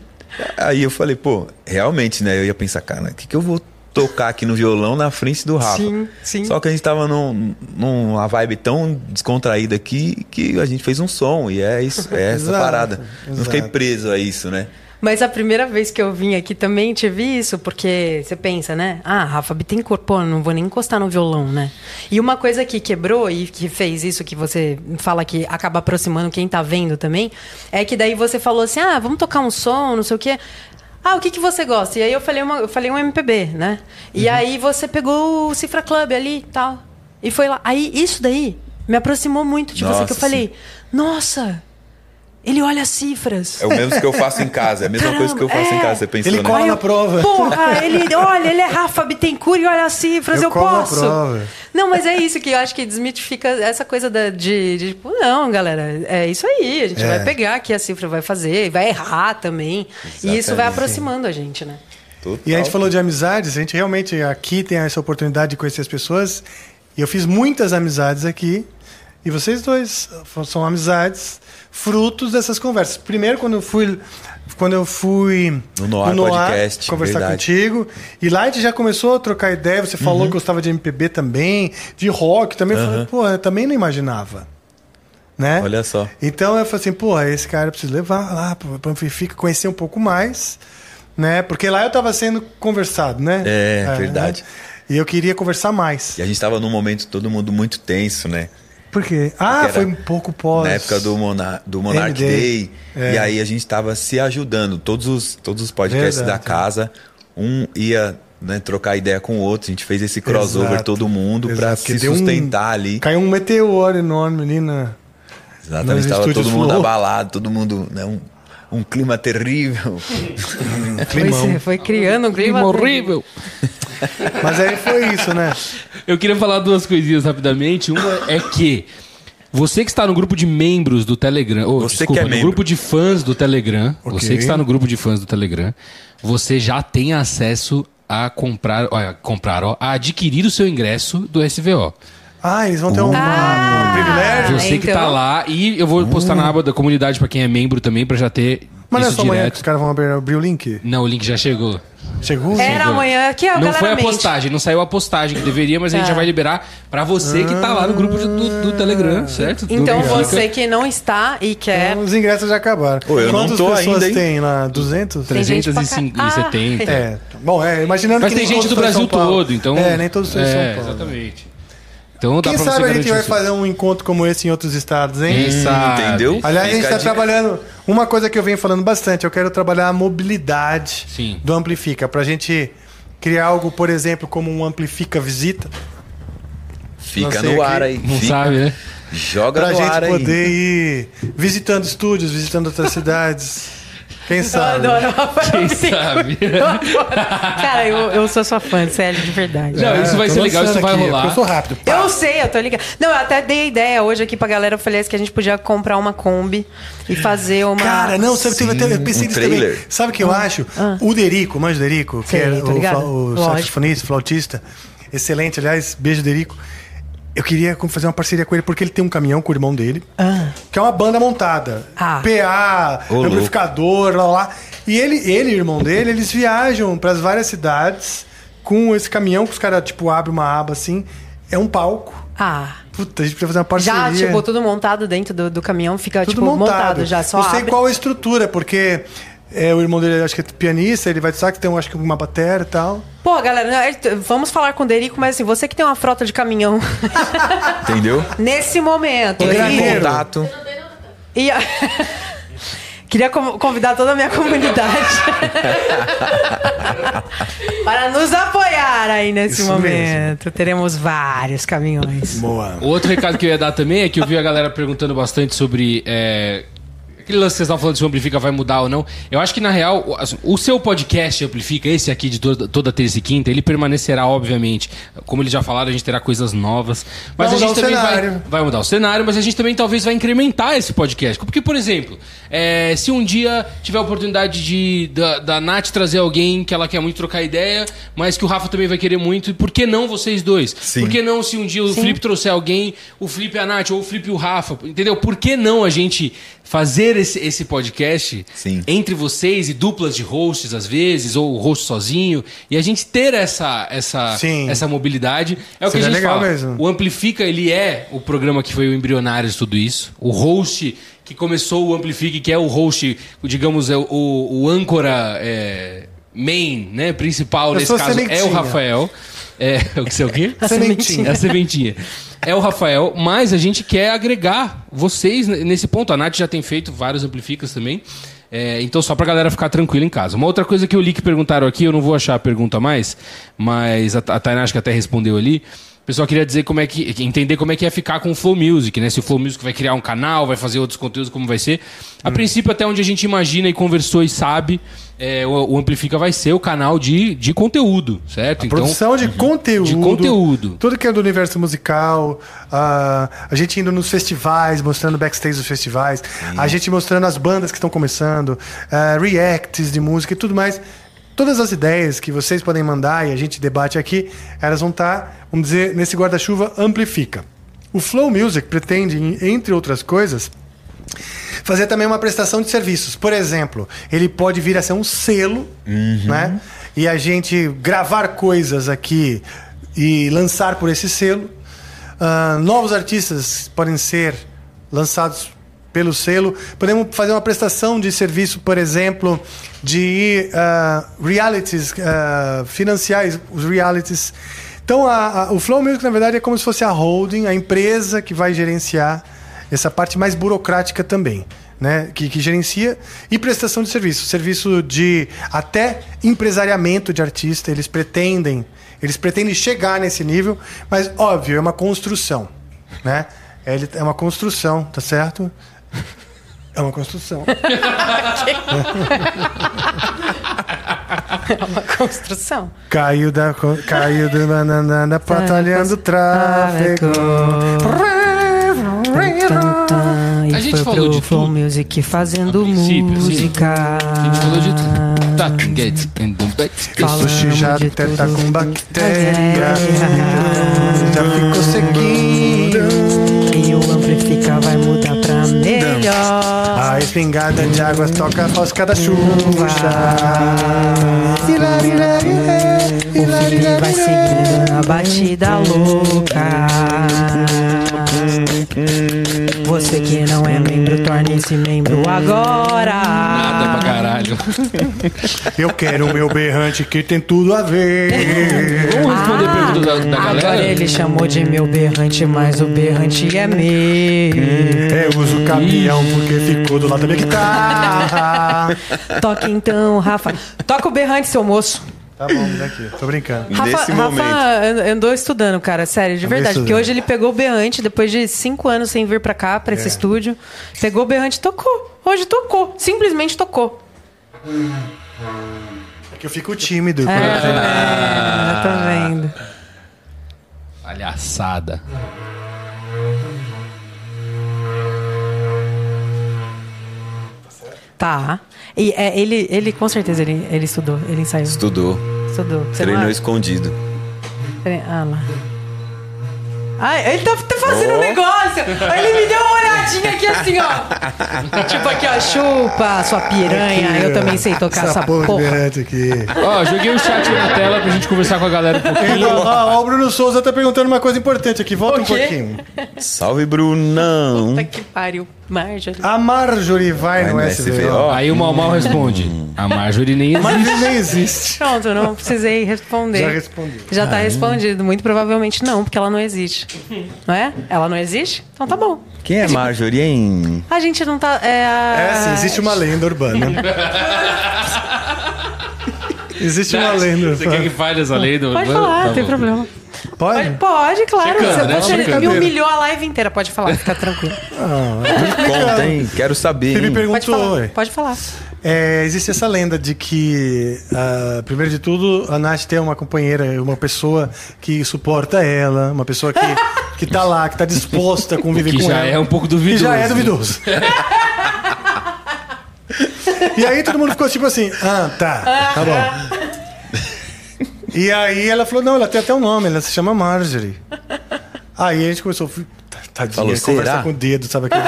S4: aí eu falei, pô, realmente, né? Eu ia pensar, cara, o que, que eu vou tocar aqui no violão na frente do Rafa?
S3: Sim, sim.
S4: Só que a gente tava num, numa vibe tão descontraída aqui que a gente fez um som e é isso, é essa
S1: Exato,
S4: parada. Não fiquei
S1: exato.
S4: preso a isso, né?
S3: Mas a primeira vez que eu vim aqui também tive isso, porque você pensa, né? Ah, Rafa Bittencourt, pô, não vou nem encostar no violão, né? E uma coisa que quebrou e que fez isso que você fala que acaba aproximando quem tá vendo também, é que daí você falou assim, ah, vamos tocar um som, não sei o quê. Ah, o que, que você gosta? E aí eu falei, uma, eu falei um MPB, né? E aí você pegou o Cifra Club ali e tal. E foi lá. Aí isso daí me aproximou muito de você, que
S4: Nossa,
S3: eu falei, nossa, ele olha as cifras.
S4: É o mesmo que eu faço em casa, é a mesma
S3: Caramba,
S4: coisa que eu faço em
S3: é.
S4: casa, você pensou,
S1: Ele
S4: né?
S1: cola
S3: Aí
S1: na
S3: eu,
S1: prova.
S3: Porra, ele, olha, ele é Rafa Bittencourt e olha as cifras,
S1: Eu
S3: eu,
S1: colo na
S3: posso.
S1: prova.
S3: Não, mas é isso que eu acho que desmitifica essa coisa da- de, de, tipo, não, galera, é isso aí, a gente vai pegar aqui a cifra, vai fazer, vai errar também. E isso vai
S4: Exatamente.
S3: aproximando a gente, né?
S4: Total.
S1: E a gente falou de amizades, a gente realmente aqui tem essa oportunidade de conhecer as pessoas. E eu fiz muitas amizades aqui. E vocês dois f- são amizades frutos dessas conversas. Primeiro, quando eu fui, quando eu fui
S4: No Noir Podcast,
S1: conversar
S4: verdade. Uhum.
S1: contigo. E lá a gente já começou a trocar ideia. Você falou que gostava de MPB também, de rock também. Eu falei, pô, eu também não imaginava. Né?
S4: Olha só.
S1: Então eu falei assim, porra, esse cara eu preciso levar lá para fica conhecer um pouco mais, né? Porque lá eu tava sendo conversado, né?
S4: É, verdade.
S1: né? E eu queria conversar mais.
S4: E a gente tava num momento todo mundo muito tenso, né?
S1: Por quê? Ah,
S4: Porque era
S1: foi um pouco pós.
S4: Na época do, Monar do Monarch
S1: MD.
S4: Day.
S1: É.
S4: E aí a gente tava se ajudando. Todos os, todos os podcasts
S1: Verdade.
S4: da casa, um ia né, trocar ideia com o outro. A gente fez esse crossover
S1: Exato.
S4: todo mundo para
S1: Exato, porque
S4: se
S1: deu um-
S4: sustentar ali.
S1: Caiu um meteoro enorme ali na.
S4: Exatamente.
S1: Nos
S4: Tava todo
S1: estúdios
S4: mundo
S1: Flow.
S4: abalado, todo mundo. Né, um, um clima terrível.
S3: Foi, foi criando um clima.
S5: horrível.
S4: é.
S1: Mas aí foi isso, né?
S5: Eu queria falar duas coisinhas rapidamente. Uma é que você que está no grupo de membros do Telegram, ou
S4: Você
S5: desculpa,
S4: que é
S5: no
S4: membro.
S5: grupo de fãs do Telegram,
S1: Ok.
S5: você que está no grupo de fãs do Telegram, você já tem acesso a comprar, ó, a comprar, ó, a adquirir o seu ingresso do SVO.
S1: Ah, eles vão ter
S4: Uh.
S1: um,
S3: Ah.
S1: um privilégio.
S5: Você que tá
S3: então.
S5: lá e eu vou postar na aba da comunidade para quem é membro também para já ter
S1: Hum. Mas não é
S5: isso
S1: só amanhã que
S5: direto.
S1: os caras vão abrir, abrir o link?
S5: Não, o link já chegou.
S1: Chegou?
S3: Era amanhã, aqui ó,
S5: Não
S3: galera
S5: foi a
S3: mente. Tá.
S5: postagem, não saiu a postagem que deveria, mas a gente já vai liberar pra você que tá lá no grupo de- do, do Telegram,
S1: Ah.
S5: certo? Do
S3: Então
S5: Benfica.
S3: você que não está e quer.
S1: Então, os ingressos já acabaram.
S4: Pô, eu não
S1: Quantas
S4: tô
S1: pessoas
S4: ainda, hein?
S1: tem lá? 200?
S3: Tem gente pra Ah!
S5: 370.
S1: É. Bom, é, imaginando
S5: Mas
S1: que
S5: tem
S1: nem todos
S5: gente do
S1: são em São
S5: Brasil
S1: Paulo.
S5: todo, então.
S1: É, nem todos são em São Paulo.
S5: Exatamente. Então dá
S1: Quem
S5: pra você
S1: sabe a gente
S5: garantir
S1: vai
S5: isso.
S1: fazer um encontro como esse em outros estados, hein?
S5: Quem sabe?
S4: Hum, Entendeu?
S1: Aliás, a gente
S4: Fica
S1: está
S4: dica.
S1: trabalhando. Uma coisa que eu venho falando bastante, eu quero trabalhar a mobilidade
S5: Sim.
S1: do Amplifica. Pra gente criar algo, por exemplo, como um Amplifica Visita.
S4: Fica
S1: Lancei
S4: no
S1: aqui.
S4: ar aí.
S5: Não
S4: fica-
S5: sabe, né?
S4: Joga
S1: Pra
S4: no ar
S1: gente
S4: aí.
S1: poder ir visitando estúdios, visitando outras cidades. Quem
S3: Eu
S1: sabe?
S3: adoro o Rafael
S5: Quem
S3: Bittencourt.
S5: sabe?
S3: Eu adoro. Cara, eu, eu sou sua fã, sério, de verdade.
S5: Não, isso
S1: É,
S5: vai
S1: tô
S5: ser legal,
S1: lançando
S5: isso vai
S1: aqui,
S5: rolar.
S1: porque Eu sou rápido. pá.
S3: Eu sei, eu tô ligada. Não, eu até dei a ideia hoje aqui pra galera. Eu falei assim, que a gente podia comprar uma Kombi e fazer uma.
S1: Cara, não, sabe, teve até, eu pensei
S4: um
S1: nisso
S4: trailer.
S1: também. Sabe o que eu acho? O Derico, manja o Derico, que
S3: Sei,
S1: é
S3: Ah. tô
S1: o,
S3: ligada.
S1: fla- o
S3: Lógico.
S1: saxofonista, flautista, excelente, aliás, beijo Derico. Eu queria como, fazer uma parceria com ele, porque ele tem um caminhão com o irmão dele, que é uma banda montada.
S3: Ah.
S1: PA,
S4: Ô, louco.
S1: amplificador, lá, lá. E ele, ele e o irmão dele, eles viajam para as várias cidades com esse caminhão que os caras, tipo, abrem uma aba assim. É um palco.
S3: Ah.
S1: Puta, a gente precisa fazer uma
S3: Já,
S1: parceria.
S3: tipo, tudo montado dentro do, do caminhão, fica
S1: Tudo
S3: tipo montado. já, só
S1: Não sei
S3: abre.
S1: qual a estrutura, porque é, o irmão dele acho que é pianista, ele vai de sax, tem um, acho que uma bateria e tal.
S3: Pô, galera, não, é, t- vamos falar com o Derico, mas assim, você que tem uma frota de caminhão
S4: Entendeu?
S3: nesse momento.
S1: Ô,
S3: E,
S1: Graneiro.
S4: Contato.
S3: e a- Queria com- convidar toda a minha comunidade para nos apoiar aí nesse
S1: Isso
S3: momento. Teremos vários caminhões.
S1: Boa.
S5: Outro recado que eu ia dar também é que eu vi a galera perguntando bastante sobre é, aquele lance que vocês estavam falando se o Amplifica vai mudar ou não. Eu acho que, na real, o- assim, o seu podcast Amplifica, esse aqui de toda, toda terça e quinta, ele permanecerá, obviamente. Como eles já falaram, a gente terá coisas novas.
S1: Vai
S5: Mas a gente
S1: mudar o
S5: também vai,
S1: cenário.
S5: vai mudar o cenário, mas a gente também talvez vai incrementar esse podcast. Porque, por exemplo, é, se um dia tiver a oportunidade de, da, da Nath trazer alguém que ela quer muito trocar ideia, mas que o Rafa também vai querer muito, e por que não vocês dois?
S4: Sim.
S5: Por que não se um dia o Felipe trouxer alguém, o Felipe e a Nath, ou o Felipe e o Rafa, entendeu? Por que não a gente fazer esse, esse podcast
S4: Sim.
S5: entre vocês e duplas de hosts às vezes, ou o host sozinho, e a gente ter essa, essa,
S1: Sim.
S5: essa mobilidade? É o que a
S1: Seria
S5: gente
S1: legal
S5: fala.
S1: mesmo.
S5: O Amplifica, ele é o programa que foi o embrionário de tudo isso. O host que começou o Amplifique, que é o host, digamos, é o, o âncora é, main, né? Principal
S1: Eu
S5: nesse
S1: sou
S5: caso é o
S1: sementinha.
S5: Rafael. É, o que você é o quê?
S1: A sementinha.
S5: É a sementinha. É o Rafael, mas a gente quer agregar vocês n- nesse ponto. A Nath já tem feito vários amplificas também. É, então, só pra galera ficar tranquila em casa. Uma outra coisa que eu li que perguntaram aqui, eu não vou achar a pergunta mais, mas a, a Tainá acho que até respondeu ali. O pessoal queria dizer como é que. entender como é que ia ficar com o Flow Music, né? Se o Flow Music vai criar um canal, vai fazer outros conteúdos, como vai ser. A princípio, até onde a gente imagina e conversou e sabe, é, o, o Amplifica vai ser o canal de, de conteúdo, certo? então, uhum.
S1: Produção de conteúdo.
S5: De conteúdo.
S1: Tudo que é do universo musical. ah, a gente indo nos festivais, mostrando backstage dos festivais. A gente mostrando as bandas que estão começando. ah, reacts de música e tudo mais. Todas as ideias que vocês podem mandar e a gente debate aqui, elas vão estar, vamos dizer, nesse guarda-chuva amplifica. O Flow Music pretende, em- entre outras coisas, fazer também uma prestação de serviços. Por exemplo, ele pode vir a ser um selo, né? E a gente gravar coisas aqui e lançar por esse selo. Ah, novos artistas podem ser lançados pelo selo. Podemos fazer uma prestação de serviço, por exemplo, de ah, realities, ah, financiais, os realities. Então, a- a- o Flow Music, na verdade, é como se fosse a holding, a empresa que vai gerenciar essa parte mais burocrática também, né? Que, que gerencia e prestação de serviço, serviço de até empresariamento de artista, eles pretendem, eles pretendem chegar nesse nível, mas óbvio é uma construção, né? Ele- É uma construção, tá certo? É uma construção.
S3: Construção.
S1: Caiu da. co- Caiu do banana,
S3: Tá,
S1: batalhando o
S3: ah,
S1: tráfego.
S3: E
S5: A gente
S3: foi
S5: falou
S3: pro
S5: de
S3: Flow
S5: tudo.
S3: Music fazendo
S5: A princípio, sim.
S3: música.
S5: A gente falou de tudo. Tá, get and don't bet.
S1: O sushi já
S3: de
S1: até
S3: tudo.
S1: tá com bactéria.
S3: É.
S1: Já ficou sequinho.
S3: E o Amplifica vai mudar pra melhor.
S1: A espingarda de águas toca a fosca da chuva.
S3: O Felipe vai seguindo a batida louca. Você que não é membro, torne-se membro
S5: Nada pra
S3: agora.
S5: caralho.
S1: Eu quero o meu berrante que tem tudo a ver.
S5: Vamos responder a pergunta da, da
S3: Agora
S5: galera?
S3: ele chamou de meu berrante, mas o berrante é meu.
S1: Eu uso o caminhão porque ficou do lado da minha guitarra.
S3: Toca então, Rafa. Toca o berrante, seu moço.
S1: Tá bom, daqui. Tô brincando.
S4: Nesse
S3: Rafa,
S4: momento.
S3: Rafa an- andou estudando, cara, sério, de
S1: Andei
S3: verdade. Porque
S1: estudando.
S3: hoje ele pegou o berrante, depois de cinco anos sem vir pra cá, pra esse
S4: É.
S3: estúdio. Pegou o berrante e tocou. Hoje tocou. Simplesmente tocou.
S1: É que eu fico tímido.
S3: É, eu tô vendo.
S5: Palhaçada.
S3: Tá. E é, ele, ele, com certeza, ele, ele estudou, ele ensaiou.
S4: Estudou,
S3: Estudou. Você não
S4: treinou
S3: acha?
S4: escondido.
S3: Tre- Ah lá. Ai, ele tá tá fazendo
S1: Oh.
S3: um negócio. Aí Ele me deu uma olhadinha aqui assim, ó. tipo aqui, ó. Chupa, sua piranha. Eu também sei tocar essa,
S1: porra de
S3: porra.
S1: berrante aqui.
S5: Ó, joguei o chat na tela pra gente conversar com a galera um pouquinho.
S1: Então, ó, o Bruno Souza tá perguntando uma coisa importante aqui. Volta
S3: O
S1: um
S3: quê?
S1: pouquinho.
S4: Salve, Brunão!
S3: Puta que pariu. Marjorie.
S1: A Marjorie vai,
S4: Vai
S1: no
S4: no
S1: SVO.
S4: SVO.
S5: Aí o Mal Mal responde. A Marjorie nem existe.
S1: Marjorie nem existe.
S3: Pronto, não precisei responder.
S1: Já respondeu.
S3: Já tá respondido. Muito provavelmente não, porque ela não existe. Não é? Ela não existe? Então tá bom.
S4: Quem é Marjorie, hein?
S3: A gente não tá. É, a...
S1: É assim, existe uma lenda urbana. existe uma lenda
S5: Você quer que
S1: urbana. tá
S5: fale essa lei? do-
S3: Pode falar,
S5: Tá
S3: não tem
S5: bom.
S3: problema.
S1: Pode?
S3: Pode, claro.
S5: Checando,
S3: você
S5: né?
S3: pode-
S5: Checando.
S3: me humilhou a live inteira, pode falar, fica tranquilo.
S4: Conta, hein? Quero saber.
S1: Ele me
S4: hein?
S3: Pode
S1: perguntou.
S3: falar. Pode falar.
S1: é, existe essa lenda de que, ah, primeiro de tudo, a Nath tem uma companheira, uma pessoa que suporta ela, uma pessoa que, que tá lá, que tá disposta a conviver
S5: Que
S1: com
S5: já
S1: ela.
S5: é um pouco
S1: Que
S5: duvidoso.
S1: já é duvidoso. e aí todo mundo ficou tipo assim, ah, tá, tá bom. E aí ela falou, não, ela tem até um nome, ela se chama Marjorie. Aí a gente começou, fui, tá- tadinha,
S4: Falou,
S1: conversa
S4: será?
S1: com o dedo, sabe aquele...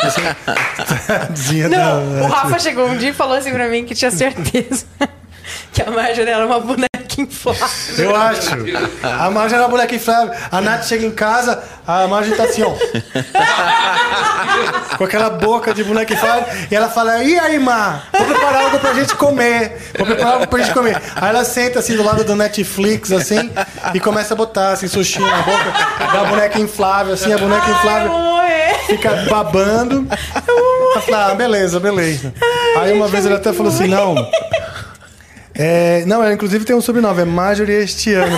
S1: Assim, tadinha
S3: Não,
S1: da...
S3: o Rafa chegou um dia e falou assim pra mim que tinha certeza que a Marjorie era uma boneca inflável.
S1: Eu acho. A Marjorie era a boneca inflável. A Nath chega em casa, a Marjorie tá assim, ó. Com aquela boca de boneca inflável. E ela fala, e aí, Mar? Vou preparar algo pra gente comer. Vou preparar algo pra gente comer. Aí ela senta assim do lado do Netflix, assim, e começa a botar assim, sushi na boca da boneca inflável, assim, a boneca
S3: Ai, é. eu vou
S1: inflável
S3: morrer.
S1: fica babando. Ela fala, ah, beleza, beleza. Aí uma vez ele até falou assim, não. É, não, ela inclusive tem um sobrenome, é Marjorie este ano.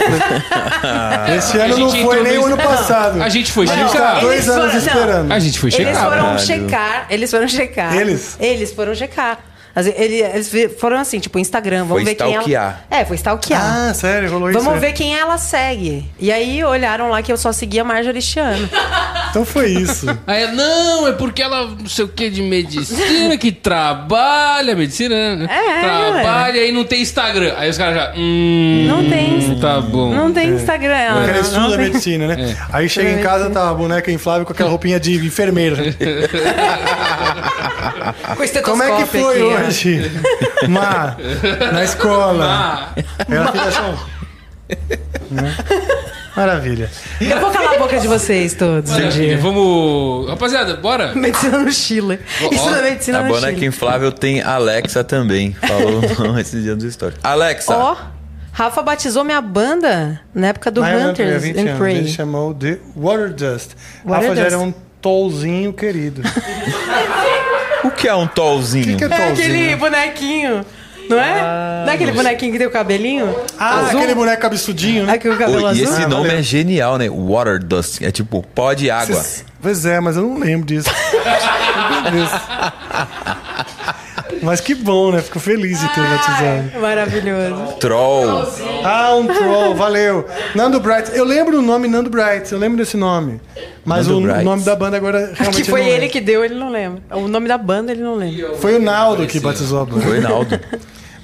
S1: Este ano não
S5: Ah. gente
S1: foi
S5: entrou
S1: nem o
S5: nesse-
S1: ano passado.
S5: A gente
S1: A
S5: foi
S1: gente tá há
S5: checar.
S1: dois
S3: Eles
S1: anos
S3: foram- não.
S1: esperando.
S5: A gente foi
S3: Eles
S5: checar.
S3: foram
S4: Caralho.
S3: checar, eles foram checar.
S1: Eles?
S3: Eles foram checar. As- ele- Eles vi- foram assim, tipo, Instagram, vamos
S4: Foi
S3: ver quem ela...
S4: stalkear.
S3: É, foi stalkear.
S1: Ah, sério, rolou isso.
S3: Vamos
S1: é.
S3: ver quem ela segue. E aí olharam lá que eu só seguia a Marjorie este ano.
S1: Então foi isso.
S5: Aí, não, é porque ela não sei o que de medicina, que trabalha, medicina, né?
S3: É,
S5: trabalha e não tem Instagram. Aí os caras já. Hum,
S3: Não tem Insta-
S5: Tá bom.
S3: Não tem Instagram. ela,
S1: Ela
S3: não
S1: estuda
S3: tem-
S1: medicina, né?
S5: É.
S1: Aí chega em casa, tá a boneca inflável com aquela roupinha de enfermeira.
S3: Com
S1: Como é que
S3: estetoscópio
S1: foi
S3: aqui, né? ó.
S1: hoje? Má, na escola. Ela fica só... Né? Maravilha.
S3: Eu vou calar a boca de vocês todos um
S5: Maravilha,
S3: dia.
S5: Vamos. Rapaziada, bora?
S3: Medicina no Chile. Isso da medicina
S4: A
S1: é
S4: é
S3: no
S4: boneca
S3: Chile.
S4: inflável tem Alexa também. Falou não esse dia do story. Alexa!
S3: Ó, Rafa batizou minha banda na época do
S1: Iron Hunter, há
S3: Hunters
S1: 20
S3: and
S1: anos, Ele
S3: Prey.
S1: chamou de Water Dust.
S3: Water
S1: Rafa já
S3: Dust.
S1: era um tolzinho querido.
S4: O que é um tolzinho?
S1: O que é
S3: É
S1: tolzinho?
S3: aquele bonequinho, não é? não é aquele bonequinho que tem o cabelinho?
S1: Ah, aquele boneco cabeçudinho, né?
S3: Aqui o
S4: Pô,
S3: cabelo
S4: e
S3: azul?
S4: esse nome é genial, né? Water Dust. É tipo pó de água.
S1: Pois é, mas eu não lembro disso. Meu Deus. mas que bom, né? Fico feliz de ter batizado.
S3: Maravilhoso.
S4: Troll.
S1: Ah, um troll, valeu. Nando Bright. Eu lembro o nome Nando Bright, eu lembro desse nome. Mas
S4: Nando
S1: o
S4: Bright.
S1: nome da banda agora realmente.
S3: Que
S1: eu
S3: foi
S1: não
S3: ele
S1: lembro.
S3: que deu, ele não lembra. O nome da banda ele não lembra.
S1: Foi o Naldo que batizou a banda.
S4: Foi Naldo.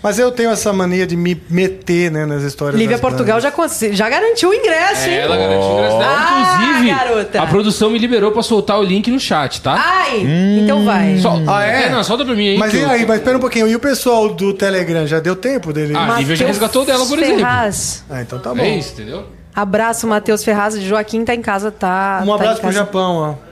S1: Mas eu tenho essa mania de me meter né, nas histórias.
S3: Lívia
S1: das
S3: Portugal
S1: bandas.
S3: já, consi- já garantiu o ingresso, hein?
S5: É, Ela garantiu o ingresso dela.
S3: Ah,
S5: Inclusive,
S3: garota.
S5: a produção me liberou pra soltar o link no chat, tá?
S3: Ai, então vai.
S5: Sol-
S1: Ah, é?
S5: Não, solta pra mim aí.
S1: Mas
S5: que
S1: e
S5: eu-
S1: aí, mas espera um pouquinho. E o pessoal do Telegram já deu tempo dele?
S5: Ah,
S1: Ah,
S5: Lívia já
S3: Matheus
S5: resgatou dela, por exemplo.
S3: Ferraz.
S1: então tá bom.
S5: É isso, entendeu?
S3: Abraço, Matheus Ferraz. Joaquim tá em casa, tá.
S1: Um abraço
S3: tá
S1: pro
S3: em casa.
S1: Japão, ó.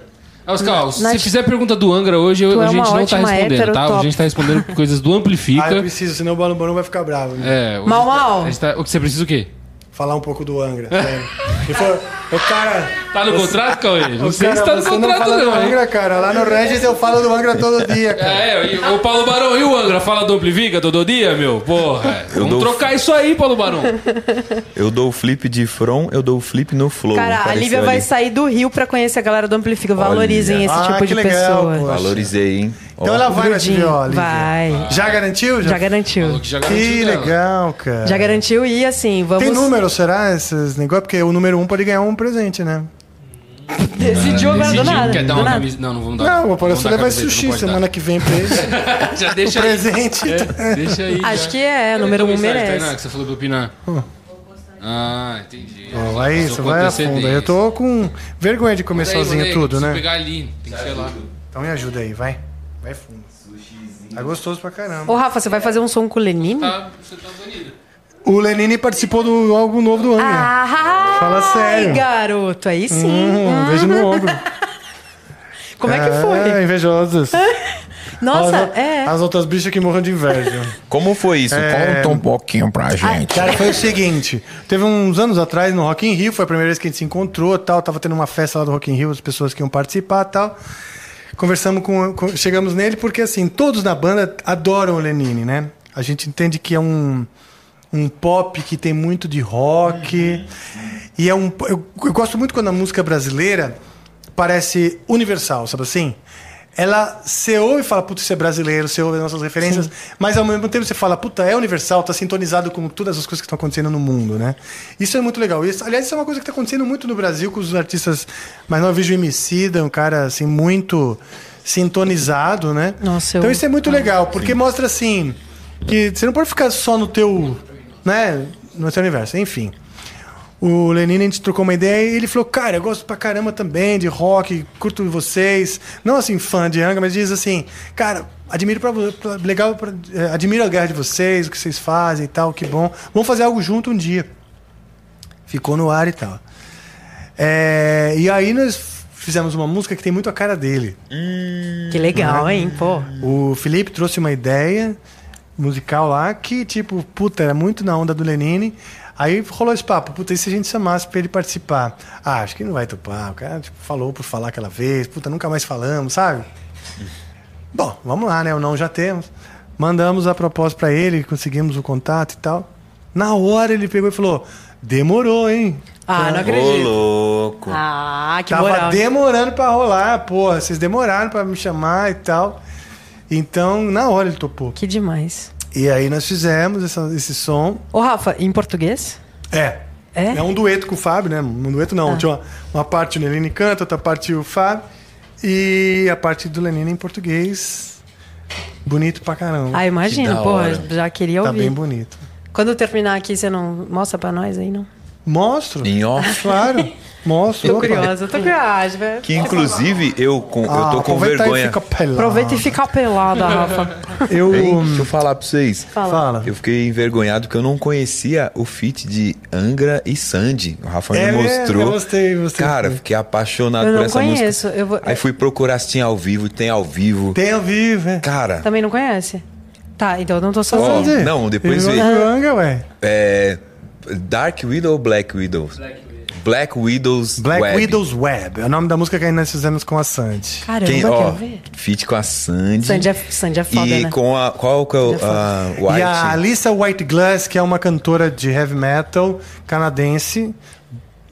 S5: Ah, Oscar, ó, se
S3: Nath-
S5: fizer pergunta do Angra hoje, eu-
S3: Tu é
S5: a gente
S3: uma
S5: não tá
S3: ótima
S5: respondendo, tá? A
S3: heterotop.
S5: gente tá respondendo coisas do
S1: Ah, eu
S5: Amplifica.
S1: preciso, senão o Balão Barão vai ficar bravo. né?
S5: É, hoje
S3: Mal,
S5: tá-
S3: mal.
S5: a gente tá- O que você precisa o quê?
S1: Falar um pouco do Angra. sério. E foi- o cara.
S5: Tá no contrato, Cauê? Não
S1: O
S5: sei
S1: cara,
S5: se tá no
S1: você não
S5: contrato,
S1: fala
S5: não.
S1: do
S5: hein?
S1: Angra, cara. Lá no Regis eu falo do Angra todo dia, cara.
S5: É, e o Paulo Barão e o Angra fala do Amplifica, todo dia, meu? Porra. é.
S4: Eu
S5: Vamos
S4: dou-
S5: trocar isso aí, Paulo Barão.
S4: Eu dou o flip de From, eu dou o flip no Flow.
S3: Cara, a
S4: Apareceu
S3: Lívia vai
S4: ali.
S3: sair do Rio pra conhecer a galera do Amplifica. Valorizem esse
S1: Ah,
S3: tipo
S1: que
S3: de
S1: legal, pô.
S3: pessoa.
S4: Valorizei, hein?
S1: Então ela vai na
S3: Grudinho,
S1: TVO, Lívia.
S3: vai.
S5: Ah,
S1: Já garantiu? Já,
S3: Já garantiu.
S5: já
S1: Que
S5: É. garantiu dela.
S1: legal, cara.
S3: Já garantiu e assim, vamos.
S1: Tem número, será, esses negócios? Porque o número um pode ganhar um presente, né?
S3: Decidiu agora do
S5: Ah, Decidiu,
S3: nada.
S5: quer dar
S3: do
S5: uma
S3: nada.
S5: camisa? Não, não vamos dar.
S1: Não, o
S5: vamos
S1: Apollo
S5: dar
S1: vai
S5: camiseta,
S1: sushi
S5: não pode
S1: semana que vem pra ele. um
S5: dar. Já deixa aí.
S1: presente.
S5: É, deixa aí.
S3: Acho
S5: já.
S3: que é,
S5: Cadê
S3: número
S5: tua
S3: um
S5: mensagem,
S3: merece.
S5: Tainá, que você falou pra eu opinar. Ah, entendi.
S1: Pô, Vai
S5: Passou
S1: isso,
S5: com
S1: vai a
S5: antecedência.
S1: fundo. Eu tô com vergonha de comer
S5: Pera aí,
S1: sozinho
S5: moleque,
S1: tudo,
S5: preciso
S1: né?
S5: pegar ali, tem que ser lá.
S1: Então me ajuda aí, vai. Vai fundo. Tá gostoso pra caramba.
S3: Ô, Rafa, você vai fazer um som com o Lenine?
S5: Tá, você tá banido.
S1: O Lenine participou do álbum novo do Angra.
S3: Ah,
S1: Fala sério.
S3: Ai, garoto, aí sim.
S1: Hum, um beijo no ombro.
S3: ah. Como é que foi?
S1: Ah, invejosas.
S3: Nossa,
S1: as,
S3: é.
S1: as outras bichas que morram de inveja.
S4: Como foi isso?
S7: Conta um pouquinho pra gente.
S1: É. Cara, foi o seguinte. Teve uns anos atrás no Rock in Rio, foi a primeira vez que a gente se encontrou, tal. Tava tendo uma festa lá do Rock in Rio, as pessoas que iam participar, tal. Conversamos com, com- chegamos nele porque assim, todos na banda adoram o Lenine, né? A gente entende que é um um um pop que tem muito de rock. E é um. Eu, eu gosto muito quando a música brasileira parece universal, sabe assim? Ela você ouve e fala, puta, isso é brasileiro, você ouve as nossas referências, mas ao mesmo tempo você fala, puta, é universal, tá sintonizado com todas as coisas que estão acontecendo no mundo, né? Isso é muito legal. Isso, aliás, isso é uma coisa que tá acontecendo muito no Brasil com os artistas mais novos. Eu vejo o Emicida, um cara, assim, muito sintonizado, né?
S3: Nossa, eu-
S1: Então isso é muito legal, porque mostra, assim, que você não pode ficar só no teu, né, no teu universo. Enfim. O Lenin, a gente trocou uma ideia e ele falou: Cara, eu gosto pra caramba também de rock, curto vocês. Não assim, fã de Angra, mas diz assim: Cara, admiro pra, vo- pra- legal, pra- eh, admiro a guerra de vocês, o que vocês fazem e tal, que bom. Vamos fazer algo junto um dia. Ficou no ar e tal. É, e aí nós fizemos uma música que tem muito a cara dele.
S3: Que legal, hein? Pô.
S1: O Felipe trouxe uma ideia musical lá que, tipo, puta, era muito na onda do Lenine. Aí rolou esse papo, puta, e se a gente chamasse pra ele participar? Ah, acho que ele não vai topar. O cara tipo, falou por falar aquela vez, puta, nunca mais falamos, sabe? Bom, vamos lá, né? O não já temos. Mandamos a proposta pra ele, conseguimos o contato e tal. Na hora ele pegou e falou: demorou, hein?
S3: Ah, não
S4: Ô,
S3: acredito.
S4: louco.
S3: Ah, que
S1: Tava
S3: moral.
S1: demorando pra rolar, porra. Vocês demoraram pra me chamar e tal. Então, na hora ele topou.
S3: Que demais.
S1: E aí nós fizemos essa- esse som.
S3: Ô, Rafa, em português?
S1: É.
S3: É? Ah.
S1: um dueto com o Fábio, né? Um dueto não. Tinha uma, uma parte o Lenine canta, outra parte o Fábio. E a parte do Lenine em português. Bonito pra caramba.
S3: Ah, imagino,
S7: da
S3: pô,
S7: hora.
S3: já queria
S1: tá
S3: ouvir.
S1: bem bonito.
S3: Quando eu terminar aqui, você não mostra pra nós aí, não?
S1: Mostro.
S7: Em off.
S1: Claro. Mostro.
S3: Tô
S1: opa.
S3: curiosa, tô curiosa, velho.
S4: Que inclusive eu, com, eu
S1: Ah,
S4: tô com
S1: aproveita aí e
S4: vergonha.
S1: fica pelado.
S3: Aproveita e fica pelada, Rafa.
S1: Eu.
S4: Hein? Deixa eu falar pra vocês.
S1: Fala.
S4: Eu fiquei envergonhado que eu não conhecia o feat de Angra e Sandy. O Rafa
S1: É
S4: me
S1: mesmo?
S4: mostrou.
S1: Eu gostei, gostei.
S4: Cara, fiquei apaixonado
S3: Eu
S4: por
S3: não
S4: essa
S3: conheço,
S4: música.
S3: eu vou-
S4: Aí fui procurar se tinha ao vivo, tem ao vivo.
S1: Tem ao vivo, é.
S4: Cara,
S3: Também não conhece? Tá, então eu não tô
S4: Ó,
S3: sozinha.
S4: não, depois
S1: Ele
S4: vê.
S1: gosta do Anga, ué.
S4: é. Dark Widow ou Black Widow? Black Widow's
S1: Black
S4: Web.
S1: Widow's Web. É o nome da música que nós fizemos com a Sandy.
S3: Caramba,
S4: Quem,
S3: quero
S4: ó,
S3: ver.
S4: feat com a Sandy.
S3: Sandy é, Sandy é foda,
S4: e
S3: né?
S4: com a. Qual que é o.
S3: Sandy é foda.
S4: a
S1: E a
S4: White?
S1: Alissa White Glass, que é uma cantora de heavy metal canadense.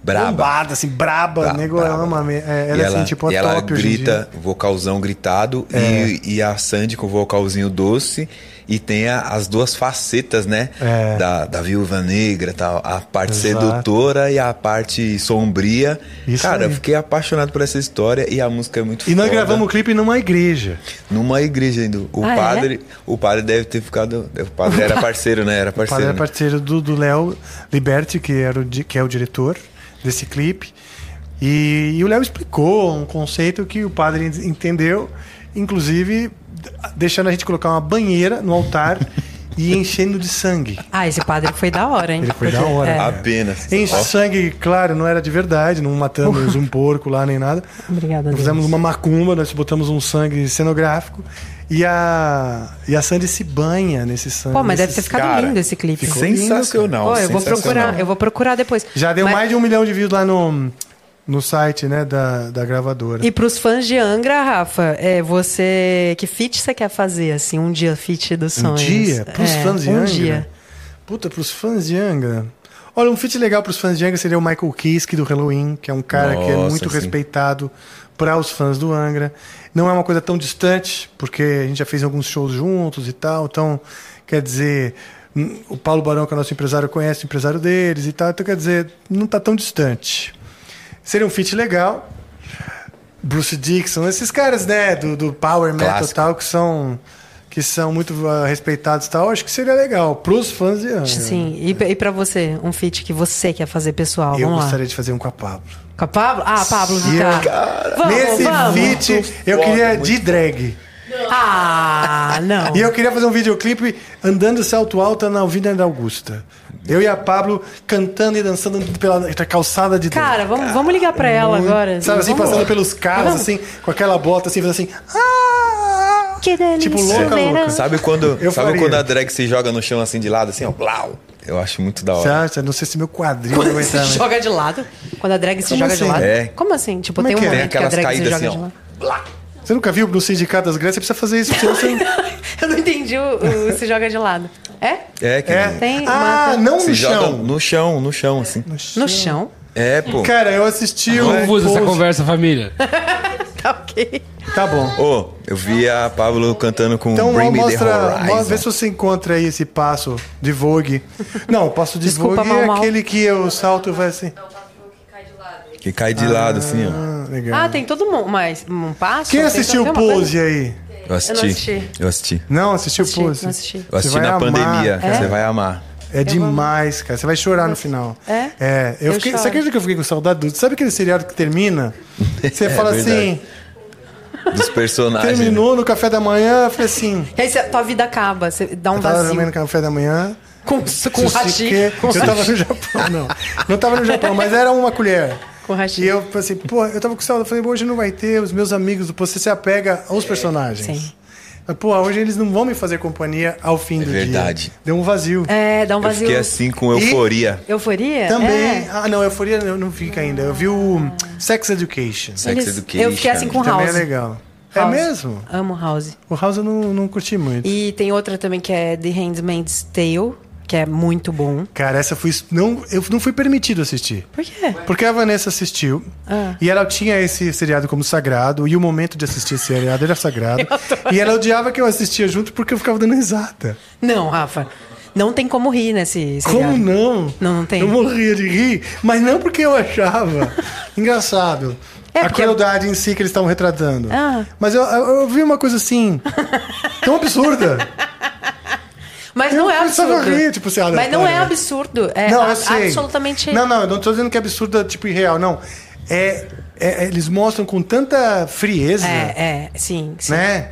S4: Braba.
S1: Bombada, assim, braba.
S4: Bra-
S1: nego
S4: braba.
S1: ama. me- é, ela,
S4: e
S1: é assim, tipo, a
S4: e ela
S1: top hoje em dia. É.
S4: grita, vocalzão gritado, e, e a Sandy com vocalzinho doce, e tem a- as duas facetas, né?
S1: É.
S4: Da, da viúva negra e tal. A parte
S1: Exato.
S4: sedutora e a parte sombria.
S1: Isso aí.
S4: Cara, eu fiquei apaixonado por essa história e a música é muito
S1: E nós
S4: foda.
S1: gravamos o clipe numa igreja.
S4: Numa igreja ainda. O
S3: Ah, é?
S4: padre. O padre deve ter ficado. O padre era parceiro, né? Era
S1: O padre
S4: parceiro.
S1: era
S4: né?
S1: é parceiro do do Léo Liberti, que, era o, di- que é o diretor desse clipe. E, e o Léo explicou um conceito que o padre en- entendeu, inclusive d- deixando a gente colocar uma banheira no altar e enchendo de sangue.
S3: Ah, esse padre foi da hora, hein?
S1: Ele foi da hora,
S3: É.
S1: cara.
S4: Apenas.
S1: Em
S4: Ó,
S1: sangue, claro, não era de verdade, não matamos um porco lá nem nada.
S3: Obrigada,
S1: Nós
S3: Deus.
S1: Fizemos uma macumba, nós botamos um sangue cenográfico e a, e a Sandy se banha nesse sangue.
S3: Pô, mas deve ter
S1: nesses-
S3: ficado
S4: cara,
S3: lindo esse clipe.
S1: ficou
S4: Sensacional.
S3: Pô, eu vou
S4: sensacional.
S3: procurar, eu vou procurar depois.
S1: Já deu
S3: Mas-
S1: mais de um milhão de views lá no, no site né, da, da gravadora.
S3: E pros fãs de Angra, Rafa, é você. Que feat você quer fazer, assim? Um dia feat dos
S1: um
S3: sonhos.
S1: dia, pros
S3: É,
S1: fãs de
S3: um
S1: Angra.
S3: dia.
S1: Puta, pros fãs de Angra. Olha, um feat legal pros fãs de Angra seria o Michael Kiske do Halloween, que é um cara que é
S4: Nossa,
S1: muito
S4: sim.
S1: respeitado para os fãs do Angra. Não é uma coisa tão distante, porque a gente já fez alguns shows juntos e tal, então quer dizer, hum, o Paulo Barão, que é nosso empresário, conhece o empresário deles e tal, então quer dizer, não tá tão distante. Seria um feat legal. Bruce Dixon, esses caras, né, do, do Power Metal e
S4: Clássico.
S1: tal, que são que são muito ah, respeitados e tal, acho que seria legal pros fãs de Angra.
S3: Sim. E, e pra você, um feat que você quer fazer, pessoal?
S1: Eu
S3: Vamos lá.
S1: gostaria de fazer um com a Pablo.
S3: Com a Pablo? Ah, Pablo Vittar. Vamos,
S1: Nesse
S3: vamos.
S1: feat, eu queria de drag.
S3: Ah, não.
S1: E eu queria fazer um videoclipe andando salto alto na Avenida da Augusta. Eu e a Pablo cantando e dançando pela calçada de drag.
S3: Cara, vamos, vamos ligar pra ela agora.
S1: é Sabe assim,
S3: Vamos.
S1: passando pelos carros, assim, com aquela bota, assim, fazendo assim. Ah!
S8: Que delícia.
S1: Tipo, louca, louca.
S4: Sabe quando,
S1: Eu
S4: sabe
S1: faria.
S4: quando a drag se joga no chão assim de lado, assim, ó, blau? Eu acho muito da
S1: Você
S4: hora.
S1: acha? Não sei se meu quadril vai
S3: Se
S1: aguentar, né?
S3: joga de lado. Quando a drag se
S1: Como
S3: joga de
S1: assim?
S3: lado.
S4: É.
S3: Como assim? Tipo,
S1: Como é
S3: tem um
S1: que é?
S3: momento que a
S4: Aquelas
S3: drag se
S4: caídas
S3: joga
S4: assim,
S3: de
S4: ó.
S3: lado.
S1: Você nunca viu no Sindicato das Grécias? Você precisa fazer isso, senão você não-
S3: Eu não entendi o, o se joga de lado. É?
S4: É, que
S1: É.
S3: Tem
S1: ah,
S3: uma-
S1: não
S4: se
S1: no
S4: joga
S1: chão.
S4: no chão, no chão, assim.
S3: No chão?
S4: É, pô.
S1: Cara, eu assisti o.
S5: Não usa essa
S1: post-
S5: conversa, família.
S3: Tá ok.
S1: Tá bom.
S4: Ô, eu vi a Pablo cantando com
S1: Então
S4: Bring
S1: ó,
S4: Me
S1: mostra,
S4: The
S1: mo- vê se
S4: Horizon.
S1: você encontra aí esse passo de vogue. Não, o passo de
S3: Desculpa,
S1: vogue é
S3: Mau Mau.
S1: aquele que eu salto e vai assim.
S4: Que cai de lado, assim, ó.
S1: Ah, legal.
S3: Ah, tem todo mundo. Mas um passo?
S1: Quem
S3: Tem
S1: assistiu o
S3: toda uma
S1: Pose aí?
S4: Eu assisti.
S3: assisti.
S4: Eu assisti.
S1: Não, assistiu o
S3: Assisti, não
S1: Pose?
S3: assisti.
S4: Eu assisti
S1: vai
S4: na
S1: amar.
S4: pandemia.
S1: É?
S4: Você vai amar.
S1: É demais, cara. Você vai chorar no final.
S3: É?
S1: É. Eu
S3: Eu
S1: fiquei,
S3: choro.
S1: você acredita que eu fiquei com saudade do. Sabe aquele seriado que termina? Você
S4: É
S1: fala assim,
S4: verdade. Dos personagens.
S1: terminou no café da manhã, eu falei assim.
S3: E aí cê- tua vida acaba, você dá um
S1: Eu tava
S3: vazio.
S1: comendo café da manhã.
S3: Com, com
S1: sushi,
S3: hashi.
S1: porque
S3: Com
S1: eu tava no Japão, não. Não tava no Japão, mas era uma colher.
S3: Com hashi.
S1: E eu falei assim, pô, eu tava com saudade. Eu falei, hoje não vai ter, os meus amigos, você se apega aos personagens.
S3: É, Sim.
S1: Mas, Pô, hoje eles não vão me fazer companhia ao fim do
S4: verdade.
S1: dia. Deu um vazio.
S3: É, dá um
S4: Eu
S3: vazio.
S4: fiquei assim com euforia.
S3: Euforia?
S1: Também.
S3: É.
S1: Ah, não, Euforia eu não fica ainda. Eu vi o Sex Education.
S4: Sex
S3: Eles-
S4: Education.
S3: Eu fiquei assim com
S1: Também
S3: House.
S1: é legal. É
S3: House.
S1: mesmo?
S3: Amo House.
S1: O House eu não, não curti muito.
S3: E tem outra também que é The Handmaid's Tale, que é muito bom.
S1: Cara, essa fui. Não, eu não fui permitido assistir.
S3: Por quê?
S1: Porque a Vanessa assistiu
S3: Ah.
S1: e ela tinha esse seriado como sagrado, e o momento de assistir esse seriado era sagrado. e ela odiava que eu assistia junto porque eu ficava dando risada.
S3: Não, Rafa. Não tem como rir nesse seriado.
S1: Como não?
S3: Não, não tem.
S1: Eu morria de rir, mas não porque eu achava. Engraçado.
S3: É,
S1: a
S3: porque-
S1: crueldade em si que eles estavam retratando.
S3: Ah.
S1: Mas eu, eu- eu vi uma coisa assim. tão absurda.
S3: Mas não é
S1: Eu precisava
S3: absurdo.
S1: rir, tipo, assim, olha,
S3: Mas não é
S1: olha.
S3: absurdo. É
S1: não,
S3: a-
S1: eu sei.
S3: absolutamente.
S1: Não, não, eu não tô dizendo que é absurda, tipo, irreal, não. É, é- eles mostram com tanta frieza,
S3: É, é, sim. sim.
S1: né?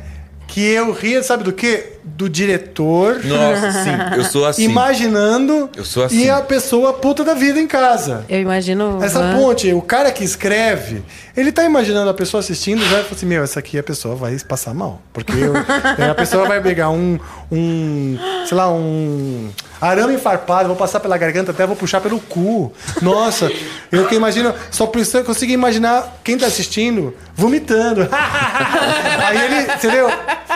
S1: Que eu ria, sabe do quê? Do diretor.
S4: Nossa, sim. Eu sou assim.
S1: Imaginando
S4: Eu sou assim.
S1: e a pessoa puta da vida em casa.
S3: Eu imagino.
S1: Essa
S3: Van-
S1: ponte, o cara que escreve, ele tá imaginando a pessoa assistindo e vai falar assim: Meu, essa aqui a pessoa vai passar mal. Porque eu- é, a pessoa vai pegar um, um, sei lá, um arame farpado, vou passar pela garganta até vou puxar pelo cu. Nossa, eu que imagino, só preciso eu consigo imaginar quem tá assistindo vomitando. Aí ele, entendeu?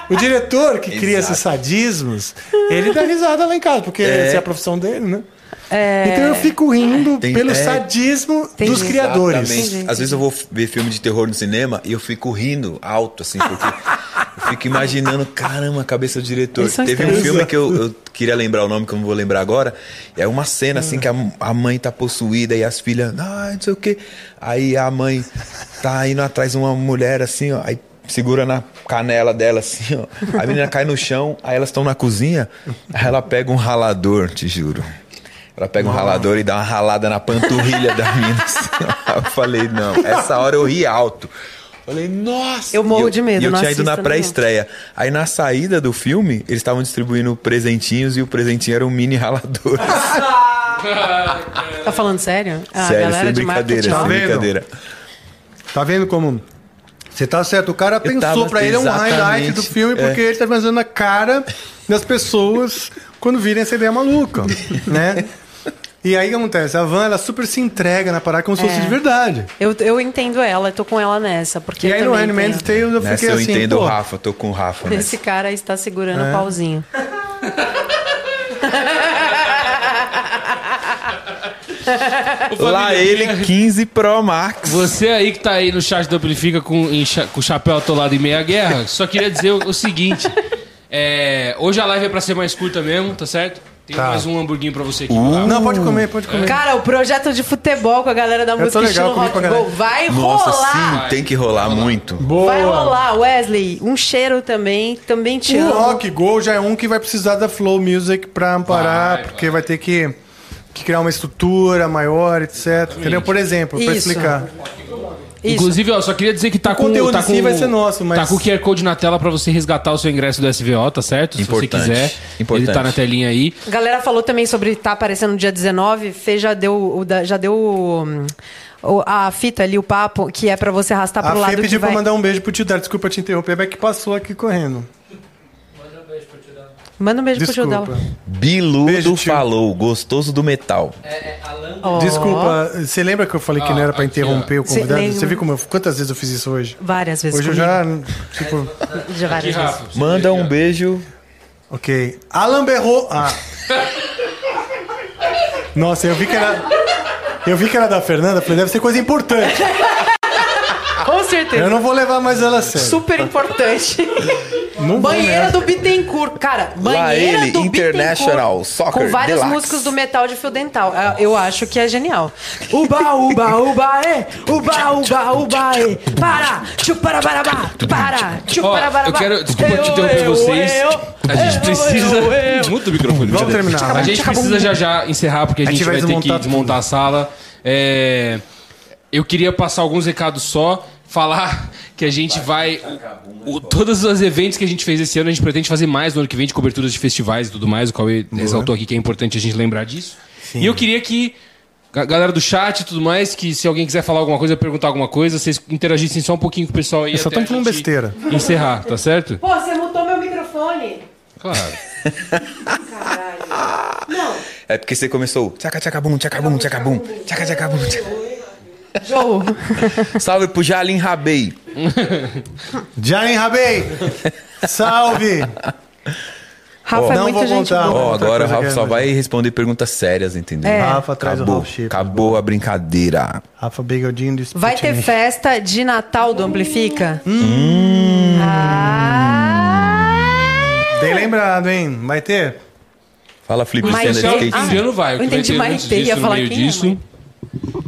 S1: O diretor que cria
S4: Exato.
S1: esses sadismos, ele dá risada lá em casa, porque
S4: É.
S1: essa é a profissão dele, né?
S3: É.
S1: Então eu fico rindo
S4: Tem-
S1: pelo
S4: é.
S1: sadismo dos
S3: Entendi.
S1: criadores.
S4: Exatamente. Às vezes eu vou ver filme de terror no cinema e eu fico rindo alto, assim, porque eu fico imaginando, caramba, a cabeça do diretor.
S3: Eles são
S4: Teve um
S3: estranhos.
S4: filme que eu, eu queria lembrar o nome, que eu não vou lembrar agora. É uma cena, assim, que a, a mãe tá possuída e as filhas, ah, não sei o quê. Aí a mãe tá indo atrás de uma mulher, assim, ó, aí segura na canela dela, assim, ó. A menina cai no chão, aí elas estão na cozinha, aí ela pega um ralador, te juro. Ela pega um ralador e dá uma ralada na panturrilha da mina. assim, ó. Eu falei, não, essa hora eu ri alto. Falei, nossa!
S3: Eu morro
S4: E
S3: de medo,
S4: E eu
S3: não
S4: tinha ido
S3: assisto,
S4: na
S3: não.
S4: pré-estreia. Aí na saída do filme, eles estavam distribuindo presentinhos e o presentinho era um mini ralador.
S3: Ah, Tá falando sério? Ah,
S4: Sério,
S3: galera
S4: sem
S3: de
S4: brincadeira,
S3: marketing.
S4: assim. sem
S1: Tá vendo?
S4: brincadeira.
S1: Tá vendo como. Você tá certo, o cara pensou
S4: tava-
S1: pra ele é um highlight
S4: exatamente,
S1: do filme porque
S4: é.
S1: ele tá fazendo a cara das pessoas quando virem essa ideia maluca, né? E aí o que acontece? A Van, ela super se entrega na parada como se
S3: É.
S1: fosse de verdade.
S3: Eu, eu entendo ela, eu tô com ela nessa. Porque
S1: e
S3: eu
S1: aí no
S3: também
S1: Handmaid's
S3: tenho-
S1: Tale eu
S4: Nessa
S1: fiquei
S4: eu
S1: assim,
S4: entendo o
S1: pô,
S4: Rafa, tô com o Rafa, né?
S3: Esse cara está segurando
S1: É.
S3: o pauzinho.
S4: Lá
S1: é
S4: ele, 15 Pro Max.
S5: Você aí que tá aí no chat do Amplifica com, em cha- com o chapéu atolado em meia guerra, só queria dizer o, o seguinte. é, hoje a live é pra ser mais curta mesmo, tá certo? Tem
S1: Tá.
S5: mais um hamburguinho pra você aqui.
S1: Não, pode comer, pode comer.
S3: Cara, o projeto de futebol com a galera da música
S1: legal,
S3: estilo
S1: comi
S3: rock
S1: com a
S3: and
S1: galera.
S3: roll vai
S4: Nossa,
S3: rolar.
S4: sim, tem que rolar muito.
S3: Vai rolar, Wesley. Um cheiro também. Também te
S1: O
S3: amo.
S1: Rock Go já é um que vai precisar da Flow Music pra amparar,
S5: Vai, vai.
S1: porque vai, ter que, que criar uma estrutura maior, etc. Entendeu? Por exemplo, pra
S3: Isso.
S1: explicar.
S3: Isso.
S5: Inclusive, ó, só queria dizer que tá com
S1: conteúdo
S5: tá
S1: em si
S5: com-
S1: vai ser nosso, mas-
S5: Tá com o QR Code na tela pra você resgatar o seu ingresso do SVO, tá certo?
S4: Importante,
S5: Se você quiser.
S4: importante.
S5: Ele tá na telinha aí.
S3: A galera falou também sobre tá aparecendo no dia 19. Fê já deu, o da- já deu hum, o- a fita ali, o papo, que é pra você arrastar pro
S1: A
S3: lado
S1: Fê
S3: que
S1: pediu
S3: vai...
S1: pra mandar um beijo pro tio Dar. Desculpa te interromper, mas é que passou aqui correndo.
S3: Manda um beijo pro
S1: Desculpa.
S3: tio dela.
S4: Biludo
S1: Beijo, tio.
S4: falou, gostoso do metal.
S3: Ó.
S1: Desculpa, você lembra que eu falei que não era pra
S5: aqui,
S1: interromper o
S3: Cê
S1: convidado?
S3: lembra?
S1: Você viu como eu- quantas vezes eu fiz isso hoje?
S3: Oh, Várias vezes
S1: Hoje eu
S3: comigo.
S1: já. Tipo,
S3: Já várias vezes.
S5: Rafa, você
S4: Manda
S5: vê aqui,
S4: um
S5: ó.
S4: beijo
S1: Ok. Alan Berro. Ah. Nossa, eu vi que era. Eu vi que era da Fernanda, falei, deve ser coisa importante.
S3: Com certeza.
S1: Eu não vou levar mais ela a sério.
S3: Super importante.
S1: Não vou né?
S3: banheira
S1: nessa.
S3: do Bittencourt. Cara,
S7: Um né? Lá
S3: banheira
S7: ele,
S3: do
S7: International
S3: Bittencourt.
S7: Soccer
S3: Com vários
S7: Deluxe.
S3: músicos do metal de fio dental. Ah, Eu acho que é genial. Uba, uba, uba, é. Uba, uba, uba, é. Para, chupara, barabá. Para, chupara,
S5: Ó,
S3: barabá.
S5: eu quero. Desculpa te interromper
S3: Eu, eu,
S5: vocês.
S3: eu,
S5: A gente
S3: eu,
S5: precisa.
S3: eu, eu.
S5: Muda o microfone.
S1: É, Vamos
S5: brincadeira.
S1: terminar,
S5: A
S1: vai.
S5: gente precisa já já encerrar, porque a
S1: A
S5: gente
S1: gente
S5: vai
S1: vai
S5: ter que
S1: desmontar
S5: desmontar a sala. É, Eu queria passar alguns recados só. Falar que a gente vai. o- todos os eventos que a gente fez esse ano, a gente pretende fazer mais no ano que vem, de coberturas de festivais e tudo mais. O Cauê ressaltou aqui que é importante a gente lembrar disso. E eu queria que. A galera do chat e tudo mais, que se alguém quiser falar alguma coisa, perguntar alguma coisa, vocês interagissem só um pouquinho com o pessoal aí.
S1: Eu só
S5: até
S1: tô
S5: a
S1: falando
S5: gente
S1: besteira.
S5: Encerrar, tá certo?
S2: Pô, você mutou meu microfone.
S5: Claro.
S4: É porque você começou. Tchaca, tchaca, bum, tchaca, bum, tchaca, bum. Tchaca, tchaca, bum. tchaca.
S3: Joe,
S4: Salve pro Jalim Rabei.
S1: Jaren Rabei! Salve!
S3: Rafa é
S1: Não
S3: muito
S1: vou
S3: gente
S1: contar.
S3: boa.
S4: Ó,
S1: outra
S4: agora
S1: coisa
S4: o
S1: que eu
S4: Rafa só
S1: ia
S4: vai responder perguntas sérias, entendeu?
S3: É.
S1: Rafa traz o
S4: acabou,
S1: Rafa Chip.
S4: acabou a brincadeira.
S1: Rafa Bigodinho do
S3: Vai ter
S1: Sputnik.
S3: festa de Natal do Amplifica?
S1: Bem lembrado, hein? Vai ter?
S4: Fala, Flip,
S3: Mas
S4: você anda de
S3: eu-
S4: skate.
S5: Marcelo
S3: ah,
S5: Cristiano vai. o que
S3: eu entendi,
S5: vai
S3: mas
S5: ter antes
S3: ia
S5: disso, no
S3: falar
S5: meio
S3: quem é,
S5: disso.
S3: mãe.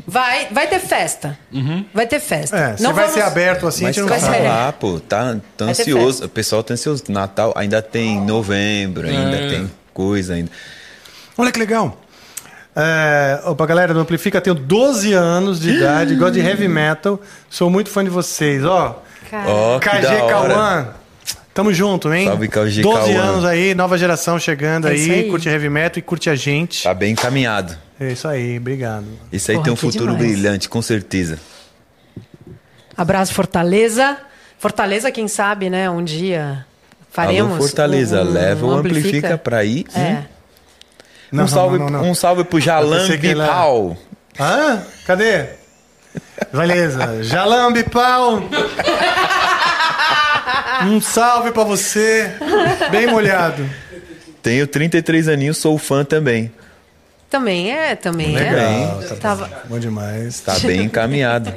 S3: Vai, vai ter festa.
S4: Uhum.
S3: Vai ter festa.
S1: É, se vai ser aberto assim, a
S4: Mas
S1: gente não
S3: vai
S1: sabe.
S3: ser-
S4: calma lá, pô. Tá, tá
S3: Vai ter
S4: ansioso.
S3: festa. Ah.
S4: O pessoal tá ansioso. Natal ainda tem novembro, ainda
S5: É.
S4: tem coisa ainda.
S1: Olha que legal. É, opa, galera do Amplifica, tenho 12 anos de idade, gosto de heavy metal, sou muito fã de vocês, ó.
S3: Ah.
S4: Ó, que da
S1: KG
S4: hora.
S1: Kawan, tamo junto, hein?
S4: Salve, KG
S1: 12
S4: Kawan.
S1: anos aí, nova geração chegando
S3: É
S1: aí,
S3: isso aí.
S1: curte heavy metal e curte a gente.
S4: Tá bem encaminhado.
S1: É isso aí, obrigado.
S4: Isso aí
S3: Porra,
S4: tem um
S3: que
S4: futuro
S3: demais.
S4: brilhante, com certeza.
S3: Abraço Fortaleza. Fortaleza, quem sabe, né? Um dia faremos.
S4: Alô, Fortaleza,
S3: um- um
S4: leva o Amplifica pra Hum? ir.
S3: É.
S1: Não,
S4: um, salve,
S1: não, não, não.
S4: um salve pro
S1: Eu
S4: Jalan
S1: pensei que ele era-
S4: Bipal.
S1: Hã? Cadê? Beleza. Jalambe pau. Um salve pra você. Bem molhado.
S4: Tenho 33 aninhos, sou fã também.
S3: Também é, também
S1: Legal,
S3: é.
S1: tá bom.
S3: Tava...
S1: Bom demais.
S4: Tá bem encaminhado.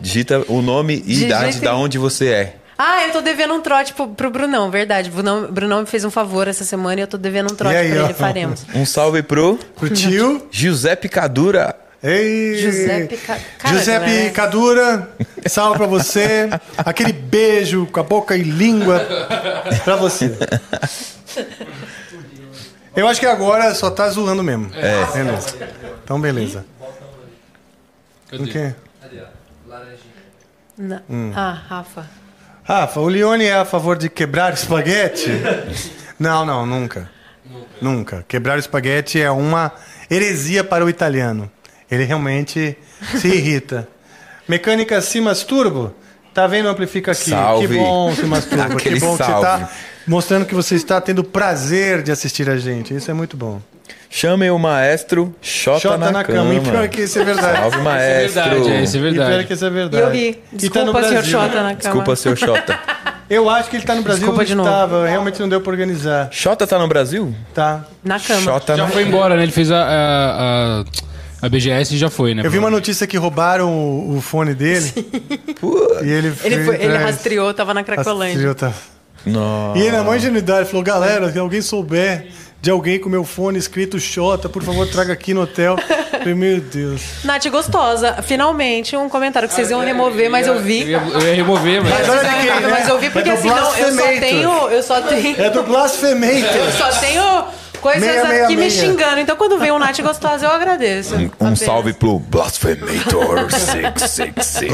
S4: Digita o nome e
S3: Digita
S4: idade
S3: e-
S4: da onde você é.
S3: Ah, eu tô devendo um trote pro, pro Brunão, verdade. O Brunão, Brunão me fez um favor essa semana e eu tô devendo um trote
S1: E aí,
S3: pra
S1: ó.
S3: ele, faremos.
S4: Um salve pro
S1: Curtiu?
S4: José Picadura.
S1: Ei.
S3: Giuseppe Ca- Cara, é
S1: Giuseppe
S3: galera.
S1: Cadura, salve pra você. Aquele beijo com a boca e língua pra você. Eu acho que agora só tá zoando mesmo. É. Beleza. Então, beleza. O
S5: Cadê?
S1: quê?
S3: Na-
S1: Hum.
S3: Ah, Rafa.
S1: Rafa, o Leone é a favor de quebrar espaguete? não, não, nunca. Nunca. Quebrar espaguete é uma heresia para o italiano. Ele realmente se irrita. Mecânica se masturbo? Tá vendo? Amplifica aqui.
S4: Salve.
S1: Que bom se masturbo. que
S4: Aquele
S1: bom que você
S4: salve.
S1: tá mostrando que você está tendo prazer de assistir a gente. Isso é muito bom.
S4: Chamem o maestro Xota,
S1: Xota
S4: na, cama.
S1: E pior que isso é verdade.
S4: Salve, maestro.
S5: verdade, é isso, é
S1: E pior
S5: verdade.
S1: que isso é
S3: E eu
S1: verdade.
S3: ri.
S1: E tá no
S3: Desculpa, senhor
S1: Brasil.
S3: Xota, na cama.
S4: Desculpa, seu Xota.
S1: Eu acho que ele tá no Brasil.
S3: Desculpa de novo.
S1: Estava, realmente não deu pra organizar.
S4: Xota tá no Brasil?
S1: Tá.
S3: Na cama.
S4: Xota
S5: Já
S4: na...
S5: foi embora, né? Ele fez a, a, a, a BGS e já foi, né?
S1: Eu vi uma notícia que roubaram o, o fone dele. E ele
S3: Ele,
S1: fez-
S3: foi, ele
S1: é,
S3: rastreou, tava na Cracolândia.
S1: rastreou, tá.
S4: Nossa.
S1: E ele, na maior ingenuidade, falou: galera, se alguém souber de alguém com meu fone escrito Xota, por favor, traga aqui no hotel. Eu falei, meu Deus.
S3: Nath Gostosa, finalmente um comentário que vocês iam remover, mas eu
S5: Eu
S3: vi.
S5: ia, eu ia remover,
S1: Mas
S5: mas.
S1: olha de quem, né?
S3: Mas eu vi porque
S1: é do
S3: assim, não, eu só
S1: Blasfemator.
S3: tenho. Eu só tenho.
S1: É do
S3: Eu
S1: Blasfemator.
S3: só tenho coisas
S1: Meia,
S3: aqui
S1: meia,
S3: me
S1: meia.
S3: xingando. Então quando vem um Nath Gostosa, eu agradeço.
S4: Um, um
S3: Apenas.
S4: salve pro Blasphemator 666.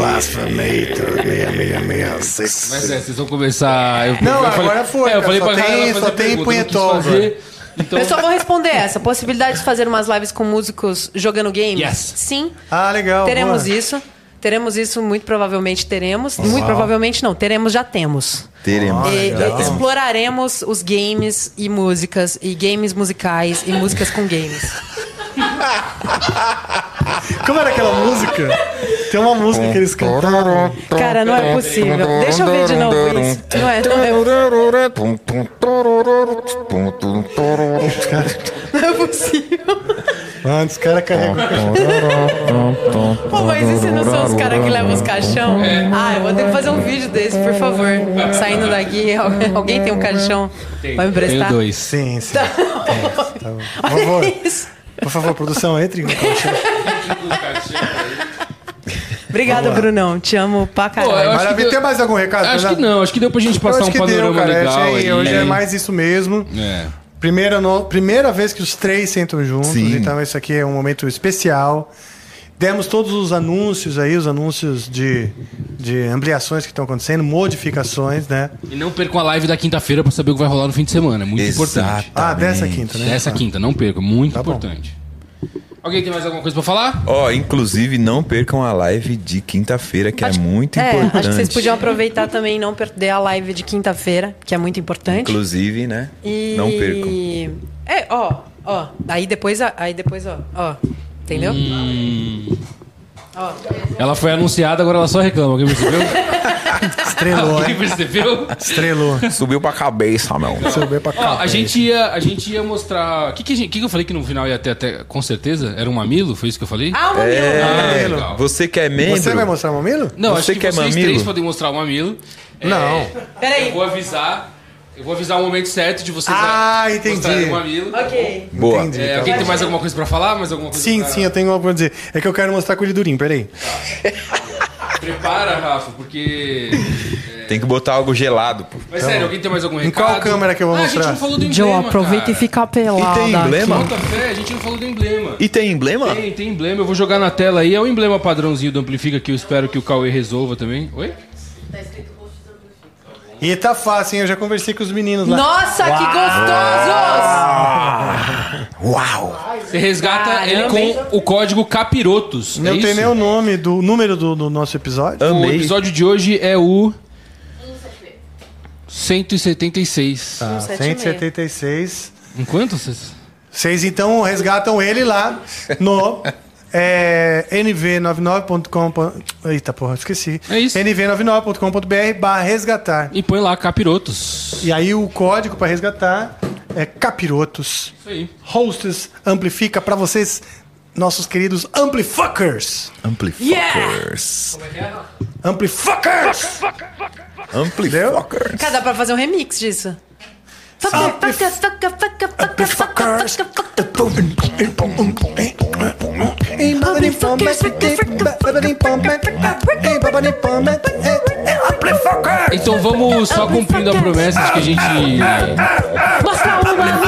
S5: Mas é, vocês vão começar. Eu,
S1: Não,
S5: eu falei-
S1: agora foi,
S5: é,
S1: cara,
S5: eu falei
S1: só
S5: pra
S1: tem-
S5: galera fazer
S1: só tem
S5: pergunta, não quis
S1: punhetol,
S5: fazer,
S1: velho.
S5: Então,
S3: Eu só vou responder essa. Possibilidade de fazer umas lives com músicos jogando games?
S5: Yes.
S3: Sim.
S1: Ah, legal.
S3: Teremos
S1: boa.
S3: isso. Teremos isso, muito provavelmente teremos. Muito provavelmente não, teremos, já temos.
S4: Teremos.
S3: E- e
S4: já temos.
S3: exploraremos os games e músicas, e games musicais, e músicas com games.
S1: Como era aquela música? Tem uma música que eles cantaram.
S3: Cara, não é possível. Deixa eu ver de novo isso. Não é, não é, não é possível.
S1: Mano, os caras carregam.
S3: Pô, mas e se não são os caras que levam os caixão? Ah, eu vou ter que fazer um vídeo desse, por favor. Saindo daqui, al- alguém tem um caixão? Vai me
S5: Tenho
S3: emprestar?
S5: dois.
S1: Sim, sim. Por favor.
S3: Olha isso.
S1: Por favor, produção, entre. em contato.
S3: Obrigada, Brunão. Te amo pra
S5: Pô, eu
S3: caralho.
S5: acho que
S1: Maravilha.
S5: deu-
S1: Tem mais algum recado?
S5: Acho
S1: Renato?
S5: que não, acho que deu pra gente
S1: Tá, Eu
S5: passar
S1: acho
S5: um
S1: que deu,
S5: panorama
S1: cara.
S5: legal.
S1: Achei-
S5: aí.
S1: Hoje é mais isso mesmo.
S5: É.
S1: Primeira, no- primeira vez que os três sentam juntos,
S4: Sim.
S1: então isso aqui é um momento especial. Demos todos os anúncios aí, os anúncios de, de ampliações que estão acontecendo, modificações, né?
S5: E não percam a live da quinta-feira pra saber o que vai rolar no fim de semana. É muito importante.
S1: Ah, dessa quinta, né? Tá
S5: Dessa quinta, não percam. Muito
S1: bom.
S5: importante. Alguém tem mais alguma coisa pra falar?
S4: Ó, inclusive não percam a live de quinta-feira, que é muito
S3: é,
S4: importante.
S3: acho que vocês podiam aproveitar também e não perder a live de quinta-feira, que é muito importante.
S4: Inclusive, né?
S3: E...
S4: Não percam.
S3: É, ó, ó. Aí depois, a- aí depois, ó, ó. Entendeu?
S4: Hum.
S3: Ó.
S5: Ela foi anunciada, agora ela só reclama. Alguém percebeu?
S1: Estrelou,
S5: Alguém
S1: hein?
S5: percebeu?
S1: Estrelou.
S4: Subiu pra cabeça, meu.
S1: Subiu pra
S5: Ó,
S1: cá.
S5: a gente ia, a gente ia mostrar. O que, que, a gente- que que eu falei que no final ia ter até, com certeza? Era um mamilo? Foi isso que eu falei?
S3: Ah, o mamilo.
S4: É,
S5: legal.
S4: você que é membro.
S1: Você vai mostrar o mamilo?
S5: não,
S4: você
S5: acho que,
S4: que é
S5: vocês
S4: mamilo?
S5: três podem mostrar o mamilo. É,
S1: Não.
S5: Eu
S3: Peraí.
S5: vou avisar. Eu vou avisar o momento certo de vocês
S1: Ah,
S5: a-
S1: entendi. Tá
S5: mostrarem o mamilo.
S3: Ok.
S4: Boa.
S1: Entendi.
S5: É, alguém tem mais alguma coisa pra falar? Mais alguma coisa
S1: Sim,
S5: pra-
S1: sim, eu tenho algo pra dizer. É que eu quero mostrar com ele durinho, peraí.
S5: Prepara, Rafa, porque.
S4: Tem que botar algo gelado, pô.
S5: Mas sério, alguém tem mais algum
S1: Então, qual
S5: recado?
S1: câmera que eu vou
S5: ah, A
S1: mostrar?
S5: gente não falou do
S3: Joe,
S5: emblema.
S3: aproveita
S5: cara.
S3: e fica pelada.
S4: E tem emblema?
S5: Bota fé, a gente não falou do emblema.
S4: E tem emblema?
S5: Tem, tem emblema, eu vou jogar na tela aí. É o emblema padrãozinho do Amplifica que eu espero que o Cauê resolva também. Oi?
S1: E tá fácil, hein? Eu já conversei com os meninos lá.
S3: Nossa, que gostosos!
S4: Uau!
S5: Você resgata
S3: Caramba,
S5: ele
S3: hein?
S5: com o código Capirotos.
S1: Não
S5: é
S1: tem
S5: isso?
S1: nem o nome do número do, do nosso episódio.
S5: O
S4: Amei.
S5: episódio de hoje é o. 176.
S1: Tá, 176.
S5: Enquanto vocês.
S1: Vocês então resgatam ele lá no é, nv99.com. Eita porra, esqueci.
S5: É isso.
S1: nv99.com.br barra resgatar.
S5: E põe lá Capirotos.
S1: E aí o código para resgatar é capirotos.
S5: Isso aí.
S1: Hosts amplifica para vocês, nossos queridos amplifuckers.
S4: Amplifuckers.
S1: Amplifuckers!
S4: Amplifuckers.
S3: Cara, dá pra fazer um remix disso.
S1: Amplifuckers!
S5: Então vamos só cumprindo a promessa de que a gente.
S3: Ah, Mostra uma!
S5: Mostrar um amigo.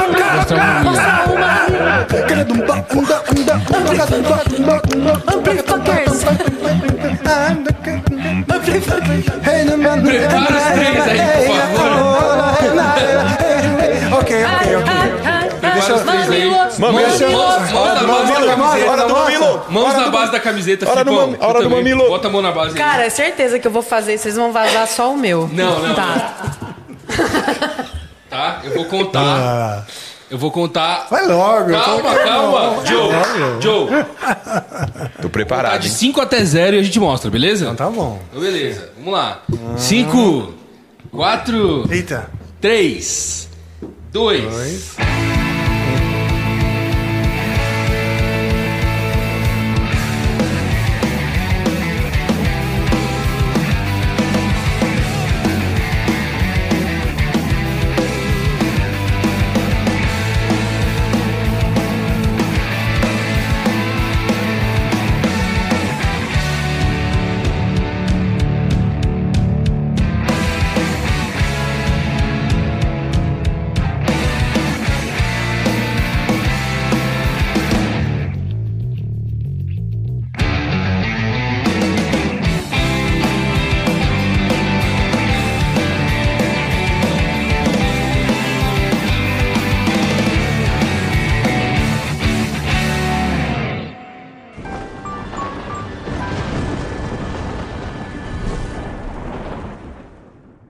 S3: Mostra uma! Amplifuckers!
S5: Prepara os três aí, por favor.
S1: Ok, ok, ok.
S3: ah,
S5: Prepara os três aí. Mãos, mãos,
S1: Deixa eu-
S5: mãos na base
S1: Mamilo,
S5: da camiseta.
S1: hora do mamilo.
S5: Mãos na base da camiseta,
S4: Hora do
S5: Filipão.
S4: mami- hora
S5: Tu
S4: do
S5: também.
S4: mamilo.
S5: Bota a mão na base aí.
S3: Cara, é certeza que eu vou fazer, vocês vão vazar só o meu.
S5: Não, não.
S3: Tá.
S5: Tá? Eu vou contar.
S1: Ah,
S5: Eu vou contar.
S1: Vai logo.
S5: Calma, calma. Joe, Joe.
S4: Tô
S5: Tá
S4: preparado.
S5: de
S4: hein?
S5: 5 até 0 e a gente mostra, beleza?
S1: Tá bom.
S5: Então, beleza, vamos lá. 5, 4,
S1: Eita.
S5: 3, 2, 1.